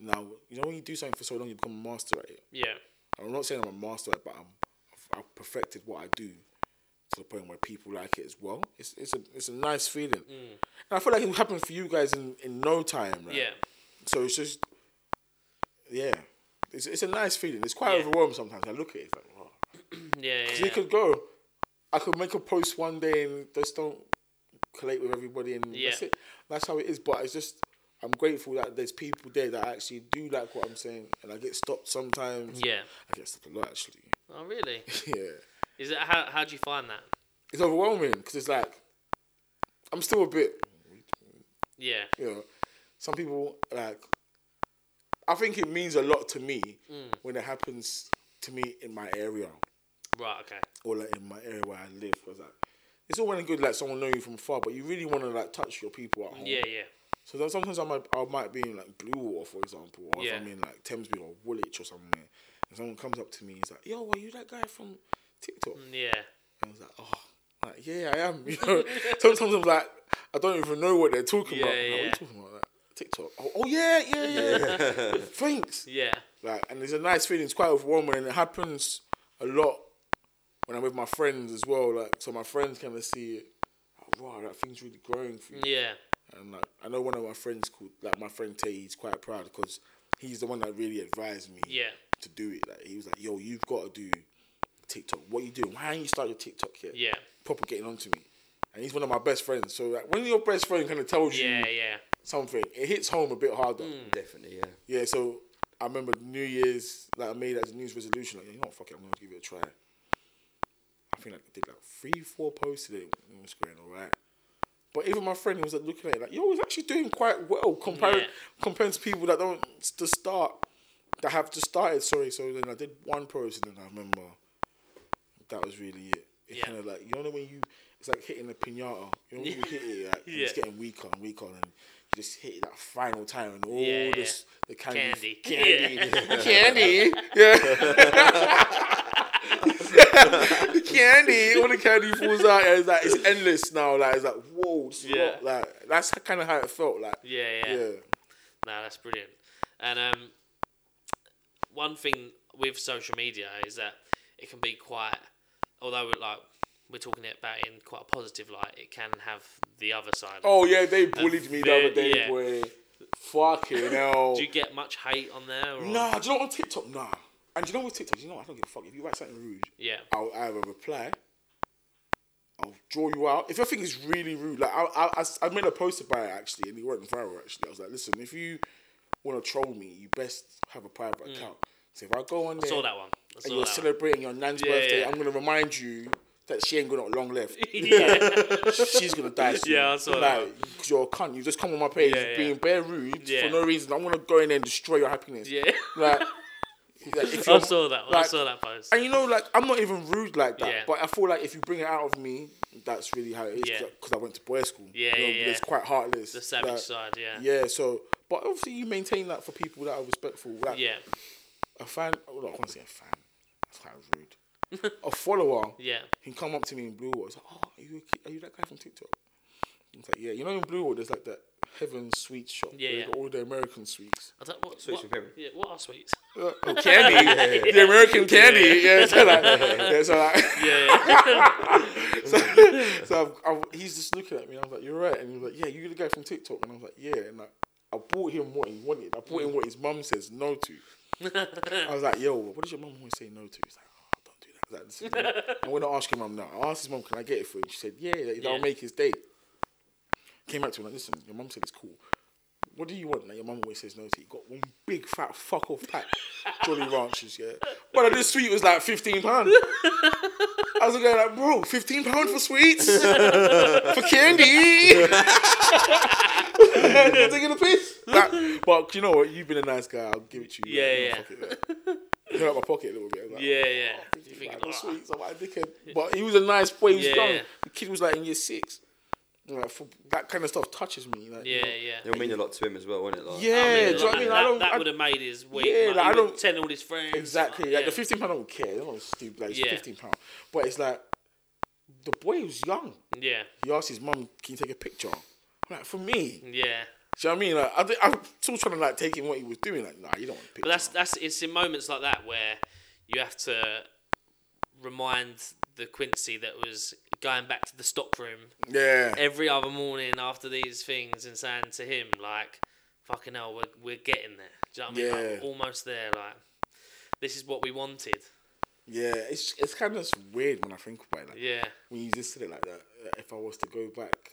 [SPEAKER 3] now you know when you do something for so long, you become a master at it.
[SPEAKER 2] Yeah.
[SPEAKER 3] And I'm not saying I'm a master at, it, but I'm I've, I've perfected what I do to the point where people like it as well. It's it's a it's a nice feeling, and I feel like it will happen for you guys in in no time. Right?
[SPEAKER 2] Mm. Yeah.
[SPEAKER 3] So it's just, yeah, it's it's a nice feeling. It's quite
[SPEAKER 2] Yeah.
[SPEAKER 3] overwhelming sometimes. I look at it it's like. Oh.
[SPEAKER 2] Yeah.
[SPEAKER 3] So
[SPEAKER 2] Yeah.
[SPEAKER 3] you could go. I could make a post one day and just don't collate with everybody, and
[SPEAKER 2] Yeah.
[SPEAKER 3] that's it. That's how it is. But it's just I'm grateful that there's people there that actually do like what I'm saying, and I get stopped sometimes.
[SPEAKER 2] yeah.
[SPEAKER 3] I get stopped a lot actually. *laughs*
[SPEAKER 2] Oh really?
[SPEAKER 3] yeah,
[SPEAKER 2] Is it how how do you find that?
[SPEAKER 3] it's overwhelming because it's like I'm still a bit,
[SPEAKER 2] Yeah.
[SPEAKER 3] you know. Some people like. I think it means a lot to me
[SPEAKER 2] Mm.
[SPEAKER 3] when it happens to me in my area.
[SPEAKER 2] Right. Okay.
[SPEAKER 3] or like in my area where I live. Cause like, it's all well and good like someone knowing you from far, but you really want to like touch your people at home.
[SPEAKER 2] Yeah. Yeah.
[SPEAKER 3] So that sometimes I might I might be in like Blue Water, for example, or if
[SPEAKER 2] Yeah.
[SPEAKER 3] I'm in like Thamesby or Woolwich or somewhere, and someone comes up to me, he's like, "Yo, are you that guy from TikTok?"
[SPEAKER 2] Yeah.
[SPEAKER 3] And I was like, "Oh, like yeah, I am." *laughs* You know, sometimes I'm like, I don't even know what they're talking
[SPEAKER 2] Yeah,
[SPEAKER 3] about. Like, What are
[SPEAKER 2] yeah.
[SPEAKER 3] you talking about? Like, TikTok. Oh, oh yeah, yeah, yeah.
[SPEAKER 2] *laughs*
[SPEAKER 3] Thanks.
[SPEAKER 2] Yeah.
[SPEAKER 3] Like, and it's a nice feeling. It's quite overwhelming, and it happens a lot when I'm with my friends as well. Like, so my friends kind of see it. Oh, wow, that thing's really growing for you.
[SPEAKER 2] Yeah.
[SPEAKER 3] And like, I know one of my friends called, like, my friend Tay. He's quite proud because he's the one that really advised me
[SPEAKER 2] Yeah.
[SPEAKER 3] to do it. Like, he was like, "Yo, you've got to do TikTok. What you doing? Why don't you start your TikTok yet?
[SPEAKER 2] Yeah.
[SPEAKER 3] Proper getting onto me." And he's one of my best friends. So like, when your best friend kind of tells
[SPEAKER 2] Yeah. Mm.
[SPEAKER 3] you
[SPEAKER 2] Yeah.
[SPEAKER 3] something, it hits home a bit harder.
[SPEAKER 1] Definitely, yeah.
[SPEAKER 3] Yeah, so I remember New Year's, like I made that as a New Year's resolution, like, you know what, fuck it, I'm gonna give it a try. I think like, I did like three, four posts today on Instagram, alright? But even my friend who was like, looking at it, like, yo, he's actually doing quite well compared,
[SPEAKER 2] Yeah.
[SPEAKER 3] compared to people that don't just start, that have just started, sorry. So then I did one post and then I remember that was really it. It's
[SPEAKER 2] Yeah.
[SPEAKER 3] kind of like, you know when you, it's like hitting a pinata. You know
[SPEAKER 2] *laughs*
[SPEAKER 3] when you hit it, like, and it's
[SPEAKER 2] Yeah.
[SPEAKER 3] getting weaker and weaker and you just hit it that final time and all
[SPEAKER 2] Yeah, yeah.
[SPEAKER 3] this, the candy
[SPEAKER 2] Candy.
[SPEAKER 3] *laughs* Candy.
[SPEAKER 2] *laughs* Yeah.
[SPEAKER 3] Candy. Yeah. *laughs* candy. All the candy falls out. And it's like it's endless now. Like it's like whoa. It's
[SPEAKER 2] Yeah.
[SPEAKER 3] not, like that's kind of how it felt. Like
[SPEAKER 2] Yeah.
[SPEAKER 3] yeah.
[SPEAKER 2] Yeah. No, that's brilliant. And um, one thing with social media is that it can be quite. Although we're like we're talking about in quite a positive light, it can have the other side.
[SPEAKER 3] Oh yeah, they bullied me the
[SPEAKER 2] they-
[SPEAKER 3] other day,
[SPEAKER 2] yeah.
[SPEAKER 3] boy.
[SPEAKER 2] *laughs*
[SPEAKER 3] Fucking hell.
[SPEAKER 2] Do you get much hate on there? Or?
[SPEAKER 3] Nah, do you know what, on TikTok? Nah. And do you know what TikTok? Do you know what? I don't give a fuck. If you write something rude,
[SPEAKER 2] Yeah.
[SPEAKER 3] I'll either reply, I'll draw you out. If I think it's really rude, like I, I, I s- I made a post about it actually, and it went viral actually. I was like, listen, if you want to troll me, you best have a private account. So if I go on there
[SPEAKER 2] Saw that one. Mm. I
[SPEAKER 3] and
[SPEAKER 2] saw
[SPEAKER 3] you're
[SPEAKER 2] that one.
[SPEAKER 3] celebrating your nan's
[SPEAKER 2] Yeah,
[SPEAKER 3] birthday,
[SPEAKER 2] yeah.
[SPEAKER 3] I'm gonna remind you that she ain't got not long
[SPEAKER 2] *laughs*
[SPEAKER 3] left.
[SPEAKER 2] yeah.
[SPEAKER 3] She's gonna die soon.
[SPEAKER 2] Yeah, I saw that.
[SPEAKER 3] like, that. You're a cunt. You just come on my page
[SPEAKER 2] Yeah, yeah.
[SPEAKER 3] being bare rude
[SPEAKER 2] Yeah.
[SPEAKER 3] for no reason. I'm gonna go in there and destroy your happiness.
[SPEAKER 2] yeah. *laughs*
[SPEAKER 3] Like, like, if
[SPEAKER 2] I
[SPEAKER 3] you're-
[SPEAKER 2] saw that one. I
[SPEAKER 3] Um, like,
[SPEAKER 2] saw that post.
[SPEAKER 3] And you know, like I'm not even rude like that,
[SPEAKER 2] Yeah.
[SPEAKER 3] but I feel like if you bring it out of me, that's really how it is.
[SPEAKER 2] Yeah.
[SPEAKER 3] Because I went to boys' school.
[SPEAKER 2] Yeah,
[SPEAKER 3] you know,
[SPEAKER 2] yeah,
[SPEAKER 3] It's
[SPEAKER 2] yeah.
[SPEAKER 3] quite heartless.
[SPEAKER 2] The savage
[SPEAKER 3] like,
[SPEAKER 2] side, yeah. yeah.
[SPEAKER 3] Yeah. So, but obviously you maintain that for people that are respectful. Like
[SPEAKER 2] Yeah.
[SPEAKER 3] a fan. Oh, no, I can't say a fan. That's kind of rude.
[SPEAKER 2] *laughs*
[SPEAKER 3] a follower.
[SPEAKER 2] Yeah.
[SPEAKER 3] He come up to me in Blue Wall. He's like, "Oh, are you a kid? are you that guy from TikTok?" I was like, "Yeah." You know, in Blue Wall, there's like that Heaven Sweet shop.
[SPEAKER 2] Yeah,
[SPEAKER 3] where they
[SPEAKER 2] yeah.
[SPEAKER 3] got All the American sweets.
[SPEAKER 2] *laughs* I don't, what,
[SPEAKER 1] Sweets
[SPEAKER 2] what,
[SPEAKER 1] and pepper.
[SPEAKER 2] yeah, what are sweets? *laughs*
[SPEAKER 3] Uh, oh, candy, *laughs* the American candy. Yeah, so like, yeah, so like, *laughs*
[SPEAKER 2] Yeah,
[SPEAKER 3] so I've, I've, he's just looking at me. and I was like, "You're right," and he was like, "Yeah, you the guy from TikTok." And I was like, "Yeah," and like, I bought him what he wanted. I bought him what his mum says no to. I was like, "Yo, what does your mum always say no to?" He's like, "Oh, don't do that." I was like, "This is- I'm gonna ask your mum now." I asked his mum, "Can I get it for him?" She said, "Yeah, that- that'll
[SPEAKER 2] Yeah.
[SPEAKER 3] make his day." Came back to him like, "Listen, your mum said it's cool." What do you want? Like your mum always says no to. You got one big fat fuck off pack, Jolly Ranchers, yeah. But this sweet was like fifteen pound. I was going like, bro, fifteen pound for sweets *laughs* for candy. *laughs* They're taking a piss. Like, but you know what? You've been a nice guy. I'll give it to you.
[SPEAKER 2] Yeah, yeah.
[SPEAKER 3] Clear out my pocket a little bit. I was like,
[SPEAKER 2] yeah, yeah.
[SPEAKER 3] *laughs* "Oh,
[SPEAKER 2] You're thinking,
[SPEAKER 3] like, the
[SPEAKER 2] "Oh,
[SPEAKER 3] sweets. I'm like, dickhead. But he was a nice boy. He was
[SPEAKER 2] Yeah,
[SPEAKER 3] young.
[SPEAKER 2] yeah.
[SPEAKER 3] The kid was like in year six. Like, for, that kind of stuff touches me. Like, you
[SPEAKER 2] yeah,
[SPEAKER 3] know.
[SPEAKER 2] yeah.
[SPEAKER 1] It'll mean a lot to him as well, won't it? Like,
[SPEAKER 3] Yeah, do you know what I mean? I
[SPEAKER 2] That,
[SPEAKER 3] don't.
[SPEAKER 2] that
[SPEAKER 3] I-
[SPEAKER 2] would have made his week.
[SPEAKER 3] Yeah,
[SPEAKER 2] like,
[SPEAKER 3] like, I
[SPEAKER 2] I
[SPEAKER 3] don't-
[SPEAKER 2] don't telling all his friends.
[SPEAKER 3] Exactly. Like
[SPEAKER 2] Like, yeah.
[SPEAKER 3] the fifteen pound, I don't care. That was stupid. Like it's
[SPEAKER 2] Yeah.
[SPEAKER 3] fifteen pound, but it's like the boy was young.
[SPEAKER 2] yeah,
[SPEAKER 3] He asked his mum, "Can you take a picture?" Like for me, do you
[SPEAKER 2] yeah.
[SPEAKER 3] know what I mean? Like I think, I'm still trying to like take in what he was doing. Like, nah, you don't want a picture.
[SPEAKER 2] But that's that's it's in moments like that where you have to remind the Quincy that was going back to the stock room
[SPEAKER 3] yeah,
[SPEAKER 2] every other morning after these things and saying to him like, "Fucking hell, we're we're getting there." Do you know what I mean? Like,
[SPEAKER 3] Yeah.
[SPEAKER 2] almost there. Like this is what we wanted.
[SPEAKER 3] yeah. It's it's kind of weird when I think about it. Like,
[SPEAKER 2] Yeah,
[SPEAKER 3] when you just said it like that, like, if I was to go back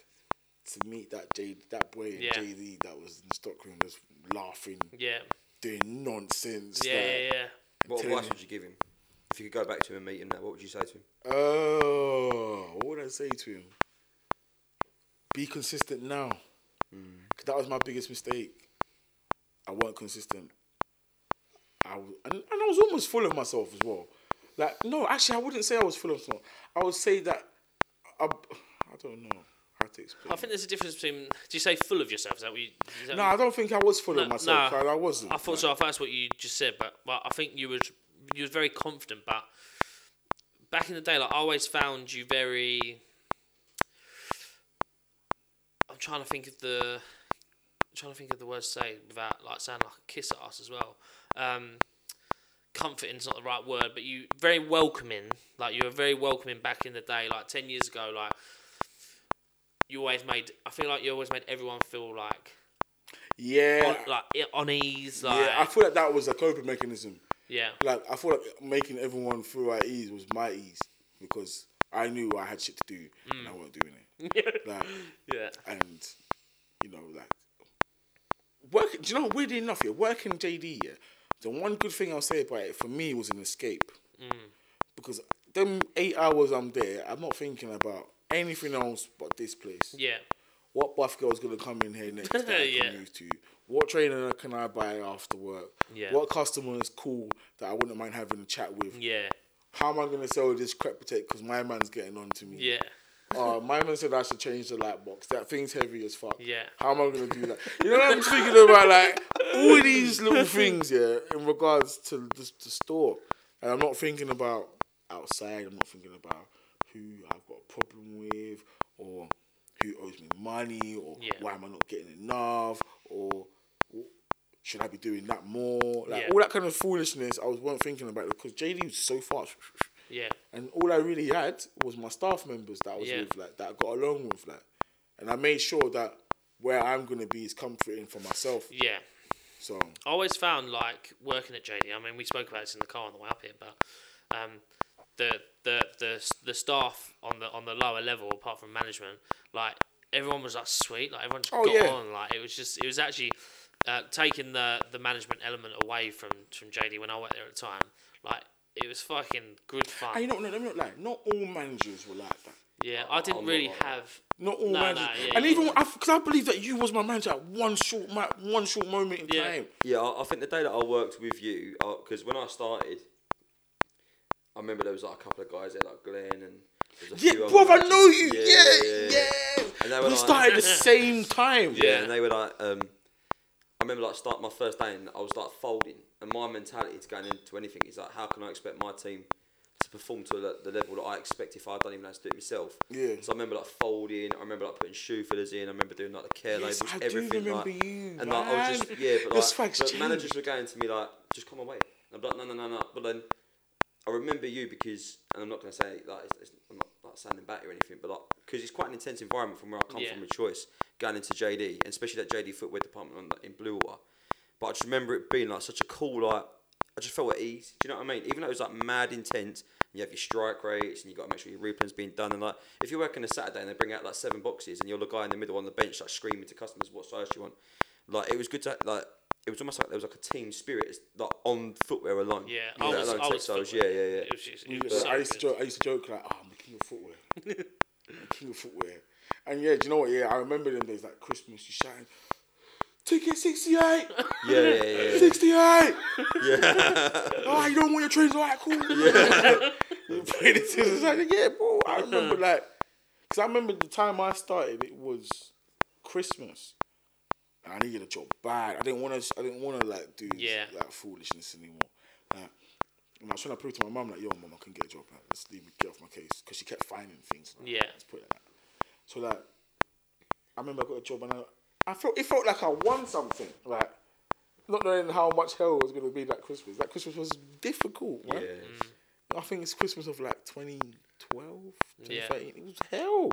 [SPEAKER 3] to meet that J that boy
[SPEAKER 2] Yeah.
[SPEAKER 3] Jay Z that was in the stockroom, just laughing,
[SPEAKER 2] yeah,
[SPEAKER 3] doing nonsense.
[SPEAKER 2] yeah, yeah, yeah.
[SPEAKER 1] What
[SPEAKER 3] Telling
[SPEAKER 1] advice
[SPEAKER 3] you.
[SPEAKER 1] would you give him? If you could go back to him and meet him now, what would you say to him?
[SPEAKER 3] Oh, what would I say to him? Be consistent now. 'Cause that was my biggest mistake. I weren't consistent. I was, and, and I was almost full of myself as well. Like, no, actually, I wouldn't say I was full of myself. I would say that I, I don't know how to explain.
[SPEAKER 2] I think there's a difference between. Do you say full of yourself? Is that what you? Is that
[SPEAKER 3] no, I don't think I was full of
[SPEAKER 2] No,
[SPEAKER 3] myself.
[SPEAKER 2] no.
[SPEAKER 3] I, I wasn't.
[SPEAKER 2] I thought so. I thought that's what you just said, but but I think you was you was very confident. But back in the day, like I always found you very. I'm trying to think of the, I'm trying to think of the words to say without like sounding like a kiss ass as well. Um, comforting's not the right word, but you very welcoming. Like you were very welcoming back in the day, like ten years ago. Like you always made. I feel like you always made everyone feel like
[SPEAKER 3] Yeah.
[SPEAKER 2] on, like i- on ease. Like
[SPEAKER 3] yeah, I feel like that was a coping mechanism.
[SPEAKER 2] yeah.
[SPEAKER 3] like I feel like making everyone feel at ease was my ease because I knew I had shit to do and
[SPEAKER 2] Mm.
[SPEAKER 3] I wasn't doing it.
[SPEAKER 2] *laughs*
[SPEAKER 3] like
[SPEAKER 2] Yeah.
[SPEAKER 3] and you know like work. Do you know weirdly enough, yeah, working JD. Yeah, the one good thing I'll say about it for me was an escape
[SPEAKER 2] Mm.
[SPEAKER 3] because them eight hours I'm there, I'm not thinking about anything else but this place
[SPEAKER 2] Yeah.
[SPEAKER 3] what buff girl's gonna come in
[SPEAKER 2] *laughs*
[SPEAKER 3] here next that I
[SPEAKER 2] Yeah.
[SPEAKER 3] can move to? What trainer can I buy after work?
[SPEAKER 2] Yeah.
[SPEAKER 3] What customer is cool that I wouldn't mind having a chat with?
[SPEAKER 2] Yeah.
[SPEAKER 3] How am I gonna sell this crep potato because my man's getting on to me?
[SPEAKER 2] Yeah.
[SPEAKER 3] Uh, my man said I should change the light box. That thing's heavy as fuck.
[SPEAKER 2] Yeah.
[SPEAKER 3] How am I gonna do that? You know what I'm thinking about? Like all these little things, yeah, in regards to the, the store. And I'm not thinking about outside. I'm not thinking about who I've got a problem with, or who owes me money, or
[SPEAKER 2] Yeah.
[SPEAKER 3] why am I not getting enough, or should I be doing that more? Like
[SPEAKER 2] Yeah.
[SPEAKER 3] all that kind of foolishness. I was weren't thinking about it because JD was so fast.
[SPEAKER 2] Yeah.
[SPEAKER 3] And all I really had was my staff members that I was
[SPEAKER 2] Yeah.
[SPEAKER 3] with, like that I got along with, like, and I made sure that where I'm gonna be is comforting for myself.
[SPEAKER 2] Yeah.
[SPEAKER 3] So
[SPEAKER 2] I always found like working at JD. I mean, we spoke about this in the car on the way up here, but um, the the the the staff on the on the lower level, apart from management, like everyone was like sweet. Like everyone just
[SPEAKER 3] Oh,
[SPEAKER 2] got
[SPEAKER 3] yeah.
[SPEAKER 2] on. Like it was just it was actually uh, taking the the management element away from from JD when I worked there at the time. Like it was fucking good fun.
[SPEAKER 3] and you know, no, let me not lie. Not all managers were like that.
[SPEAKER 2] yeah, I didn't really have.
[SPEAKER 3] Not all
[SPEAKER 2] No,
[SPEAKER 3] managers.
[SPEAKER 2] no, yeah,
[SPEAKER 3] and
[SPEAKER 2] yeah.
[SPEAKER 3] even because I, believe that you was my manager at one short, ma- one short moment in
[SPEAKER 2] Yeah.
[SPEAKER 3] time.
[SPEAKER 1] Yeah, I, I think the day that I worked with you, because when I started, I remember there was like a couple of guys there, like Glenn and. there's a
[SPEAKER 3] Yeah,
[SPEAKER 1] few other
[SPEAKER 3] bro, I
[SPEAKER 1] guys.
[SPEAKER 3] know you. Yeah, yeah.
[SPEAKER 1] And they were
[SPEAKER 3] We
[SPEAKER 1] like-
[SPEAKER 2] *laughs*
[SPEAKER 3] started the same time.
[SPEAKER 1] Yeah, and they were like, um, I remember like start my first day and I was like folding, and my mentality to going into anything is like, how can I expect my team to perform to the, the level that I expect if I don't even know how to do it myself?
[SPEAKER 3] Yeah.
[SPEAKER 1] So I remember like folding. I remember like putting shoe fillers in. I remember doing like the care labels,
[SPEAKER 3] Yes, I do
[SPEAKER 1] everything.
[SPEAKER 3] remember
[SPEAKER 1] like,
[SPEAKER 3] you,
[SPEAKER 1] and like I was
[SPEAKER 3] man.
[SPEAKER 1] just yeah, but
[SPEAKER 3] Your
[SPEAKER 1] like
[SPEAKER 3] swag's
[SPEAKER 1] but managers
[SPEAKER 3] changed.
[SPEAKER 1] were going to me like, just come away. And I'm like, no, no, no, no. But then I remember you because, and I'm not going to say like it's, it's, I'm not like sounding back or anything, but like because it's quite an intense environment from where I come
[SPEAKER 2] Yeah.
[SPEAKER 1] from with choice going into JD, and especially that JD footwear department on the, in Blue Water. But I just remember it being like such a cool like. I just felt at ease. Do you know what I mean? Even though it was like mad intense, and you have your strike rates, and you got to make sure your replans being done. And like, if you're working a Saturday and they bring out like seven boxes, and you're the guy in the middle on the bench like screaming to customers what size you want, like it was good to like. It was almost like there was like a team spirit, it's, like on footwear alone.
[SPEAKER 2] Yeah,
[SPEAKER 1] You
[SPEAKER 2] I
[SPEAKER 1] know,
[SPEAKER 2] was.
[SPEAKER 1] alone
[SPEAKER 2] I was
[SPEAKER 1] textiles, yeah,
[SPEAKER 2] footwear.
[SPEAKER 1] yeah, yeah.
[SPEAKER 2] It was just. It was
[SPEAKER 3] But
[SPEAKER 2] so
[SPEAKER 3] I used
[SPEAKER 2] good.
[SPEAKER 3] to joke. I used to joke like, "Oh, I'm the king of footwear. I'm the king of footwear." And yeah, do you know what? Yeah, I remember them days like Christmas. You shouting,
[SPEAKER 2] *laughs*
[SPEAKER 3] "Ticket 68,
[SPEAKER 1] Yeah, yeah, yeah, yeah.
[SPEAKER 3] 68." Yeah. oh, you don't want your trains? All right, cool. *laughs* Yeah. it's like, yeah, bro. I
[SPEAKER 2] Uh-huh.
[SPEAKER 3] remember like, because I remember the time I started, it was Christmas. I needed a job bad. I didn't want to. I didn't want to like do
[SPEAKER 2] Yeah.
[SPEAKER 3] like foolishness anymore. Like, and I was trying to prove to my mum like, yo, mum, I can get a job. Like, let's leave, get off my case, because she kept finding things. Like,
[SPEAKER 2] Yeah.
[SPEAKER 3] let's put it like that. So like, I remember I got a job and I, I felt it felt like I won something. Like, not knowing how much hell was gonna be like Christmas. Like Christmas was difficult. Man.
[SPEAKER 1] Yeah.
[SPEAKER 3] I think it's Christmas of like 2012,
[SPEAKER 2] Yeah.
[SPEAKER 3] 2013. It was hell.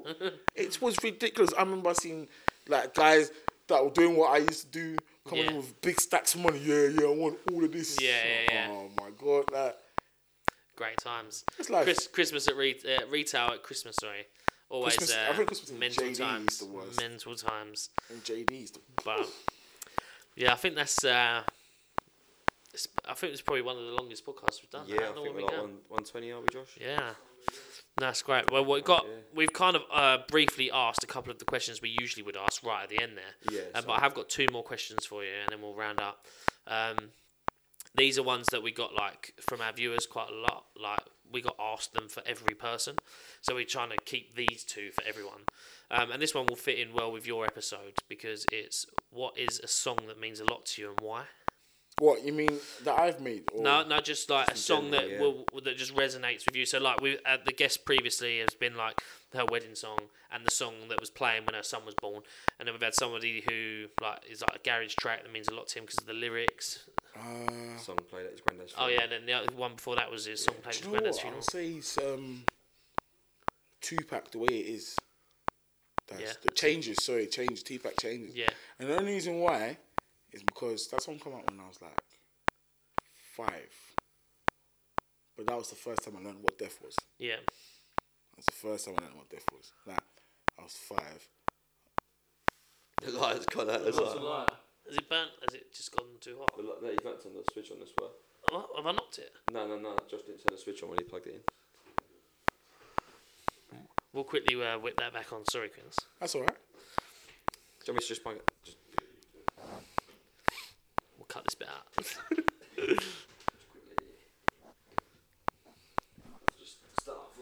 [SPEAKER 3] it was ridiculous. I remember seeing like guys that were doing what I used to do, coming in
[SPEAKER 2] Yeah.
[SPEAKER 3] with big stacks of money. Yeah, yeah, I want all of this.
[SPEAKER 2] Yeah, yeah, yeah.
[SPEAKER 3] Oh my god, like
[SPEAKER 2] great times.
[SPEAKER 3] It's like-
[SPEAKER 2] Chris, Christmas at re- uh, retail at Christmas, sorry. Always
[SPEAKER 3] Christmas-
[SPEAKER 2] uh,
[SPEAKER 3] I think Christmas in
[SPEAKER 2] mental
[SPEAKER 3] JD is
[SPEAKER 2] times.
[SPEAKER 3] the worst.
[SPEAKER 2] Mental times.
[SPEAKER 3] and JD's. The,
[SPEAKER 2] But yeah, I think that's. Uh, it's, I think it's probably one of the longest podcasts we've done.
[SPEAKER 1] Yeah,
[SPEAKER 2] How
[SPEAKER 1] I
[SPEAKER 2] long
[SPEAKER 1] think
[SPEAKER 2] have
[SPEAKER 1] we're
[SPEAKER 2] we
[SPEAKER 1] like
[SPEAKER 2] done?
[SPEAKER 1] one, 120, are we, Josh?
[SPEAKER 2] Yeah. That's great. Well, we've got we've kind of uh, briefly asked a couple of the questions we usually would ask right at the end there.
[SPEAKER 1] Yeah,
[SPEAKER 2] Uh,
[SPEAKER 1] so-
[SPEAKER 2] but I have got two more questions for you, and then we'll round up. Um, these are ones that we got like from our viewers quite a lot. Like we got asked them for every person, so we're trying to keep these two for everyone. Um, and this one will fit in well with your episode because it's what is a song that means a lot to you and why.
[SPEAKER 3] what you mean that I've made? Or,
[SPEAKER 2] No, no, just like a song
[SPEAKER 1] general,
[SPEAKER 2] that
[SPEAKER 1] yeah.
[SPEAKER 2] will will- that just resonates with you. So like we uh, the guest previously has been like her wedding song and the song that was playing when her son was born, and then we've had somebody who like is like a garage track that means a lot to him because of the lyrics.
[SPEAKER 3] Uh,
[SPEAKER 1] Song played at his granddad's.
[SPEAKER 2] Oh
[SPEAKER 1] funeral.
[SPEAKER 2] yeah, and then the other one before that was his song playing at
[SPEAKER 3] do you know
[SPEAKER 2] Granddad's
[SPEAKER 3] what?
[SPEAKER 2] funeral.
[SPEAKER 3] I'll say it's um, Tupac the way it is. That's
[SPEAKER 2] Yeah.
[SPEAKER 3] the changes. Sorry, changes. Tupac changes.
[SPEAKER 2] Yeah,
[SPEAKER 3] And the only reason why is because that song came out when I was like five. But that was the first time I learned what death was.
[SPEAKER 2] yeah,
[SPEAKER 3] That's the first time I learned what death was. Like, I was five.
[SPEAKER 1] The *laughs* light's gone out as well.
[SPEAKER 2] Has it burnt? Has it just gone too hot?
[SPEAKER 1] The light- No, you can't turn the switch on this way.
[SPEAKER 2] Oh, have I knocked it?
[SPEAKER 1] No, no, no. Josh didn't turn the switch on when he plugged it in.
[SPEAKER 2] We'll quickly uh, whip that back on. Sorry, Quins.
[SPEAKER 3] That's all right.
[SPEAKER 1] Do you want me to just plug it? Just
[SPEAKER 2] We'll cut this bit out.
[SPEAKER 1] start off.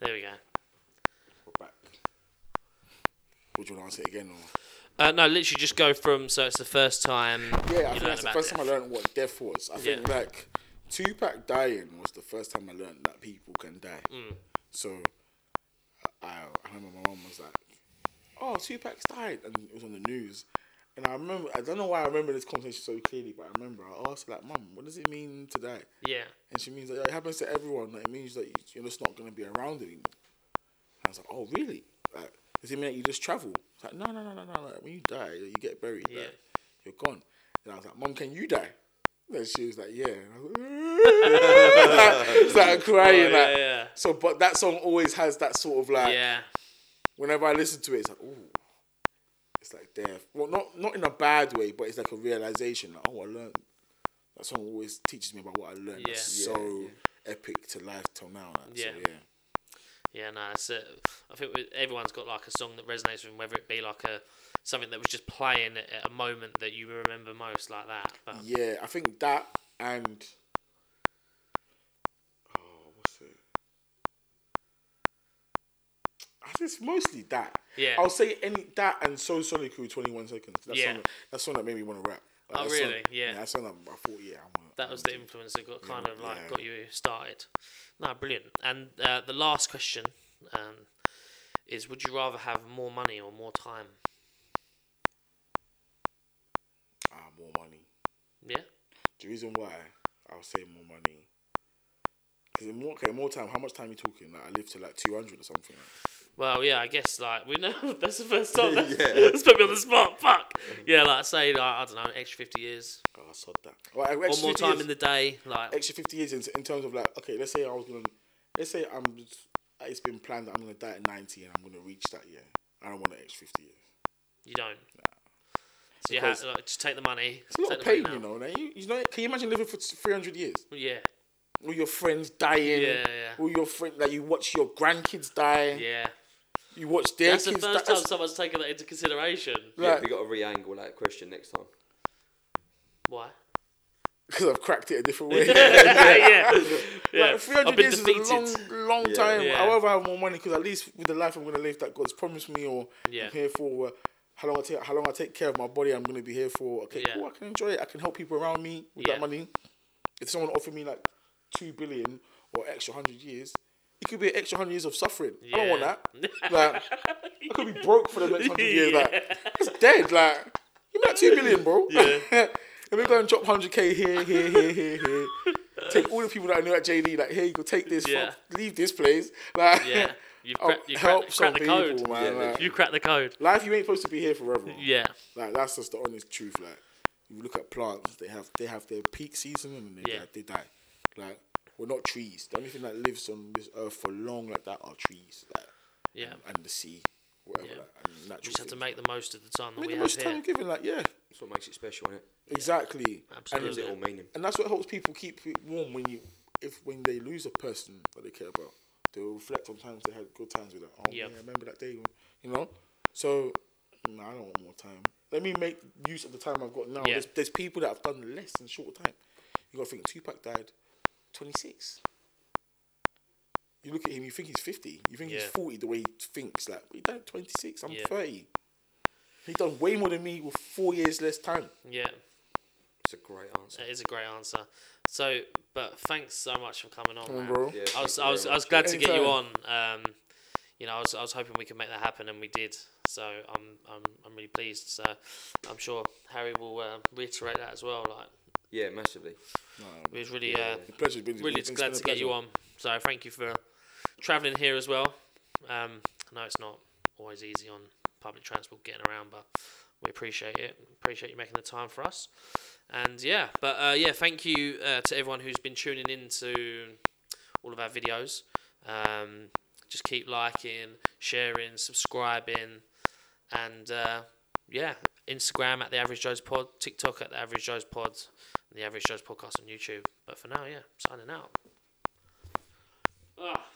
[SPEAKER 2] There we go.
[SPEAKER 3] We're back. Would you want to answer it again? Or?
[SPEAKER 2] Uh, no, literally just go from so it's the first time.
[SPEAKER 3] Yeah, I
[SPEAKER 2] you
[SPEAKER 3] think that's the first time I learned what death was. I think,
[SPEAKER 2] Yeah.
[SPEAKER 3] like, Tupac dying was the first time I learned that people can die.
[SPEAKER 2] Mm.
[SPEAKER 3] So, I, I remember my mum was like, oh, Tupac's died. And it was on the news. And I remember, I don't know why I remember this conversation so clearly, but I remember I asked like, "Mum, what does it mean to die?"
[SPEAKER 2] Yeah.
[SPEAKER 3] And she means that it happens to everyone. Like, it means that you're just not going to be around anymore. And I was like, oh, really? Like, does it mean that you just travel? It's like, no, no, no, no, no. Like, when you die, you get buried.
[SPEAKER 2] Yeah.
[SPEAKER 3] Like, you're gone. And I was like, Mom, can you die? And she was like, yeah. And I
[SPEAKER 2] *laughs*
[SPEAKER 3] was like, *laughs* started crying.
[SPEAKER 2] Oh, yeah,
[SPEAKER 3] like,
[SPEAKER 2] yeah.
[SPEAKER 3] So, but that song always has that sort of like,
[SPEAKER 2] Yeah.
[SPEAKER 3] whenever I listen to it, it's like, ooh. It's like death. Well, not not in a bad way, but it's like a realization. Like, oh, I learned. That song always teaches me about what I learned.
[SPEAKER 2] Yeah.
[SPEAKER 3] That's
[SPEAKER 1] Yeah,
[SPEAKER 3] so
[SPEAKER 1] yeah.
[SPEAKER 3] epic to life till now. Like, yeah.
[SPEAKER 2] Yeah.
[SPEAKER 3] So, yeah.
[SPEAKER 2] Yeah, no, it's uh, I think we- everyone's got like a song that resonates with them, whether it be like a something that was just playing at- at a moment that you remember most, like that. But
[SPEAKER 3] Yeah, I think that and oh, what's it? I think it's mostly that.
[SPEAKER 2] Yeah.
[SPEAKER 3] I'll say any that and so Soliku twenty one seconds. That's
[SPEAKER 2] Yeah.
[SPEAKER 3] song, that's song that made me want to rap. Like,
[SPEAKER 2] Oh,
[SPEAKER 3] that song-
[SPEAKER 2] really? Yeah.
[SPEAKER 3] That's song that I thought, yeah, I'm gonna,
[SPEAKER 2] that was the influence that got kind of like
[SPEAKER 3] yeah.
[SPEAKER 2] got you started. No, brilliant. And uh, the last question um, is: Would you rather have more money or more time?
[SPEAKER 3] ah more money.
[SPEAKER 2] Yeah.
[SPEAKER 3] The reason why I'll say more money. Cause in more, okay, more time. How much time you talking? Like I live to like two hundred or something.
[SPEAKER 2] Well, yeah, I guess like we know *laughs* that's the first time.
[SPEAKER 3] *laughs*
[SPEAKER 2] That's,
[SPEAKER 1] Yeah.
[SPEAKER 2] that's put me on the spot. Fuck. Yeah, like say like I don't know, an extra fifty years
[SPEAKER 3] Oh, I sod that. Well,
[SPEAKER 2] or
[SPEAKER 3] extra
[SPEAKER 2] more
[SPEAKER 3] 50
[SPEAKER 2] time
[SPEAKER 3] years-
[SPEAKER 2] in the day. Like
[SPEAKER 3] extra 50 years in, in terms of like okay let's say i was gonna let's say i'm it's been planned that i'm gonna die at 90 and i'm gonna reach that year i don't want an extra 50 years
[SPEAKER 2] you don't. So you
[SPEAKER 3] Because-
[SPEAKER 2] have like, just take the money.
[SPEAKER 3] it's a
[SPEAKER 2] take
[SPEAKER 3] lot of
[SPEAKER 2] the money
[SPEAKER 3] pain
[SPEAKER 2] now.
[SPEAKER 3] you know like, you, you know can you imagine living for 300 years
[SPEAKER 2] Yeah,
[SPEAKER 3] all your friends dying
[SPEAKER 2] Yeah, yeah.
[SPEAKER 3] all your friends like you watch your grandkids die
[SPEAKER 2] yeah.
[SPEAKER 3] you watch their
[SPEAKER 2] That's the
[SPEAKER 3] kids die
[SPEAKER 2] first time
[SPEAKER 3] That's-
[SPEAKER 2] someone's taken that into consideration.
[SPEAKER 1] Yeah,
[SPEAKER 3] like,
[SPEAKER 1] we got to re-angle that question next time.
[SPEAKER 3] *laughs*
[SPEAKER 2] Why?
[SPEAKER 3] because i've cracked it
[SPEAKER 2] *laughs*
[SPEAKER 3] a different way
[SPEAKER 2] yeah, yeah. yeah.
[SPEAKER 3] Like 300
[SPEAKER 2] I've been
[SPEAKER 3] years is a
[SPEAKER 2] defeated.
[SPEAKER 3] long, long
[SPEAKER 1] Yeah.
[SPEAKER 3] time.
[SPEAKER 2] Yeah.
[SPEAKER 3] I'd rather have more money because at least with the life I'm going to live that God's promised me or
[SPEAKER 2] Yeah.
[SPEAKER 3] I'm here for, uh, how long I take, how long I take care of my body, I'm going to be here for. Okay,
[SPEAKER 2] Yeah.
[SPEAKER 3] cool. I can enjoy it. I can help people around me with
[SPEAKER 2] Yeah.
[SPEAKER 3] that money. If someone offered me like two billion or extra hundred years, it could be an extra hundred years of suffering. I don't
[SPEAKER 2] Yeah.
[SPEAKER 3] want that. Like, I could
[SPEAKER 2] *laughs*
[SPEAKER 3] be broke for the next hundred years. Like, it's dead. Like, you make two billion, bro.
[SPEAKER 2] Yeah.
[SPEAKER 3] Let me go *laughs* and drop hundred k here, here, here, here, here. Take all the people that I knew at JD. Like, here you go, take this.
[SPEAKER 2] Yeah.
[SPEAKER 3] Fuck, leave this place. *laughs* Like,
[SPEAKER 2] Yeah.
[SPEAKER 3] *laughs*
[SPEAKER 2] You've
[SPEAKER 3] I'll
[SPEAKER 2] cracked- you've
[SPEAKER 3] help
[SPEAKER 2] cracked-
[SPEAKER 3] some
[SPEAKER 2] cracked the
[SPEAKER 3] people,
[SPEAKER 2] code.
[SPEAKER 3] man.
[SPEAKER 1] Yeah,
[SPEAKER 3] like,
[SPEAKER 2] You cracked the code.
[SPEAKER 3] life, you ain't supposed to be here forever.
[SPEAKER 2] Yeah,
[SPEAKER 3] Like, that's just the honest truth. Like, you look at plants, they have they have their peak season and then they,
[SPEAKER 2] Yeah.
[SPEAKER 3] die, they die. Like, we're not trees. The only thing that lives on this earth for long like that are trees. Like,
[SPEAKER 2] yeah.
[SPEAKER 3] and the sea, whatever.
[SPEAKER 2] Yeah.
[SPEAKER 3] Like, and natural
[SPEAKER 2] We just have to
[SPEAKER 3] things.
[SPEAKER 2] make the most of the time that
[SPEAKER 3] Make
[SPEAKER 2] we
[SPEAKER 3] the
[SPEAKER 2] have
[SPEAKER 3] most time
[SPEAKER 2] here.
[SPEAKER 3] you're given. Like, yeah,
[SPEAKER 1] That's what makes it special, innit?
[SPEAKER 3] exactly.
[SPEAKER 2] Absolutely.
[SPEAKER 1] Gives it
[SPEAKER 2] Yeah.
[SPEAKER 1] all meaning.
[SPEAKER 3] And that's what helps people keep it warm when you, if when they lose a person that they care about, they'll reflect on times they had good times with that. Oh
[SPEAKER 2] Yep.
[SPEAKER 3] yeah, I remember that day. when- You know, so nah, I don't want more time. Let me make use of the time I've got now.
[SPEAKER 2] Yeah.
[SPEAKER 3] There's, there's people that have done less in short time. You got to think Tupac died, twenty six. You look at him, you think he's fifty. You think he's
[SPEAKER 2] Yeah.
[SPEAKER 3] forty the way he thinks. Like he died twenty six. I'm
[SPEAKER 2] Yeah.
[SPEAKER 3] thirty. He done way more than me with four years less time.
[SPEAKER 2] Yeah,
[SPEAKER 1] It's a great answer.
[SPEAKER 2] that is a great answer. So, but thanks so much for coming on, man.
[SPEAKER 3] bro.
[SPEAKER 1] Yeah,
[SPEAKER 2] I
[SPEAKER 1] thank
[SPEAKER 2] was,
[SPEAKER 1] you
[SPEAKER 2] I was,
[SPEAKER 1] very
[SPEAKER 2] I was
[SPEAKER 1] much.
[SPEAKER 2] glad to get you on.
[SPEAKER 3] Anytime.
[SPEAKER 2] Um, you know, I was, I was hoping we could make that happen, and we did. So I'm, I'm, I'm really pleased. So I'm sure Harry will uh, reiterate that as well. Like
[SPEAKER 1] Yeah, massively.
[SPEAKER 2] it was really, uh,
[SPEAKER 3] The pleasure's been
[SPEAKER 2] really
[SPEAKER 3] it's been
[SPEAKER 2] glad
[SPEAKER 3] a
[SPEAKER 2] to get you
[SPEAKER 3] pleasure.
[SPEAKER 2] on. So thank you for traveling here as well. Um, I know it's not always easy on public transport getting around, but we appreciate it. Appreciate you making the time for us. And yeah, but uh, yeah, thank you uh, to everyone who's been tuning in to all of our videos. Um, just keep liking, sharing, subscribing, and uh, yeah, Instagram at the Average Joe's Pod, TikTok at the Average Joe's Pod, and the Average Joe's Podcast on YouTube. But for now, yeah, signing out. Ah.